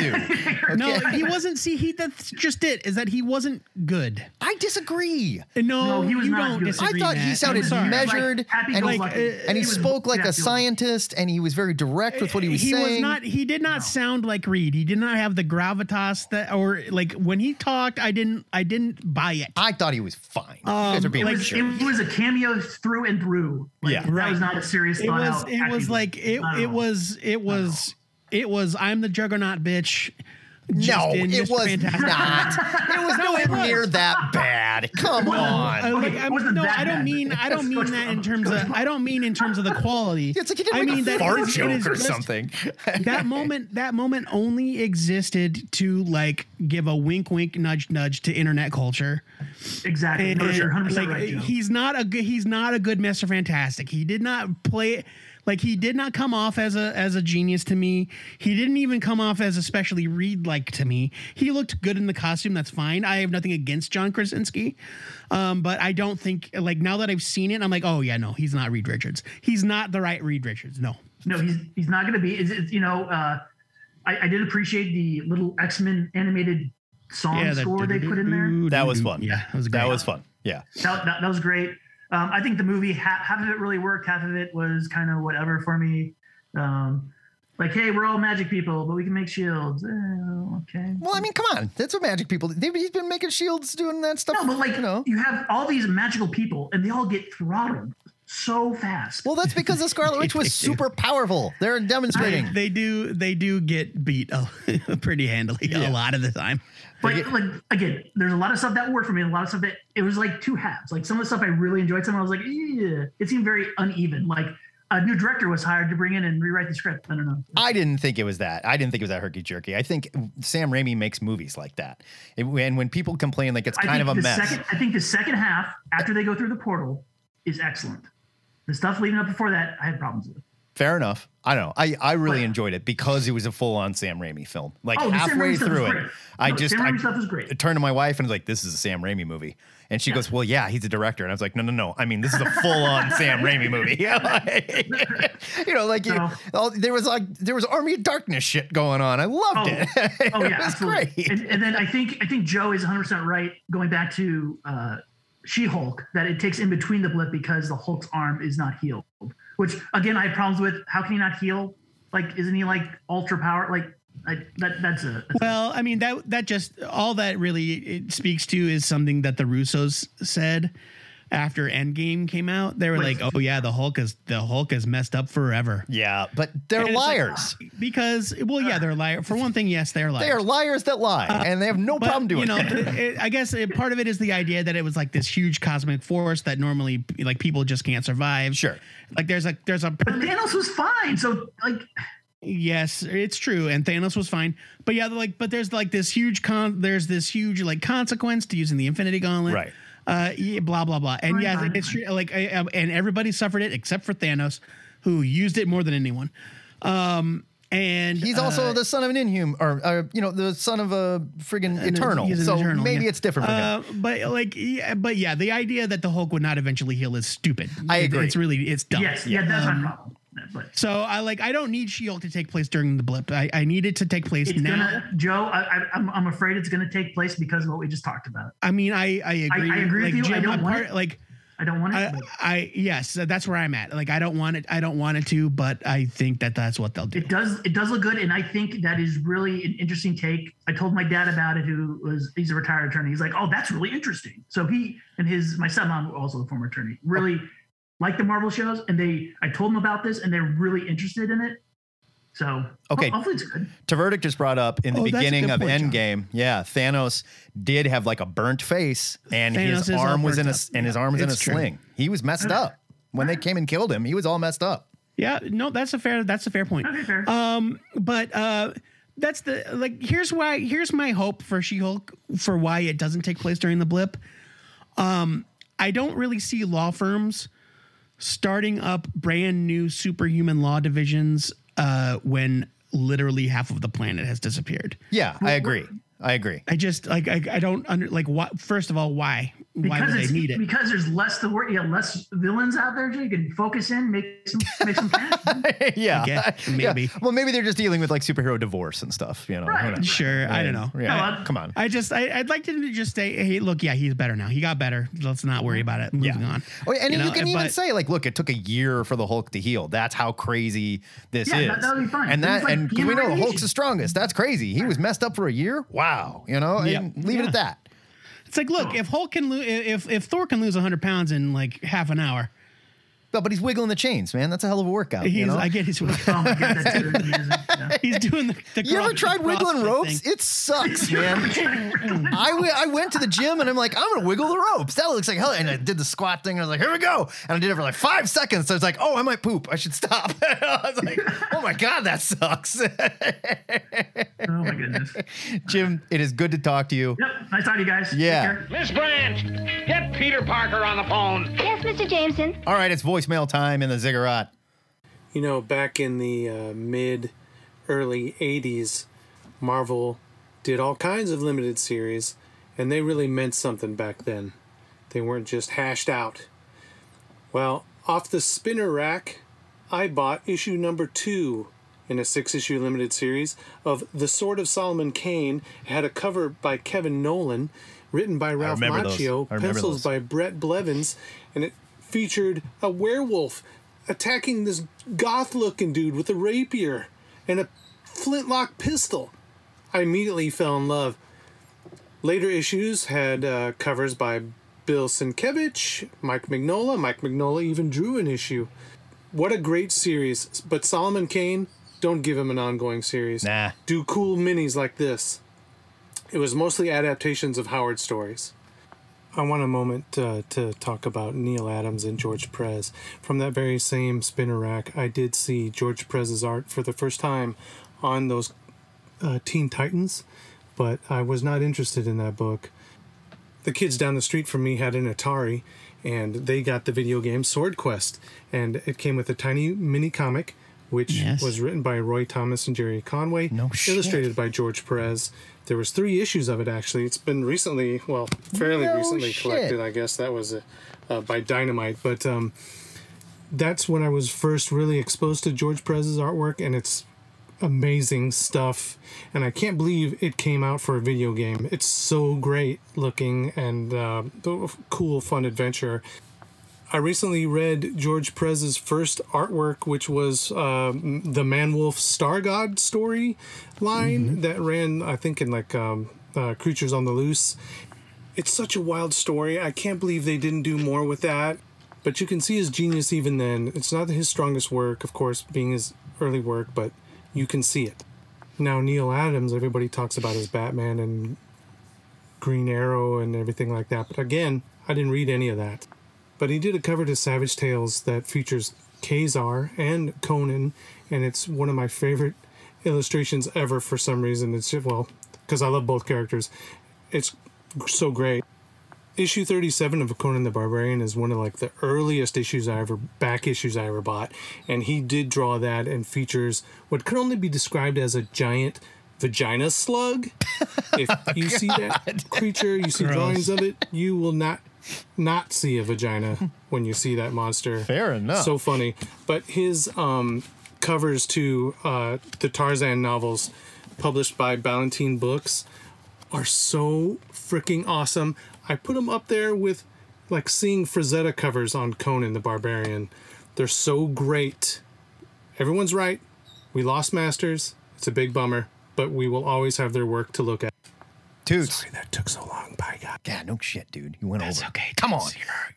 [SPEAKER 4] *laughs*
[SPEAKER 1] to.
[SPEAKER 4] No,
[SPEAKER 1] Okay.
[SPEAKER 4] he wasn't. See, he that's just it. Is that he wasn't good?
[SPEAKER 1] I disagree.
[SPEAKER 4] And No,
[SPEAKER 9] No, he was
[SPEAKER 4] you
[SPEAKER 9] not
[SPEAKER 4] don't
[SPEAKER 9] good. I
[SPEAKER 4] disagree.
[SPEAKER 1] thought he
[SPEAKER 4] Matt. I'm
[SPEAKER 1] sounded
[SPEAKER 4] sorry.
[SPEAKER 1] mega- measured
[SPEAKER 9] Like, happy
[SPEAKER 1] and
[SPEAKER 9] go
[SPEAKER 4] like,
[SPEAKER 9] lucky.
[SPEAKER 4] uh,
[SPEAKER 1] And he
[SPEAKER 9] was-
[SPEAKER 1] spoke like
[SPEAKER 9] yeah,
[SPEAKER 1] a
[SPEAKER 9] he was-
[SPEAKER 1] scientist and he was very direct with what he was
[SPEAKER 4] he
[SPEAKER 1] saying.
[SPEAKER 4] was not. He did not sound like Reed. He did not have the gravitas that, or like when he talked, I didn't. I didn't buy it.
[SPEAKER 1] I thought he was fine.
[SPEAKER 4] Um,
[SPEAKER 1] you guys are being
[SPEAKER 9] It
[SPEAKER 4] like,
[SPEAKER 9] was,
[SPEAKER 1] sure.
[SPEAKER 9] it was a cameo through and through. Like,
[SPEAKER 1] Yeah.
[SPEAKER 9] that
[SPEAKER 4] Right.
[SPEAKER 9] was not a serious
[SPEAKER 4] It
[SPEAKER 9] thought
[SPEAKER 4] was.
[SPEAKER 9] out.
[SPEAKER 4] It was
[SPEAKER 9] acting.
[SPEAKER 4] like it.
[SPEAKER 9] Not at
[SPEAKER 4] It
[SPEAKER 9] all.
[SPEAKER 4] was. It was. It was. I'm the juggernaut, bitch.
[SPEAKER 1] no,
[SPEAKER 4] Just in
[SPEAKER 1] it
[SPEAKER 4] Mr.
[SPEAKER 1] was
[SPEAKER 4] Fantastic.
[SPEAKER 1] not. It
[SPEAKER 4] *laughs*
[SPEAKER 1] was nowhere near that bad. Come on.
[SPEAKER 4] Uh, like,
[SPEAKER 9] it
[SPEAKER 4] I'm-
[SPEAKER 9] wasn't
[SPEAKER 4] no,
[SPEAKER 9] that
[SPEAKER 4] I don't
[SPEAKER 9] bad.
[SPEAKER 4] mean I don't mean
[SPEAKER 9] Let's go
[SPEAKER 4] that
[SPEAKER 9] to-
[SPEAKER 4] in
[SPEAKER 9] let's
[SPEAKER 4] terms
[SPEAKER 9] go
[SPEAKER 4] of
[SPEAKER 9] to-
[SPEAKER 4] I don't mean in terms of the quality.
[SPEAKER 1] it's like he did
[SPEAKER 4] I
[SPEAKER 1] make
[SPEAKER 4] mean
[SPEAKER 1] a
[SPEAKER 4] that
[SPEAKER 1] fart
[SPEAKER 4] it is- it
[SPEAKER 1] joke
[SPEAKER 4] is
[SPEAKER 1] or
[SPEAKER 4] just-
[SPEAKER 1] something. *laughs*
[SPEAKER 4] that moment that moment only existed to like give a wink wink nudge nudge to internet culture
[SPEAKER 9] *laughs* exactly. No, you're 100
[SPEAKER 4] like,
[SPEAKER 9] right. Joe.
[SPEAKER 4] he's not a good he's not a good mr fantastic he did not play it like he did not come off as a as a genius to me he didn't even come off as especially reed like to me he looked good in the costume that's fine i have nothing against john krasinski um, but i don't think like now that i've seen it i'm like oh yeah no he's not reed richards he's not the right reed richards no
[SPEAKER 9] No, he's he's not going to be. It's, it's, you know, uh, I, I did appreciate the little X Men animated song
[SPEAKER 4] yeah that-
[SPEAKER 9] score they put in there.
[SPEAKER 1] That was fun.
[SPEAKER 4] yeah that was great.
[SPEAKER 1] That was fun. Yeah.
[SPEAKER 9] That, that, that was great. Um, I think the movie half, half of it really worked. Half of it was kind of whatever for me. Um, like, hey, we're all magic people, but we can make shields. Oh, okay.
[SPEAKER 1] Well, I mean, come on. That's what magic people they He's been making shields doing that stuff.
[SPEAKER 9] No, but like
[SPEAKER 1] you know.
[SPEAKER 9] you have all these magical people, and they all get throttled so fast.
[SPEAKER 1] Well, that's because the Scarlet Witch
[SPEAKER 9] *laughs*
[SPEAKER 1] was super powerful. They're demonstrating.
[SPEAKER 4] They do. They do get beat a, *laughs* pretty handily a lot of the time.
[SPEAKER 9] But like again, there's a lot of stuff that worked for me, and a lot of stuff that it was like two halves. Like some of the stuff I really enjoyed, some I was like, yeah, it seemed very uneven. Like a new director was hired to bring in and rewrite the script. I don't know.
[SPEAKER 1] I didn't think it was that. I didn't think it was that herky jerky. I think Sam Raimi makes movies like that. It- and when people complain, like it's
[SPEAKER 9] I
[SPEAKER 1] kind of
[SPEAKER 9] think
[SPEAKER 1] a
[SPEAKER 9] the
[SPEAKER 1] mess.
[SPEAKER 9] Second, I think the second half, after they go through the portal, is excellent. The stuff leading up before that, I had problems
[SPEAKER 1] *laughs*
[SPEAKER 9] with.
[SPEAKER 1] Fair enough. I don't know. I, I really
[SPEAKER 9] Right.
[SPEAKER 1] enjoyed it because it was a full on Sam Raimi film. Like
[SPEAKER 9] Oh, the Sam
[SPEAKER 1] halfway
[SPEAKER 9] Raimi stuff is
[SPEAKER 1] through it,
[SPEAKER 9] great.
[SPEAKER 1] I
[SPEAKER 9] No,
[SPEAKER 1] just
[SPEAKER 9] Sam Raimi
[SPEAKER 1] I,
[SPEAKER 9] stuff is great.
[SPEAKER 1] turned to my wife and was like, "This is a Sam Raimi movie," and she goes, "Well, yeah, he's a director." And I was like, "No, no, no. I mean, this is a full
[SPEAKER 9] *laughs*
[SPEAKER 1] on Sam Raimi movie." *laughs* you know, like you,
[SPEAKER 9] No.
[SPEAKER 1] all, there was like there was Army of Darkness shit going on. I loved
[SPEAKER 9] Oh.
[SPEAKER 1] it.
[SPEAKER 9] Oh
[SPEAKER 1] it
[SPEAKER 9] yeah,
[SPEAKER 1] was
[SPEAKER 9] absolutely.
[SPEAKER 1] great.
[SPEAKER 9] And, and then I think I think Joe is 100 percent right. Going back to uh, She-Hulk, that it takes in between the blip because the Hulk's arm is not healed. Which again, I have problems with. How can he not heal? Like, isn't he like ultra power? Like, I, that that's a
[SPEAKER 4] Well, I mean that that just all that really it speaks to is something that the Russos said after Endgame came out. They were
[SPEAKER 9] Wait.
[SPEAKER 4] like, "Oh yeah, the Hulk is the Hulk is messed up forever."
[SPEAKER 1] yeah, but they're
[SPEAKER 4] And it's like,
[SPEAKER 1] liars.
[SPEAKER 4] because well, yeah, they're liar. For one thing, yes, they're liars. Uh,
[SPEAKER 1] they are liars that lie, and they have no
[SPEAKER 4] But,
[SPEAKER 1] problem doing
[SPEAKER 4] you know,
[SPEAKER 1] it.
[SPEAKER 4] it, it- I guess it, part of it is the idea that it was like this huge cosmic force that normally like people just can't survive.
[SPEAKER 1] Sure.
[SPEAKER 4] Like there's a there's a
[SPEAKER 9] But Thanos was fine. So like,
[SPEAKER 4] Yes, it's true, and Thanos was fine. But yeah, like, but there's like this huge con. There's this huge like consequence to using the Infinity Gauntlet.
[SPEAKER 1] Right.
[SPEAKER 4] Uh, yeah, blah blah blah, and
[SPEAKER 9] Right,
[SPEAKER 4] yeah,
[SPEAKER 9] right,
[SPEAKER 4] it's
[SPEAKER 9] right.
[SPEAKER 4] true. Like, I, I- and everybody suffered it except for Thanos, who used it more than anyone. Um, and
[SPEAKER 1] He's
[SPEAKER 4] uh,
[SPEAKER 1] also the son of an Inhuman, or, or you know, the son of a friggin'
[SPEAKER 4] an-
[SPEAKER 1] Eternal.
[SPEAKER 4] he's an
[SPEAKER 1] so
[SPEAKER 4] Eternal,
[SPEAKER 1] maybe
[SPEAKER 4] yeah.
[SPEAKER 1] it's different for him.
[SPEAKER 4] Uh, but like, yeah, but yeah, the idea that the Hulk would not eventually heal is stupid.
[SPEAKER 1] I
[SPEAKER 4] It-
[SPEAKER 1] agree.
[SPEAKER 4] It's really it's dumb. Um,
[SPEAKER 9] Yes, yeah, that's
[SPEAKER 1] Um,
[SPEAKER 9] my problem. But
[SPEAKER 4] So I like I don't need She-Hulk to take place during the blip. I, I need it to take place
[SPEAKER 9] it's
[SPEAKER 4] now.
[SPEAKER 9] gonna, Joe. I, I, I'm, I'm afraid it's gonna take place because of what we just talked about.
[SPEAKER 4] I mean, I I agree.
[SPEAKER 9] I agree
[SPEAKER 4] like,
[SPEAKER 9] with you. I
[SPEAKER 4] Jim,
[SPEAKER 9] don't
[SPEAKER 4] I'm
[SPEAKER 9] want
[SPEAKER 4] part-
[SPEAKER 9] it.
[SPEAKER 4] like
[SPEAKER 9] I don't want it.
[SPEAKER 4] I,
[SPEAKER 9] but
[SPEAKER 4] I yes, that's where I'm at. Like I don't want it. I don't want it to, but I think that that's what they'll do.
[SPEAKER 9] it does. It does look good, and I think that is really an interesting take. I told my dad about it, who was he's a retired attorney. He's like, "Oh, that's really interesting." So he and his my stepmom, were also a former attorney, really like the Marvel shows, and they. I told them about this, and they're really interested in it. So
[SPEAKER 1] Okay.
[SPEAKER 9] ho- hopefully it's good.
[SPEAKER 1] Tverdic just brought up in the
[SPEAKER 4] Oh, that's a
[SPEAKER 1] beginning
[SPEAKER 4] good
[SPEAKER 1] of
[SPEAKER 4] point, John.
[SPEAKER 1] Endgame. Yeah, Thanos did have like a burnt face, and his
[SPEAKER 4] Thanos is all
[SPEAKER 1] arm was in
[SPEAKER 4] burnt
[SPEAKER 1] a
[SPEAKER 4] up.
[SPEAKER 1] and his
[SPEAKER 4] Yeah,
[SPEAKER 1] arm was in a
[SPEAKER 4] it's true.
[SPEAKER 1] sling. He was messed up when they came and killed him. He was all messed up.
[SPEAKER 4] Yeah, no, that's a fair that's a fair point.
[SPEAKER 9] Okay, fair.
[SPEAKER 4] Um, but uh, that's the like. Here's why. Here's my hope for She-Hulk for why it doesn't take place during the blip. Um, I don't really see law firms starting up brand new superhuman law divisions uh, when literally half of the planet has disappeared.
[SPEAKER 1] Yeah, I agree. I agree.
[SPEAKER 4] I just like I, I don't under like what. First of all, why? why do
[SPEAKER 9] it's,
[SPEAKER 4] they need it?
[SPEAKER 9] Because there's less the word, yeah, less villains out there. So you can focus in, make some, make
[SPEAKER 4] *laughs*
[SPEAKER 9] some cash.
[SPEAKER 1] *laughs* yeah,
[SPEAKER 4] guess,
[SPEAKER 1] Yeah.
[SPEAKER 4] maybe.
[SPEAKER 1] Well, maybe they're just dealing with like superhero divorce and stuff. You know, Oh, who
[SPEAKER 9] Right.
[SPEAKER 1] knows?
[SPEAKER 4] Sure, I don't know.
[SPEAKER 1] Yeah,
[SPEAKER 9] I-
[SPEAKER 1] come on.
[SPEAKER 4] I just I, I'd like him to just say, hey, look, yeah, he's better now. He got better. Let's not worry about it. Moving on.
[SPEAKER 1] Oh, and you,
[SPEAKER 4] know, uh,
[SPEAKER 1] can even
[SPEAKER 4] but-
[SPEAKER 1] say like, look, it took a year for the Hulk to heal. That's how crazy this
[SPEAKER 9] Yeah,
[SPEAKER 1] is.
[SPEAKER 9] that- that'll be fine.
[SPEAKER 1] And
[SPEAKER 9] It was
[SPEAKER 1] that,
[SPEAKER 9] like
[SPEAKER 1] and 'cause we know the
[SPEAKER 9] radiation.
[SPEAKER 1] Hulk's the strongest. That's crazy. He was messed up for a year. Wow, you know,
[SPEAKER 4] Yep.
[SPEAKER 1] and leave it
[SPEAKER 4] Yeah.
[SPEAKER 1] at that.
[SPEAKER 4] It's like, look, if Hulk can lose, if if Thor can lose 100 pounds in like half an hour,
[SPEAKER 1] No, but he's wiggling the chains, man. That's a hell of a workout.
[SPEAKER 4] he's
[SPEAKER 1] you know?
[SPEAKER 4] I get his.
[SPEAKER 9] Oh my god, that's good.
[SPEAKER 4] *laughs*
[SPEAKER 9] Yeah.
[SPEAKER 4] He's doing the. the
[SPEAKER 1] you ever
[SPEAKER 4] cross-
[SPEAKER 1] tried wiggling
[SPEAKER 4] CrossFit
[SPEAKER 1] ropes?
[SPEAKER 4] thing.
[SPEAKER 1] It
[SPEAKER 9] *laughs*
[SPEAKER 1] sucks, man. I, w- I went to the gym and I'm like, I'm gonna wiggle the ropes. That looks like hell. And I did the squat thing. And I was like, here we go. And I did it for like five seconds. So I was like, oh, I might poop. I should stop. *laughs* I was like, oh my god, that sucks.
[SPEAKER 9] Oh my goodness.
[SPEAKER 1] Jim, it is good to talk to you.
[SPEAKER 9] Yep. Nice talking to you guys. Take
[SPEAKER 1] Yeah.
[SPEAKER 9] care.
[SPEAKER 2] Miss Branch, get Peter Parker on the phone.
[SPEAKER 10] Yes, Mr. Jameson.
[SPEAKER 1] All right, it's voicemail time in the ziggurat.
[SPEAKER 11] you know, back in the uh, mid early 80s, Marvel did all kinds of limited series, and they really meant something back then. They weren't just hashed out. Well, off the spinner rack, I bought issue number two in a six issue limited series of The Sword of Solomon Kane. It had a cover by Kevin Nolan, written by Ralph
[SPEAKER 1] remember those.
[SPEAKER 11] Macchio,
[SPEAKER 1] I remember
[SPEAKER 11] pencils
[SPEAKER 1] those.
[SPEAKER 11] by Brett Blevins, and it featured a werewolf attacking this goth looking dude with a rapier and a flintlock pistol. I immediately fell in love. Later issues had uh, covers by Bill Sienkiewicz, Mike Mignola. Mike Mignola even drew an issue. What a great series. But Solomon Kane, don't give him an ongoing series.
[SPEAKER 1] Nah.
[SPEAKER 11] Do cool minis like this. It was mostly adaptations of Howard stories. I want a moment uh, to talk about Neil Adams and George Perez. From that very same spinner rack, I did see George Perez's art for the first time on those uh, Teen Titans, but I was not interested in that book. The kids down the street from me had an Atari, and they got the video game Sword Quest, and it came with a tiny mini comic, which
[SPEAKER 4] Yes.
[SPEAKER 11] was written by Roy Thomas and Jerry Conway,
[SPEAKER 1] No shit.
[SPEAKER 11] illustrated by George Perez. There was three issues of it actually. It's been recently, well, fairly
[SPEAKER 1] No
[SPEAKER 11] recently
[SPEAKER 1] shit.
[SPEAKER 11] collected. I guess that was uh, uh, by Dynamite, but um, that's when I was first really exposed to George Perez's artwork, and it's amazing stuff. And I can't believe it came out for a video game. It's so great looking and uh, cool, fun adventure. I recently read George Perez's first artwork, which was um, the Man Wolf Star God story line that ran, I think, in like um, uh, Creatures on the Loose. It's such a wild story. I can't believe they didn't do more with that. But you can see his genius even then. It's not his strongest work, of course, being his early work, but you can see it. Now, Neil Adams, everybody talks about his Batman and Green Arrow and everything like that. But again, I didn't read any of that but he did a cover to Savage Tales that features Kazar and Conan, and it's one of my favorite illustrations ever for some reason. It's just, well, because I love both characters. It's so great. Issue 37 of Conan the Barbarian is one of like the earliest issues I ever back issues I ever bought, and he did draw that and features what could only be described as a giant vagina slug. if you see that creature, you see
[SPEAKER 4] Gross.
[SPEAKER 11] drawings of it, you will not not see a vagina when you see that monster.
[SPEAKER 1] Fair enough.
[SPEAKER 11] So funny. But his um, covers to uh, the Tarzan novels published by Ballantine Books are so freaking awesome. I put them up there with like seeing Frazetta covers on Conan the Barbarian. They're so great. Everyone's right. We lost Masters. It's a big bummer, but we will always have their work to look at.
[SPEAKER 1] Toots.
[SPEAKER 11] That took so long. Bye, guys.
[SPEAKER 1] Yeah, no shit, dude. You went over. okay. Come on.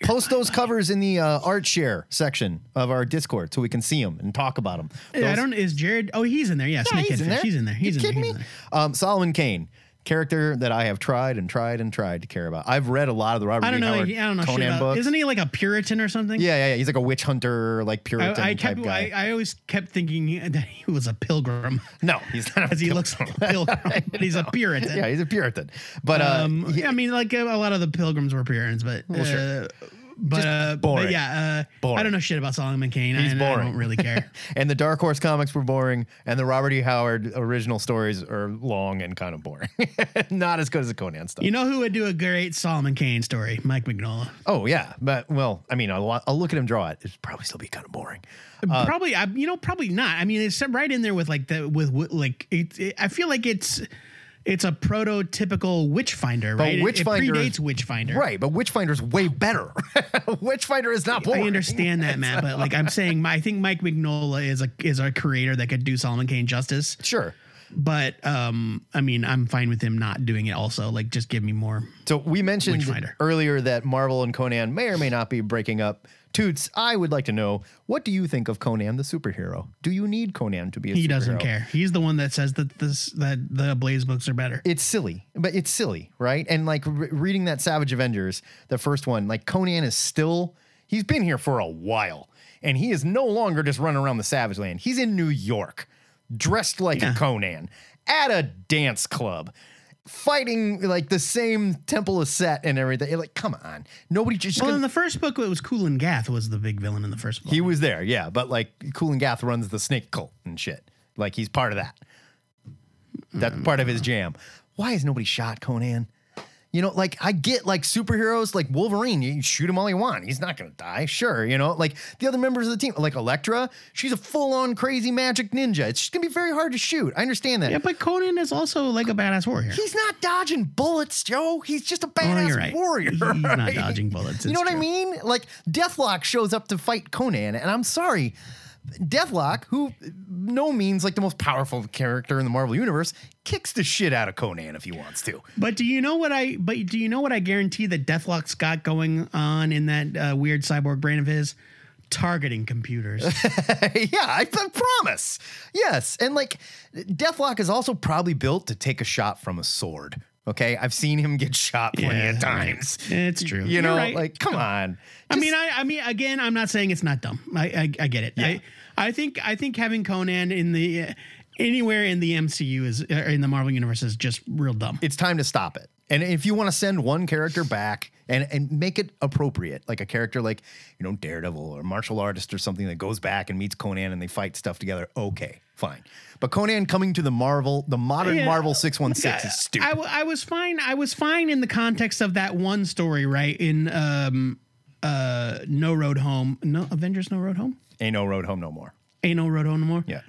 [SPEAKER 1] Post those covers in the uh, art share section of our Discord so we can see them and talk about them.
[SPEAKER 4] Yeah, I don't. Is Jared? Oh, he's in there. Yeah, Snake
[SPEAKER 1] he's in
[SPEAKER 4] Headfish.
[SPEAKER 1] there.
[SPEAKER 4] He's in there. He's
[SPEAKER 1] you
[SPEAKER 4] in there.
[SPEAKER 1] kidding
[SPEAKER 4] He's in
[SPEAKER 1] me?
[SPEAKER 4] there.
[SPEAKER 1] Um, Solomon Kane, character that I have tried and tried and tried to care about. I've read a lot of the Robert
[SPEAKER 4] I don't
[SPEAKER 1] E.
[SPEAKER 4] know. I
[SPEAKER 1] Howard
[SPEAKER 4] don't know. shit
[SPEAKER 1] Conan
[SPEAKER 4] about-
[SPEAKER 1] books.
[SPEAKER 4] Isn't he like a Puritan or something?
[SPEAKER 1] Yeah, yeah, yeah. He's like a witch hunter, like Puritan
[SPEAKER 4] I, I kept.
[SPEAKER 1] type guy.
[SPEAKER 4] I, I always kept thinking that he was a pilgrim
[SPEAKER 1] *laughs* no, he's not.
[SPEAKER 4] because he looks like
[SPEAKER 1] *laughs*
[SPEAKER 4] a pilgrim, but he's a Puritan.
[SPEAKER 1] yeah, he's a Puritan. But uh,
[SPEAKER 4] um, I mean, like a, a lot of the pilgrims were Puritans, but uh, but,
[SPEAKER 1] Just
[SPEAKER 4] uh,
[SPEAKER 1] boring.
[SPEAKER 4] but yeah, uh,
[SPEAKER 1] Boring.
[SPEAKER 4] I don't know shit about Solomon Kane.
[SPEAKER 1] He's
[SPEAKER 4] and I
[SPEAKER 1] boring.
[SPEAKER 4] don't really care.
[SPEAKER 1] and the Dark Horse comics were boring, and the Robert E. Howard original stories are long and kind of boring. *laughs* Not as good as the Conan *laughs* stuff.
[SPEAKER 4] you know who would do a great Solomon Kane story? Mike Mignola.
[SPEAKER 1] oh yeah, but well, I mean, I'll, I'll look at him draw it. It'd probably still be kind of boring. Uh,
[SPEAKER 4] probably, I, you know, probably not. I mean, it's right in there with like the with, with like it, it- I feel like it's it's a prototypical Witchfinder, right? It-
[SPEAKER 1] Witchfinder
[SPEAKER 4] it, predates
[SPEAKER 1] is-
[SPEAKER 4] Witchfinder,
[SPEAKER 1] Right, but Witchfinder's way better. *laughs* Witchfinder is not boring.
[SPEAKER 4] I understand that, Matt, but like I'm saying, my, I think Mike Mignola is a is a creator that could do Solomon Kane justice.
[SPEAKER 1] Sure.
[SPEAKER 4] But um, I mean, I'm fine with him not doing it. Also, like, just give me more.
[SPEAKER 1] So we mentioned
[SPEAKER 4] Witchfinder.
[SPEAKER 1] earlier that Marvel and Conan may or may not be breaking up. Toots, I would like to know what do you think of Conan the superhero? Do you need Conan to be a superhero?
[SPEAKER 4] He doesn't care. He's the one that says that this that the Blaze books are better.
[SPEAKER 1] It's silly, but it's silly, right? And like re- reading that Savage Avengers, the first one, like Conan is still he's been here for a while, and he is no longer just running around the Savage Land. He's in New York, dressed like a Conan, at a dance club. Fighting like the same temple is set and everything. Like, come on, nobody just.
[SPEAKER 4] well,
[SPEAKER 1] gonna-
[SPEAKER 4] in the first book, it was Coolin Gath was the big villain in the first book.
[SPEAKER 1] He was there, yeah. But like Cooling Gath runs the snake cult and shit. Like he's part of that. That's part of his jam. Why is nobody shot Conan? You know, like I get like superheroes like Wolverine, you shoot him all you want. He's not gonna die. Sure, you know, like the other members of the team, like Elektra, she's a full-on crazy magic ninja. It's just gonna be very hard to shoot. I understand that.
[SPEAKER 4] yeah, but Conan is also like a badass warrior. Oh,
[SPEAKER 1] He's not dodging bullets, Joe. He's just a badass
[SPEAKER 4] you're right.
[SPEAKER 1] warrior.
[SPEAKER 4] He's not
[SPEAKER 1] *laughs* right?
[SPEAKER 4] dodging bullets.
[SPEAKER 1] You know
[SPEAKER 4] It's
[SPEAKER 1] what I
[SPEAKER 4] true.
[SPEAKER 1] mean? Like Deathlock shows up to fight Conan, and I'm sorry, Deathlock, who no means like the most powerful character in the Marvel universe, kicks the shit out of Conan if he wants to.
[SPEAKER 4] But do you know what I? But do you know what I guarantee that Deathlock's got going on in that uh, weird cyborg brain of his? Targeting computers.
[SPEAKER 1] *laughs* yeah, I, I promise. Yes, and like Deathlock is also probably built to take a shot from a sword. Okay, I've seen him get shot plenty
[SPEAKER 4] Yeah,
[SPEAKER 1] of
[SPEAKER 4] right.
[SPEAKER 1] times.
[SPEAKER 4] it's true.
[SPEAKER 1] You
[SPEAKER 4] You're
[SPEAKER 1] know,
[SPEAKER 4] right.
[SPEAKER 1] like come on.
[SPEAKER 4] I
[SPEAKER 1] Just-
[SPEAKER 4] mean, I, I mean, again, I'm not saying it's not dumb. I, I, I get it. I, I think, I think having Conan in the uh, anywhere in the MCU is uh, in the Marvel universe is just real dumb.
[SPEAKER 1] it's time to stop it. And if you want to send one character back and, and make it appropriate, like a character like, you know, Daredevil or martial artist or something that goes back and meets Conan and they fight stuff together, okay, fine. But Conan coming to the Marvel, the modern
[SPEAKER 4] Yeah.
[SPEAKER 1] Marvel 616 is
[SPEAKER 4] I,
[SPEAKER 1] stupid.
[SPEAKER 4] w- I was fine. I was fine in the context of that one story, right? In um, uh, No Road Home, no Avengers, No Road Home,
[SPEAKER 1] Ain't no road home no more.
[SPEAKER 4] ain't No Road Home no more. Um,
[SPEAKER 1] Yeah.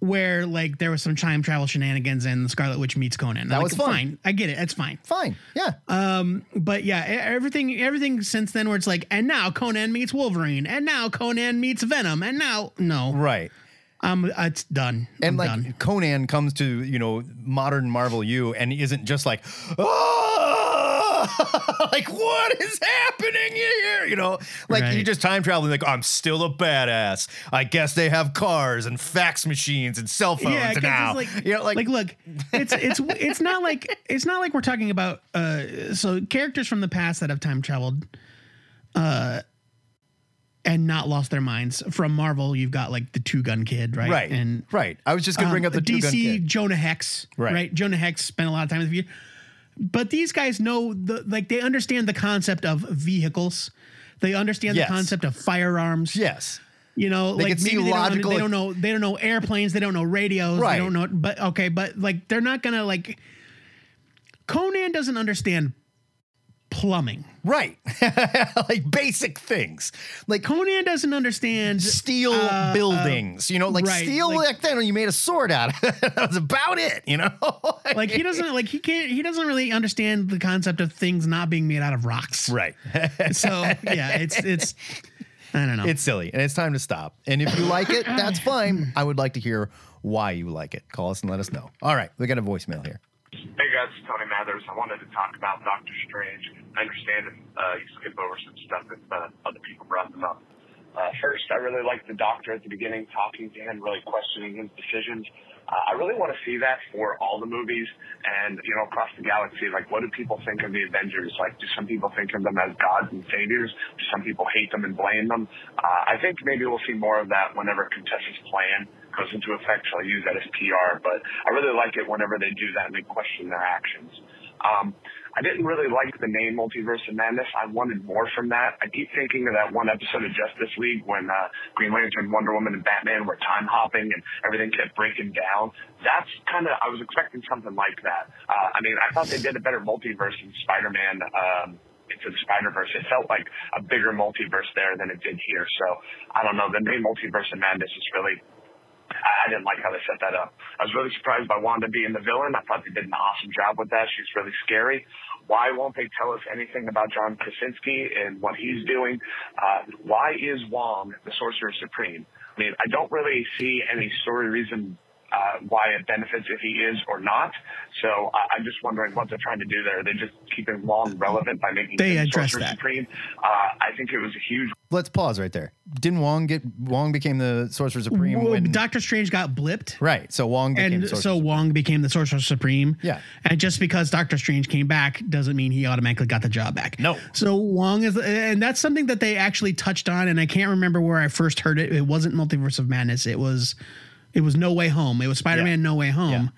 [SPEAKER 4] Where like there was some time travel shenanigans and the Scarlet Witch meets Conan. That
[SPEAKER 1] was fun.
[SPEAKER 4] fine. I get it. That's fine.
[SPEAKER 1] Fine. Yeah.
[SPEAKER 4] but yeah, e- everything everything since then where it's like, and now Conan meets Wolverine, and now Conan meets Venom, and now no,
[SPEAKER 1] right.
[SPEAKER 4] I'm it's done.
[SPEAKER 1] And
[SPEAKER 4] Um, I'm
[SPEAKER 1] like
[SPEAKER 4] done.
[SPEAKER 1] Conan comes to, you know, modern Marvel U and isn't just like, oh, Ah! *laughs* like what is happening here? You know, like you
[SPEAKER 4] Right.
[SPEAKER 1] just time traveling, like, I'm still a badass. I guess they have cars and fax machines and cell phones
[SPEAKER 4] yeah, 'cause
[SPEAKER 1] now.
[SPEAKER 4] it's like,
[SPEAKER 1] you know, like,
[SPEAKER 4] like look, it's it's it's not like it's not like we're talking about uh so characters from the past that have time traveled. Uh and not lost their minds. From Marvel, you've got like the Two Gun Kid, right?
[SPEAKER 1] Right.
[SPEAKER 4] And
[SPEAKER 1] right. I was just gonna bring up
[SPEAKER 4] um,
[SPEAKER 1] the
[SPEAKER 4] DC
[SPEAKER 1] two-gun kid.
[SPEAKER 4] Jonah Hex,
[SPEAKER 1] Right.
[SPEAKER 4] right. Jonah Hex spent a lot of time with you, but these guys know the like they understand the concept of vehicles. They understand
[SPEAKER 1] Yes.
[SPEAKER 4] the concept of firearms.
[SPEAKER 1] Yes.
[SPEAKER 4] You know,
[SPEAKER 1] They
[SPEAKER 4] like
[SPEAKER 1] can see
[SPEAKER 4] maybe they
[SPEAKER 1] logical-
[SPEAKER 4] Don't, they don't know. They don't know airplanes. They don't know radios.
[SPEAKER 1] Right.
[SPEAKER 4] They don't know. But okay, but like they're not gonna like. Conan doesn't understand plumbing.
[SPEAKER 1] Right. *laughs* like basic things. Like
[SPEAKER 4] Conan doesn't understand
[SPEAKER 1] steel
[SPEAKER 4] uh,
[SPEAKER 1] buildings. You know, like
[SPEAKER 4] right,
[SPEAKER 1] steel
[SPEAKER 4] like-
[SPEAKER 1] back then when you made a sword out of it. *laughs* that was about it, you know? *laughs*
[SPEAKER 4] uh, like he doesn't like he can't he doesn't really understand the concept of things not being made out of
[SPEAKER 1] *laughs*
[SPEAKER 4] rocks.
[SPEAKER 1] Right.
[SPEAKER 4] So yeah, it's it's I don't know.
[SPEAKER 1] It's silly and it's time to stop. And if you like it,
[SPEAKER 4] *laughs*
[SPEAKER 1] that's fine. I would like to hear why you like it. Call us and let us know. All right, we got a voicemail here.
[SPEAKER 10] Hey guys, it's Tony Mathers. I wanted to talk about Doctor Strange. I understand if uh, you skip over some stuff if uh, other people brought them up. Uh, first, I really liked the Doctor at the beginning talking to him, really questioning his decisions. Uh, I really want to see that for all the movies and, you know, across the galaxy. Like, what do people think of the Avengers? Like, do some people think of them as gods and saviors? Do some people hate them and blame them? Uh, I think maybe we'll see more of that whenever Contessa's plan goes into effect, so I'll use that as PR. But I really like it whenever they do that and they question their actions. Um, I didn't really like the name Multiverse of Madness. I wanted more from that. I keep thinking of that one episode of Justice League when uh, Green Lantern, Wonder Woman, and Batman were time hopping and everything kept breaking down. That's kind of, I was expecting something like that. Uh, I mean, I thought they did a better multiverse in Spider Man. Um, into the Spider Verse. It felt like a bigger multiverse there than it did here. So I don't know. The name Multiverse of Madness is really. I I didn't like how they set that up. I was really surprised by Wanda being the villain. I thought they did an awesome job with that. She's really scary. Why won't they tell us anything about John Krasinski and what he's doing? Uh, why is Wong the Sorcerer Supreme? I mean, I don't really see any story reason uh, why it benefits if he is or not. So I, I'm just wondering what they're trying to do there. They're just keeping Wong relevant by making
[SPEAKER 4] They
[SPEAKER 10] him
[SPEAKER 4] addressed
[SPEAKER 10] Sorcerer
[SPEAKER 4] that.
[SPEAKER 10] Supreme. Uh, I think it was a huge
[SPEAKER 1] Let's pause right there. Didn't Wong get Wong became the Sorcerer Supreme
[SPEAKER 4] Well,
[SPEAKER 1] when
[SPEAKER 4] Doctor Strange got blipped.
[SPEAKER 1] Right. So *laughs* Wong became
[SPEAKER 4] And
[SPEAKER 1] Sorcerer
[SPEAKER 4] so
[SPEAKER 1] Supreme.
[SPEAKER 4] Wong became the Sorcerer Supreme.
[SPEAKER 1] Yeah.
[SPEAKER 4] And just because Doctor Strange came back doesn't mean he automatically got the job back.
[SPEAKER 1] No.
[SPEAKER 4] So Wong is, and that's something that they actually touched on, and I can't remember where I first heard it. It wasn't Multiverse of Madness. It was, it was No Way Home. It was Spider Man No Way Home.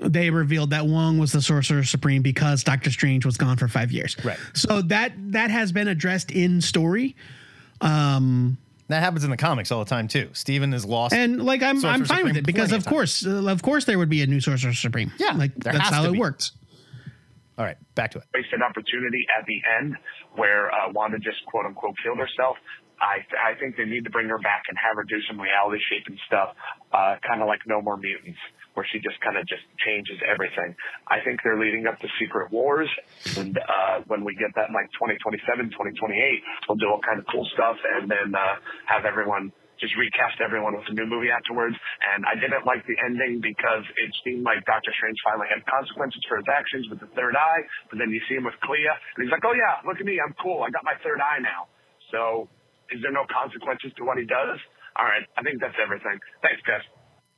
[SPEAKER 4] They revealed that Wong was the Sorcerer Supreme because Doctor Strange was gone for five years.
[SPEAKER 1] Right.
[SPEAKER 4] So that that has been addressed in story. Um,
[SPEAKER 1] That happens in the comics all the time too. Steven is lost.
[SPEAKER 4] And like I'm,
[SPEAKER 1] Sorcerer
[SPEAKER 4] I'm fine
[SPEAKER 1] Supreme
[SPEAKER 4] with it because
[SPEAKER 1] plenty
[SPEAKER 4] of
[SPEAKER 1] of times.
[SPEAKER 4] course, uh, of course, there would be a new Sorcerer Supreme.
[SPEAKER 1] Yeah,
[SPEAKER 4] like
[SPEAKER 1] there
[SPEAKER 4] that's
[SPEAKER 1] has
[SPEAKER 4] how
[SPEAKER 1] to
[SPEAKER 4] it
[SPEAKER 1] be.
[SPEAKER 4] works.
[SPEAKER 1] all right, back to it.
[SPEAKER 10] wasted opportunity at the end where uh, Wanda just quote unquote killed herself. I, I think they need to bring her back and have her do some reality shaping stuff, uh, kind of like No More Mutants, where she just kind of just changes everything. I think they're leading up to Secret Wars, and uh, when we get that in like 2027, 2028, we'll do all kind of cool stuff, and then uh, have everyone just recast everyone with a new movie afterwards. And I didn't like the ending because it seemed like Doctor Strange finally had consequences for his actions with the third eye. But then you see him with Clea, and he's like, "Oh yeah, look at me, I'm cool. I got my third eye now." So, is there no consequences to what he does? All right, I think that's everything. Thanks, guys.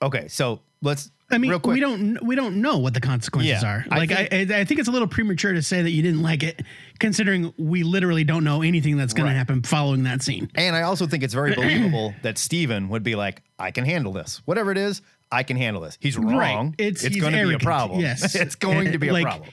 [SPEAKER 1] Okay, so let's
[SPEAKER 4] I mean,
[SPEAKER 1] real quick.
[SPEAKER 4] we don't we don't know what the consequences
[SPEAKER 1] Yeah,
[SPEAKER 4] are.
[SPEAKER 1] I
[SPEAKER 4] Like I I, I think it's a little premature to say that you didn't like it, considering we literally don't know anything that's going
[SPEAKER 1] Right.
[SPEAKER 4] to happen following that scene.
[SPEAKER 1] And I also think it's very believable *clears throat* that Steven would be like, I can handle this. Whatever it is, I can handle this. He's wrong. It's,
[SPEAKER 4] he's
[SPEAKER 1] going to be a
[SPEAKER 4] arrogant,
[SPEAKER 1] problem. *laughs*
[SPEAKER 4] Yes,
[SPEAKER 1] it's going to be a
[SPEAKER 4] Like,
[SPEAKER 1] problem.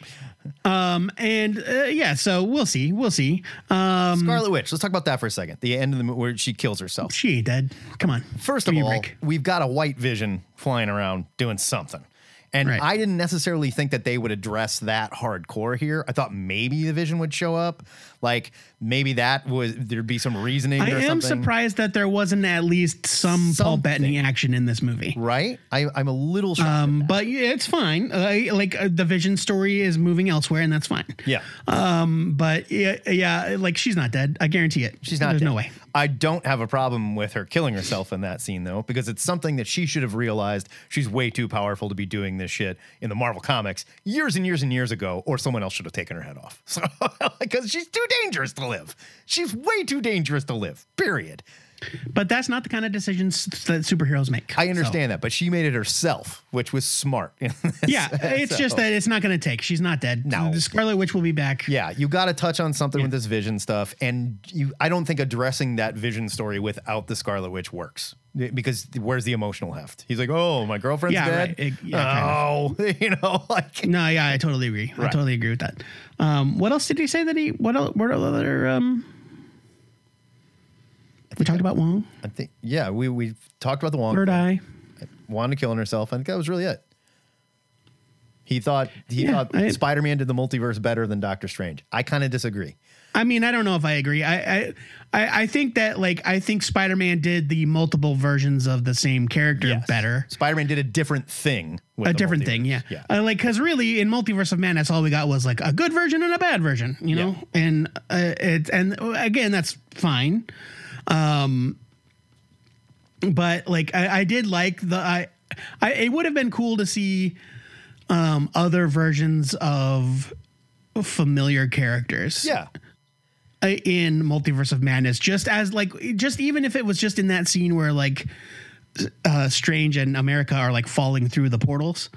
[SPEAKER 4] Um, and uh, yeah, so we'll see, we'll see. Um,
[SPEAKER 1] Scarlet Witch. Let's talk about that for a second. The end of the movie where she kills herself.
[SPEAKER 4] she ain't dead. Come on.
[SPEAKER 1] First
[SPEAKER 4] give
[SPEAKER 1] of
[SPEAKER 4] me a
[SPEAKER 1] all,
[SPEAKER 4] break.
[SPEAKER 1] we've got a white vision flying around doing something. And
[SPEAKER 4] Right.
[SPEAKER 1] I didn't necessarily think that they would address that hardcore here. I thought maybe the vision would show up. Like maybe that was there'd be some reasoning
[SPEAKER 4] I
[SPEAKER 1] or
[SPEAKER 4] am
[SPEAKER 1] something.
[SPEAKER 4] surprised that there wasn't at least some Paul
[SPEAKER 1] Something.
[SPEAKER 4] Bettany action in this movie.
[SPEAKER 1] Right? I, I'm a little shocked. at
[SPEAKER 4] Um,
[SPEAKER 1] that.
[SPEAKER 4] but yeah, it's fine. Uh, like uh, the Vision story is moving elsewhere, and that's fine. Um,
[SPEAKER 1] yeah.
[SPEAKER 4] But yeah, yeah, like she's not dead. I guarantee it.
[SPEAKER 1] She's not.
[SPEAKER 4] There's
[SPEAKER 1] dead.
[SPEAKER 4] no way.
[SPEAKER 1] I don't have a problem with her killing herself in that scene though, because it's something that she should have realized. She's way too powerful to be doing this shit in the Marvel comics years and years and years ago, or someone else should have taken her head off. *laughs* So because she's too dangerous to live. She's way too dangerous to live. Period.
[SPEAKER 4] But that's not the kind of decisions that superheroes make.
[SPEAKER 1] I understand that, but she made it herself, which was smart. *laughs*
[SPEAKER 4] Yeah, it's just that it's not going to take. She's not dead.
[SPEAKER 1] No.
[SPEAKER 4] The Scarlet Witch will be back.
[SPEAKER 1] Yeah, you got to touch on something with this Vision stuff, and you. I don't think addressing that Vision story without the Scarlet Witch works because where's the emotional heft? He's like, oh, my girlfriend's
[SPEAKER 4] Yeah,
[SPEAKER 1] dead.
[SPEAKER 4] right. It- yeah,
[SPEAKER 1] oh, *laughs* you know, like
[SPEAKER 4] No, yeah, I totally agree. I
[SPEAKER 1] Right.
[SPEAKER 4] totally agree with that. Um, what else did he say that he? What el- What other? Um, we talked about Wong.
[SPEAKER 1] I think. Yeah, we we talked about the Wong.
[SPEAKER 4] Third
[SPEAKER 1] thing.
[SPEAKER 4] Eye.
[SPEAKER 1] Wanda killing herself. I think that was really it. He thought he
[SPEAKER 4] Yeah,
[SPEAKER 1] thought
[SPEAKER 4] I-
[SPEAKER 1] Spider Man did the multiverse better than Doctor Strange. I kind of disagree.
[SPEAKER 4] I mean, I don't know if I agree. I, I, I, I think that like I think Spider Man did the multiple versions of the same character better.
[SPEAKER 1] Spider Man did a different thing. With
[SPEAKER 4] a
[SPEAKER 1] the
[SPEAKER 4] different
[SPEAKER 1] multiverse.
[SPEAKER 4] thing, yeah.
[SPEAKER 1] Yeah.
[SPEAKER 4] Uh, like, because really, in Multiverse of Madness, all we got was like a good version and a bad version, you know. And uh, it, and uh, again, that's fine. Um, but like, I, I did like the I, I it would have been cool to see um other versions of familiar characters.
[SPEAKER 1] Yeah.
[SPEAKER 4] uh, In Multiverse of Madness, just as like, just even if it was just in that scene where like uh, Strange and America are like falling through the portals.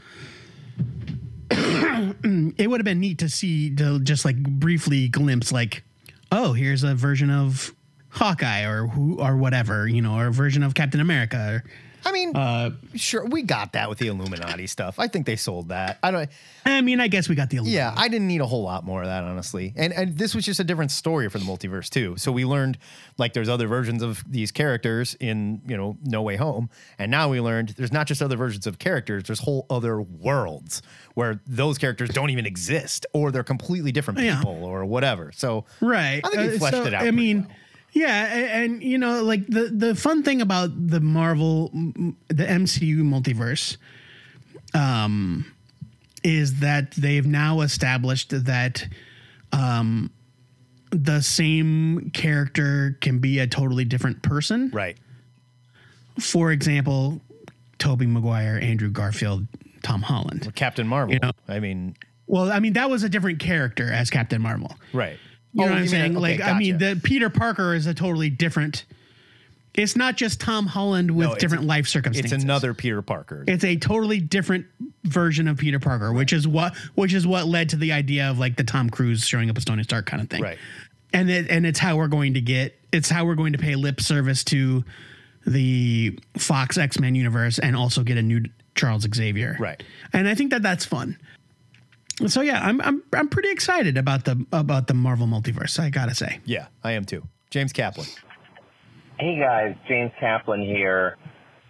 [SPEAKER 4] *clears throat* it would have been neat to see to just like briefly glimpse like, oh, here's a version of Hawkeye or who or whatever you know, or a version of Captain America.
[SPEAKER 1] I mean,
[SPEAKER 4] Or, uh,
[SPEAKER 1] sure, we got that with the Illuminati stuff. I think they sold that. I don't.
[SPEAKER 4] I mean, I guess we got the
[SPEAKER 1] Yeah, I didn't need a whole lot more of that, honestly. And and this was just a different story for the multiverse too. So we learned like there's other versions of these characters in you know No Way Home, and now we learned there's not just other versions of characters. There's whole other worlds where those characters don't even exist, or they're completely different
[SPEAKER 4] Yeah.
[SPEAKER 1] people, or whatever. So
[SPEAKER 4] Right.
[SPEAKER 1] I think he
[SPEAKER 4] Uh,
[SPEAKER 1] fleshed
[SPEAKER 4] so,
[SPEAKER 1] it out.
[SPEAKER 4] I
[SPEAKER 1] pretty
[SPEAKER 4] mean,
[SPEAKER 1] well.
[SPEAKER 4] yeah, a- and, you know, like the the fun thing about the Marvel, m- m- the MCU multiverse, um, is that they've now established that, um, the same character can be a totally different person.
[SPEAKER 1] right.
[SPEAKER 4] For example, Toby Maguire, Andrew Garfield, Tom Holland.
[SPEAKER 1] Captain Marvel.
[SPEAKER 4] You know-
[SPEAKER 1] I mean,
[SPEAKER 4] Well, I mean, that was a different character as Captain Marvel.
[SPEAKER 1] right.
[SPEAKER 4] You
[SPEAKER 1] Oh,
[SPEAKER 4] know what I'm
[SPEAKER 1] mean-
[SPEAKER 4] saying?
[SPEAKER 1] okay,
[SPEAKER 4] like, I
[SPEAKER 1] gotcha.
[SPEAKER 4] mean, the Peter Parker is a totally different. It's not just Tom Holland with
[SPEAKER 1] it's
[SPEAKER 4] different life
[SPEAKER 1] it's
[SPEAKER 4] circumstances.
[SPEAKER 1] another Peter Parker.
[SPEAKER 4] It's a totally different version of Peter Parker, which is what which is what led to the idea of like the Tom Cruise showing up as Tony Stark kind of thing.
[SPEAKER 1] right.
[SPEAKER 4] And it, and it's how we're going to get it's how we're going to pay lip service to the Fox X Men universe and also get a new Charles Xavier.
[SPEAKER 1] Right.
[SPEAKER 4] And I think that that's fun. So yeah, I'm I'm I'm pretty excited about the about the Marvel multiverse. I gotta say.
[SPEAKER 1] Yeah, I am too. James Kaplan.
[SPEAKER 12] Hey guys, James Kaplan here.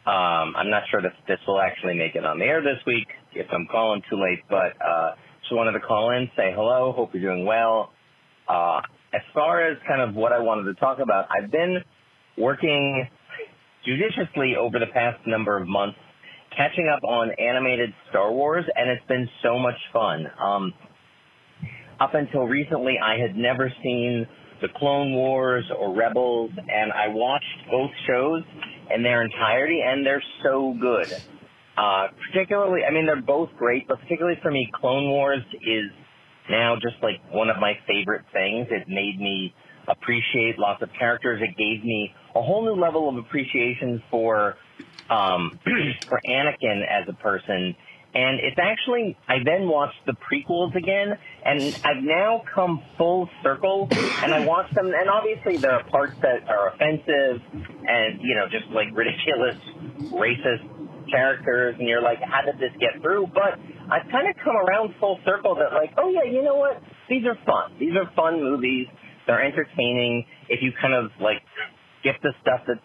[SPEAKER 12] Um, I'm not sure if this will actually make it on the air this week if I'm calling too late, but uh, just wanted to call in, say hello, hope you're doing well. Uh, as far as kind of what I wanted to talk about, I've been working judiciously over the past number of months catching up on animated Star Wars, and it's been so much fun. Um, up until recently, I had never seen The Clone Wars or Rebels, and I watched both shows in their entirety, and they're so good. Uh, particularly, I mean, they're both great, but particularly for me, Clone Wars is now just like one of my favorite things. It made me appreciate lots of characters. It gave me a whole new level of appreciation for um, *clears throat* for Anakin as a person. And it's actually, I then watched the prequels again, and I've now come full circle, and I watched them, and obviously there are parts that are offensive, and, you know, just like ridiculous, racist characters, and you're like, how did this get through? But I've kind of come around full circle that, like, oh yeah, you know what? These are fun. These are fun movies. They're entertaining. If you kind of, like, skip the stuff that's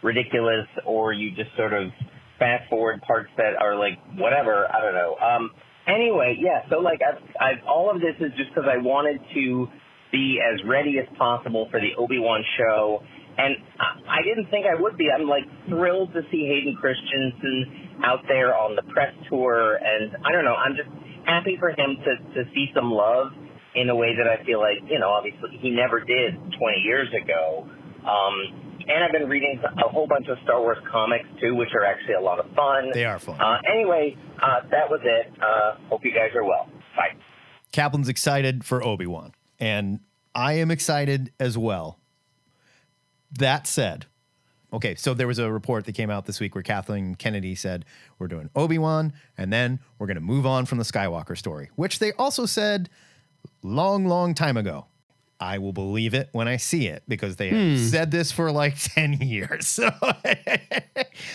[SPEAKER 12] ridiculous or you just sort of fast forward parts that are like whatever i don't know um anyway yeah so like i've, I've all of this is just because i wanted to be as ready as possible for the obi-wan show and I, I didn't think i would be i'm like thrilled to see hayden christensen out there on the press tour and i don't know i'm just happy for him to to see some love in a way that i feel like you know obviously he never did 20 years ago um, and I've been reading a whole bunch of Star Wars comics too, which are actually a lot of fun.
[SPEAKER 1] They are fun.
[SPEAKER 12] Uh, anyway, uh, that was it. Uh, hope you guys are well. Bye.
[SPEAKER 1] Kaplan's excited for Obi Wan, and I am excited as well. That said, Okay, so there was a report that came out this week where Kathleen Kennedy said we're doing Obi Wan, and then we're going to move on from the Skywalker story, which they also said long, long time ago. I will believe it when I see it because they have
[SPEAKER 4] Hmm.
[SPEAKER 1] said this for like *laughs* ten years. So *laughs*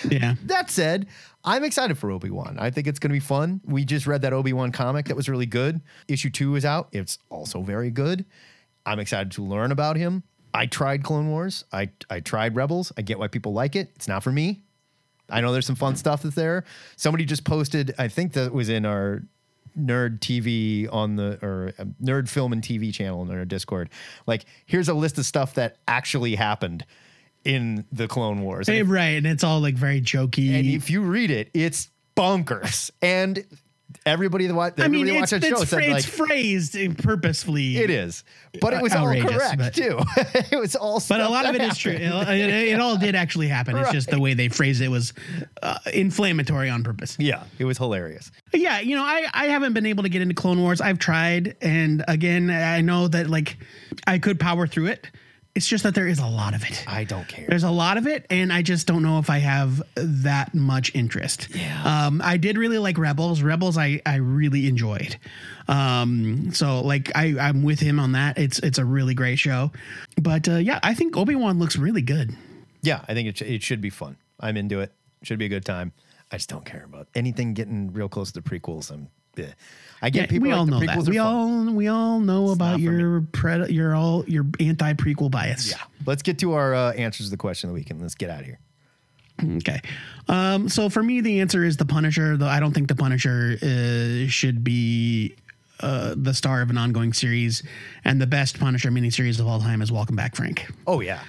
[SPEAKER 4] yeah.
[SPEAKER 1] That said, I'm excited for Obi Wan. I think it's going to be fun. We just read that Obi Wan comic that was really good. Issue two is out. It's also very good. I'm excited to learn about him. I tried Clone Wars. I I tried Rebels. I get why people like it. It's not for me. I know there's some fun stuff that's there. Somebody just posted. I think that was in our nerd TV on the or uh, nerd film and TV channel on our Discord. Like, here's a list of stuff that actually happened in the Clone Wars. And
[SPEAKER 4] Hey,
[SPEAKER 1] if
[SPEAKER 4] right, and it's all like very jokey.
[SPEAKER 1] and if you read it, it's
[SPEAKER 4] *laughs*
[SPEAKER 1] bonkers. And everybody that watched,
[SPEAKER 4] I mean,
[SPEAKER 1] everybody that
[SPEAKER 4] it's,
[SPEAKER 1] watched that
[SPEAKER 4] it's,
[SPEAKER 1] show said
[SPEAKER 4] fra-
[SPEAKER 1] like,
[SPEAKER 4] it's phrased purposefully.
[SPEAKER 1] it is, but it was all
[SPEAKER 4] outrageous,
[SPEAKER 1] correct
[SPEAKER 4] but-
[SPEAKER 1] too. *laughs* it was all,
[SPEAKER 4] But a
[SPEAKER 1] stuff
[SPEAKER 4] lot of
[SPEAKER 1] that
[SPEAKER 4] it
[SPEAKER 1] *laughs*
[SPEAKER 4] is true. It,
[SPEAKER 1] happened.
[SPEAKER 4] it- it all did actually happen. It's just the
[SPEAKER 1] Right.
[SPEAKER 4] way they phrased it was uh, inflammatory on purpose.
[SPEAKER 1] *laughs* yeah, it was
[SPEAKER 4] *laughs*
[SPEAKER 1] hilarious.
[SPEAKER 4] Yeah, you know, I, I haven't been able to get into Clone Wars. I've tried, and again, I know that like I could power through it. It's just that there is a lot of it.
[SPEAKER 1] I don't care.
[SPEAKER 4] There's a lot of it, and I just don't know if I have that much interest. Yeah. Um, I did really like Rebels. Rebels, I I really enjoyed. Um, so like I I'm with him on that. It's it's a really great show, but uh, yeah, I think Obi Wan looks really good.
[SPEAKER 1] Yeah, I think it, sh- it should be fun. I'm into it. Should be a good time. I just don't care about anything getting real close to the prequels. I'm, bleh. I get
[SPEAKER 4] Yeah,
[SPEAKER 1] people
[SPEAKER 4] we
[SPEAKER 1] like
[SPEAKER 4] all
[SPEAKER 1] the
[SPEAKER 4] know
[SPEAKER 1] prequels
[SPEAKER 4] that.
[SPEAKER 1] are
[SPEAKER 4] We
[SPEAKER 1] fun.
[SPEAKER 4] all we all know about your pred- your all your anti prequel bias. Yeah.
[SPEAKER 1] Let's get to our uh, answers to the question of the week and let's get out of here.
[SPEAKER 4] Okay. Um, so for me, the answer is the Punisher. Though I don't think the Punisher uh, should be uh, the star of an ongoing series, and the best Punisher miniseries of all time is Welcome Back, Frank.
[SPEAKER 1] Oh yeah.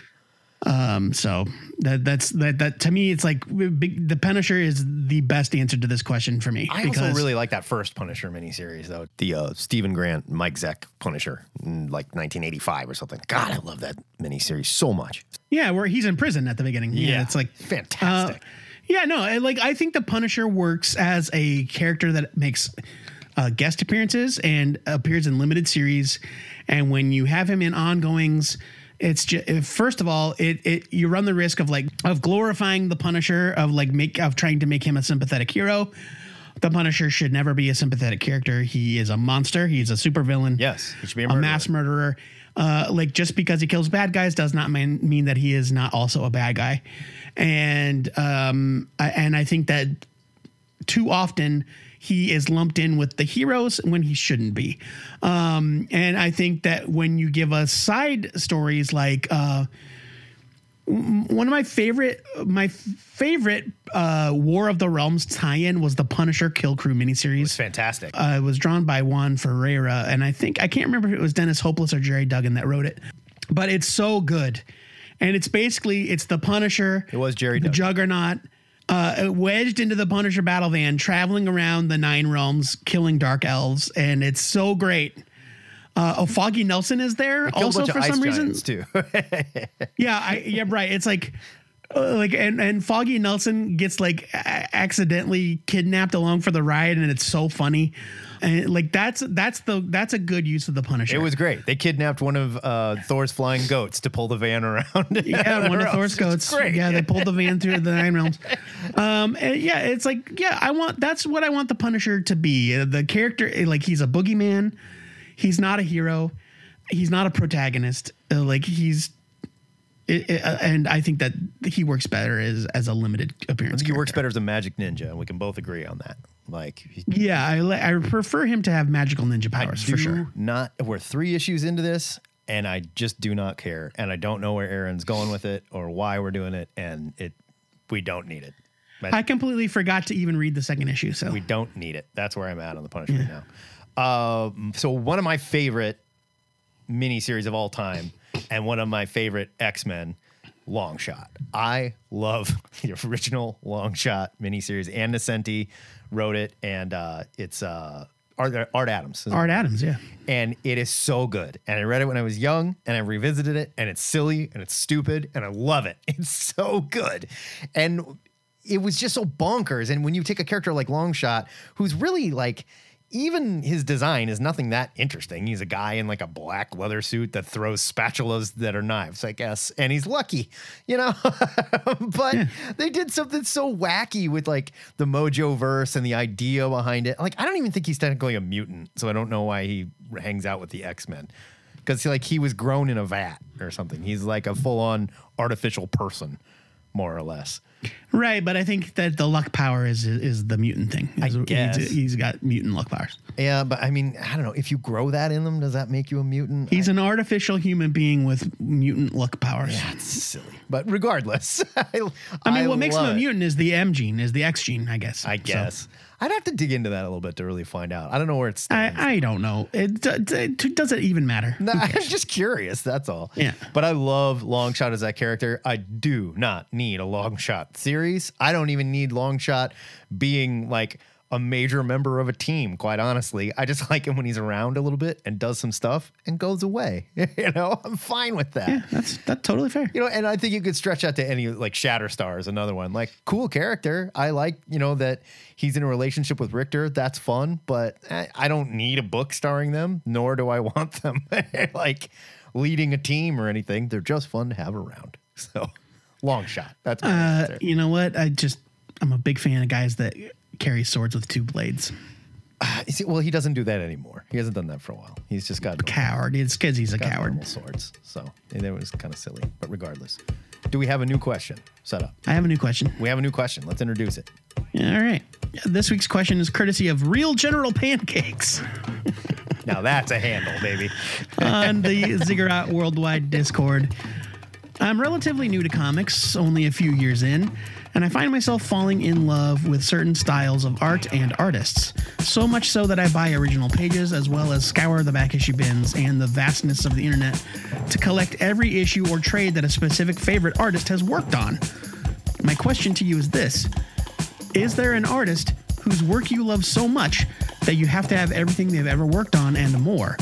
[SPEAKER 4] Um, so that that's that that to me, it's like big, the Punisher is the best answer to this question for me.
[SPEAKER 1] I also really like that first Punisher miniseries though, the uh, Stephen Grant, Mike Zeck Punisher, in like 1985 or something. God, I love that miniseries so much.
[SPEAKER 4] Yeah, where he's in prison at the beginning. Yeah,
[SPEAKER 1] Yeah.
[SPEAKER 4] it's like uh,
[SPEAKER 1] fantastic.
[SPEAKER 4] yeah, no, I, like I think the Punisher works as a character that makes uh, guest appearances and appears in limited series, and when you have him in ongoings. It's just first of all, it, it you run the risk of like of glorifying the Punisher of like make of trying to make him a sympathetic hero. The Punisher should never be a sympathetic character. He is a monster. He's a supervillain.
[SPEAKER 1] Yes, he should be a
[SPEAKER 4] a
[SPEAKER 1] murderer.
[SPEAKER 4] mass murderer. Uh, like just because he kills bad guys does not mean, mean that he is not also a bad guy. And um, I, and I think that too often he is lumped in with the heroes when he shouldn't be. Um, and I think that when you give us side stories like uh, m- one of my favorite, my favorite uh, War of the Realms tie-in was the Punisher Kill Crew miniseries. It was
[SPEAKER 1] fantastic.
[SPEAKER 4] Uh, it was drawn by Juan Ferreira, and I think I can't remember if it was Dennis Hopeless or Jerry Duggan that wrote it, but it's so good. And it's basically it's the Punisher.
[SPEAKER 1] It was Jerry
[SPEAKER 4] the
[SPEAKER 1] Duggan.
[SPEAKER 4] Juggernaut, uh, wedged into the Punisher battle van, traveling around the Nine Realms, killing Dark Elves, and it's so great. Uh, oh, Foggy Nelson is there
[SPEAKER 1] Killed a
[SPEAKER 4] also
[SPEAKER 1] bunch of
[SPEAKER 4] *laughs* for
[SPEAKER 1] ice
[SPEAKER 4] some reason.
[SPEAKER 1] giants, too.
[SPEAKER 4] Yeah, I, yeah, right. It's like, uh, like, and and Foggy Nelson gets like a- accidentally kidnapped along for the ride, and it's so funny, and like that's that's the that's a good use of the Punisher.
[SPEAKER 1] It was great. They kidnapped one of uh, Thor's flying goats to pull the van *laughs* around.
[SPEAKER 4] yeah, one of
[SPEAKER 1] Around.
[SPEAKER 4] Thor's goats. Yeah, they pulled the van through the nine realms. Um, and yeah, it's like yeah, I want that's what I want the Punisher to be. Uh, The character, uh, like he's a boogeyman. He's not a hero. He's not a protagonist. Uh, like he's, it, it- uh, and I think that he works better as as a limited
[SPEAKER 1] I
[SPEAKER 4] appearance.
[SPEAKER 1] think he works better as a magic ninja, and we can both agree on that. Like, he-
[SPEAKER 4] Yeah, I li- I prefer him to have magical ninja powers
[SPEAKER 1] do
[SPEAKER 4] for sure.
[SPEAKER 1] not. We're three issues into this, and I just do not care, and I don't know where Aaron's going with it or why we're doing it, and it we don't need it.
[SPEAKER 4] I completely forgot to even read the second issue. So
[SPEAKER 1] We don't need it. That's where I'm at on the Punisher right now. Um, so one of my favorite miniseries of all time, and one of my favorite X Men, Long Shot. I love *laughs* the original Long Shot miniseries. Ann Nesenti wrote it, and uh, it's uh, Art, Art Adams. is it?
[SPEAKER 4] Art Adams, yeah.
[SPEAKER 1] and it is so good. And I read it when I was young, and I revisited it, and it's silly and it's stupid, and I love it. *laughs* It's so good, and it was just so bonkers. And when you take a character like Longshot, who's really like even his design is nothing that interesting. He's a guy in like a black leather suit that throws spatulas that are knives, I guess. And he's lucky, you know? *laughs* but they did something so wacky with like the mojo verse and the idea behind it. Like, I don't even think he's technically a mutant. So I don't know why he hangs out with the X Men. Because like he was grown in a vat or something. He's like a full on artificial person, more or less.
[SPEAKER 4] Right, but I think that the luck power is is the mutant thing.
[SPEAKER 1] I
[SPEAKER 4] Is- he's-
[SPEAKER 1] guess.
[SPEAKER 4] he's got mutant luck powers.
[SPEAKER 1] Yeah, but I mean, I don't know. If you grow that in them, does that make you a mutant?
[SPEAKER 4] He's an artificial human being with mutant luck powers.
[SPEAKER 1] That's silly. But regardless, *laughs* I,
[SPEAKER 4] I mean, what makes him
[SPEAKER 1] love it.
[SPEAKER 4] a mutant is the M gene, is the X gene, I guess.
[SPEAKER 1] I
[SPEAKER 4] So,
[SPEAKER 1] guess I'd have to dig into that a little bit to really find out. I don't know where it's.
[SPEAKER 4] I, I don't know. It, d- d- does it even matter?
[SPEAKER 1] No, *laughs* I'm just curious. That's all.
[SPEAKER 4] Yeah.
[SPEAKER 1] But I love Longshot as that character. I do not need a long shot series. I don't even need long shot being like a major member of a team, quite honestly. I just *laughs* like him when he's around a little bit and does some stuff and goes away. *laughs* you know, I'm fine with that.
[SPEAKER 4] that's that's totally fair.
[SPEAKER 1] You know, and I think you could stretch out to any like Shatterstar is another one. Like cool character. I like, you know, that he's in a relationship with Richter. That's fun, but I, I don't need a book starring them, nor do I *laughs* want them like leading a team or anything. They're just fun to have around. *laughs* So long shot. That's my
[SPEAKER 4] Uh,
[SPEAKER 1] answer.
[SPEAKER 4] you know what? I just, I'm a big fan of guys that carry swords with two blades.
[SPEAKER 1] *sighs* You see, well, he doesn't do that anymore. He hasn't done that for a while. He's just got
[SPEAKER 4] Coward. It's because he's a
[SPEAKER 1] got
[SPEAKER 4] coward.
[SPEAKER 1] normal swords. So and that was kind of silly. But regardless, do we have a new question set up?
[SPEAKER 4] I have a new question.
[SPEAKER 1] We have a new question. Let's introduce it.
[SPEAKER 4] All right. This week's question is courtesy of Real General Pancakes
[SPEAKER 1] Now that's a handle, baby.
[SPEAKER 4] on the Ziggurat Worldwide Discord. I'm relatively new to comics, only a few years in, and I find myself falling in love with certain styles of art and artists. So much so that I buy original pages as well as scour the back issue bins and the vastness of the internet to collect every issue or trade that a specific favorite artist has worked on. My question to you is this Is there an artist whose work you love so much that you have to have everything they've ever worked on and more?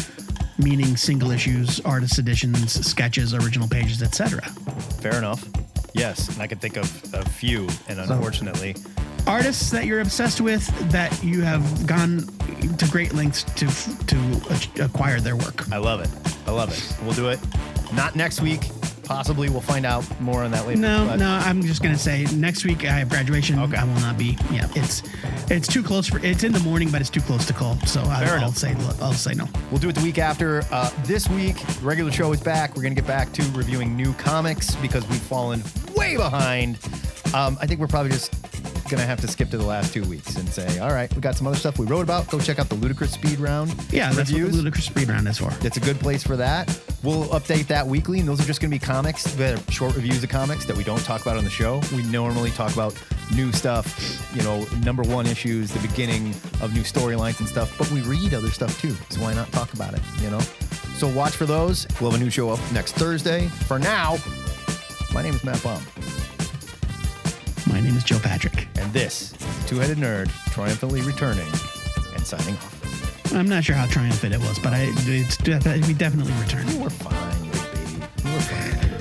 [SPEAKER 4] Meaning single issues, artist editions, sketches, original pages, etc.
[SPEAKER 1] *laughs* Fair enough. Yes, and I can think of a few, and unfortunately,
[SPEAKER 4] Artists that you're obsessed with that you have gone to great lengths to to acquire their work.
[SPEAKER 1] I love it. I love it. We'll do it. Not next week. Possibly we'll find out more on that later.
[SPEAKER 4] No,
[SPEAKER 1] but
[SPEAKER 4] no, I'm just gonna say next week I have graduation. I will not be. Yeah, it's it's too close for. It's in the morning, but it's too close to call. So I,
[SPEAKER 1] Fair
[SPEAKER 4] I'll
[SPEAKER 1] enough.
[SPEAKER 4] say I'll say no.
[SPEAKER 1] We'll do it the week after. Uh, this week, regular show is back. We're going to get back to reviewing new comics because we've fallen way behind. Um, I think we're probably just going to have to skip to the last two weeks and say, all right, we got some other stuff we wrote about. Go check out the Ludicrous Speed Round.
[SPEAKER 4] Yeah, that's
[SPEAKER 1] reviews.
[SPEAKER 4] what the ludicrous speed round is for.
[SPEAKER 1] It's a good place for that. We'll update that weekly, and those are just going to be comics, that are short reviews of comics that we don't talk about on the show. We normally talk about new stuff, you know, number one issues, the beginning of new storylines and stuff, but we read other stuff too, so why not talk about it, you know? So watch for those. We'll have a new show up next Thursday. For now, my name is Matt Baum,
[SPEAKER 4] My name is Joe Patrick.
[SPEAKER 1] and this is Two Headed Nerd triumphantly returning and signing off.
[SPEAKER 4] I'm not sure how triumphant it was, but I it's, we definitely returned.
[SPEAKER 1] You were fine, little baby. You were fine.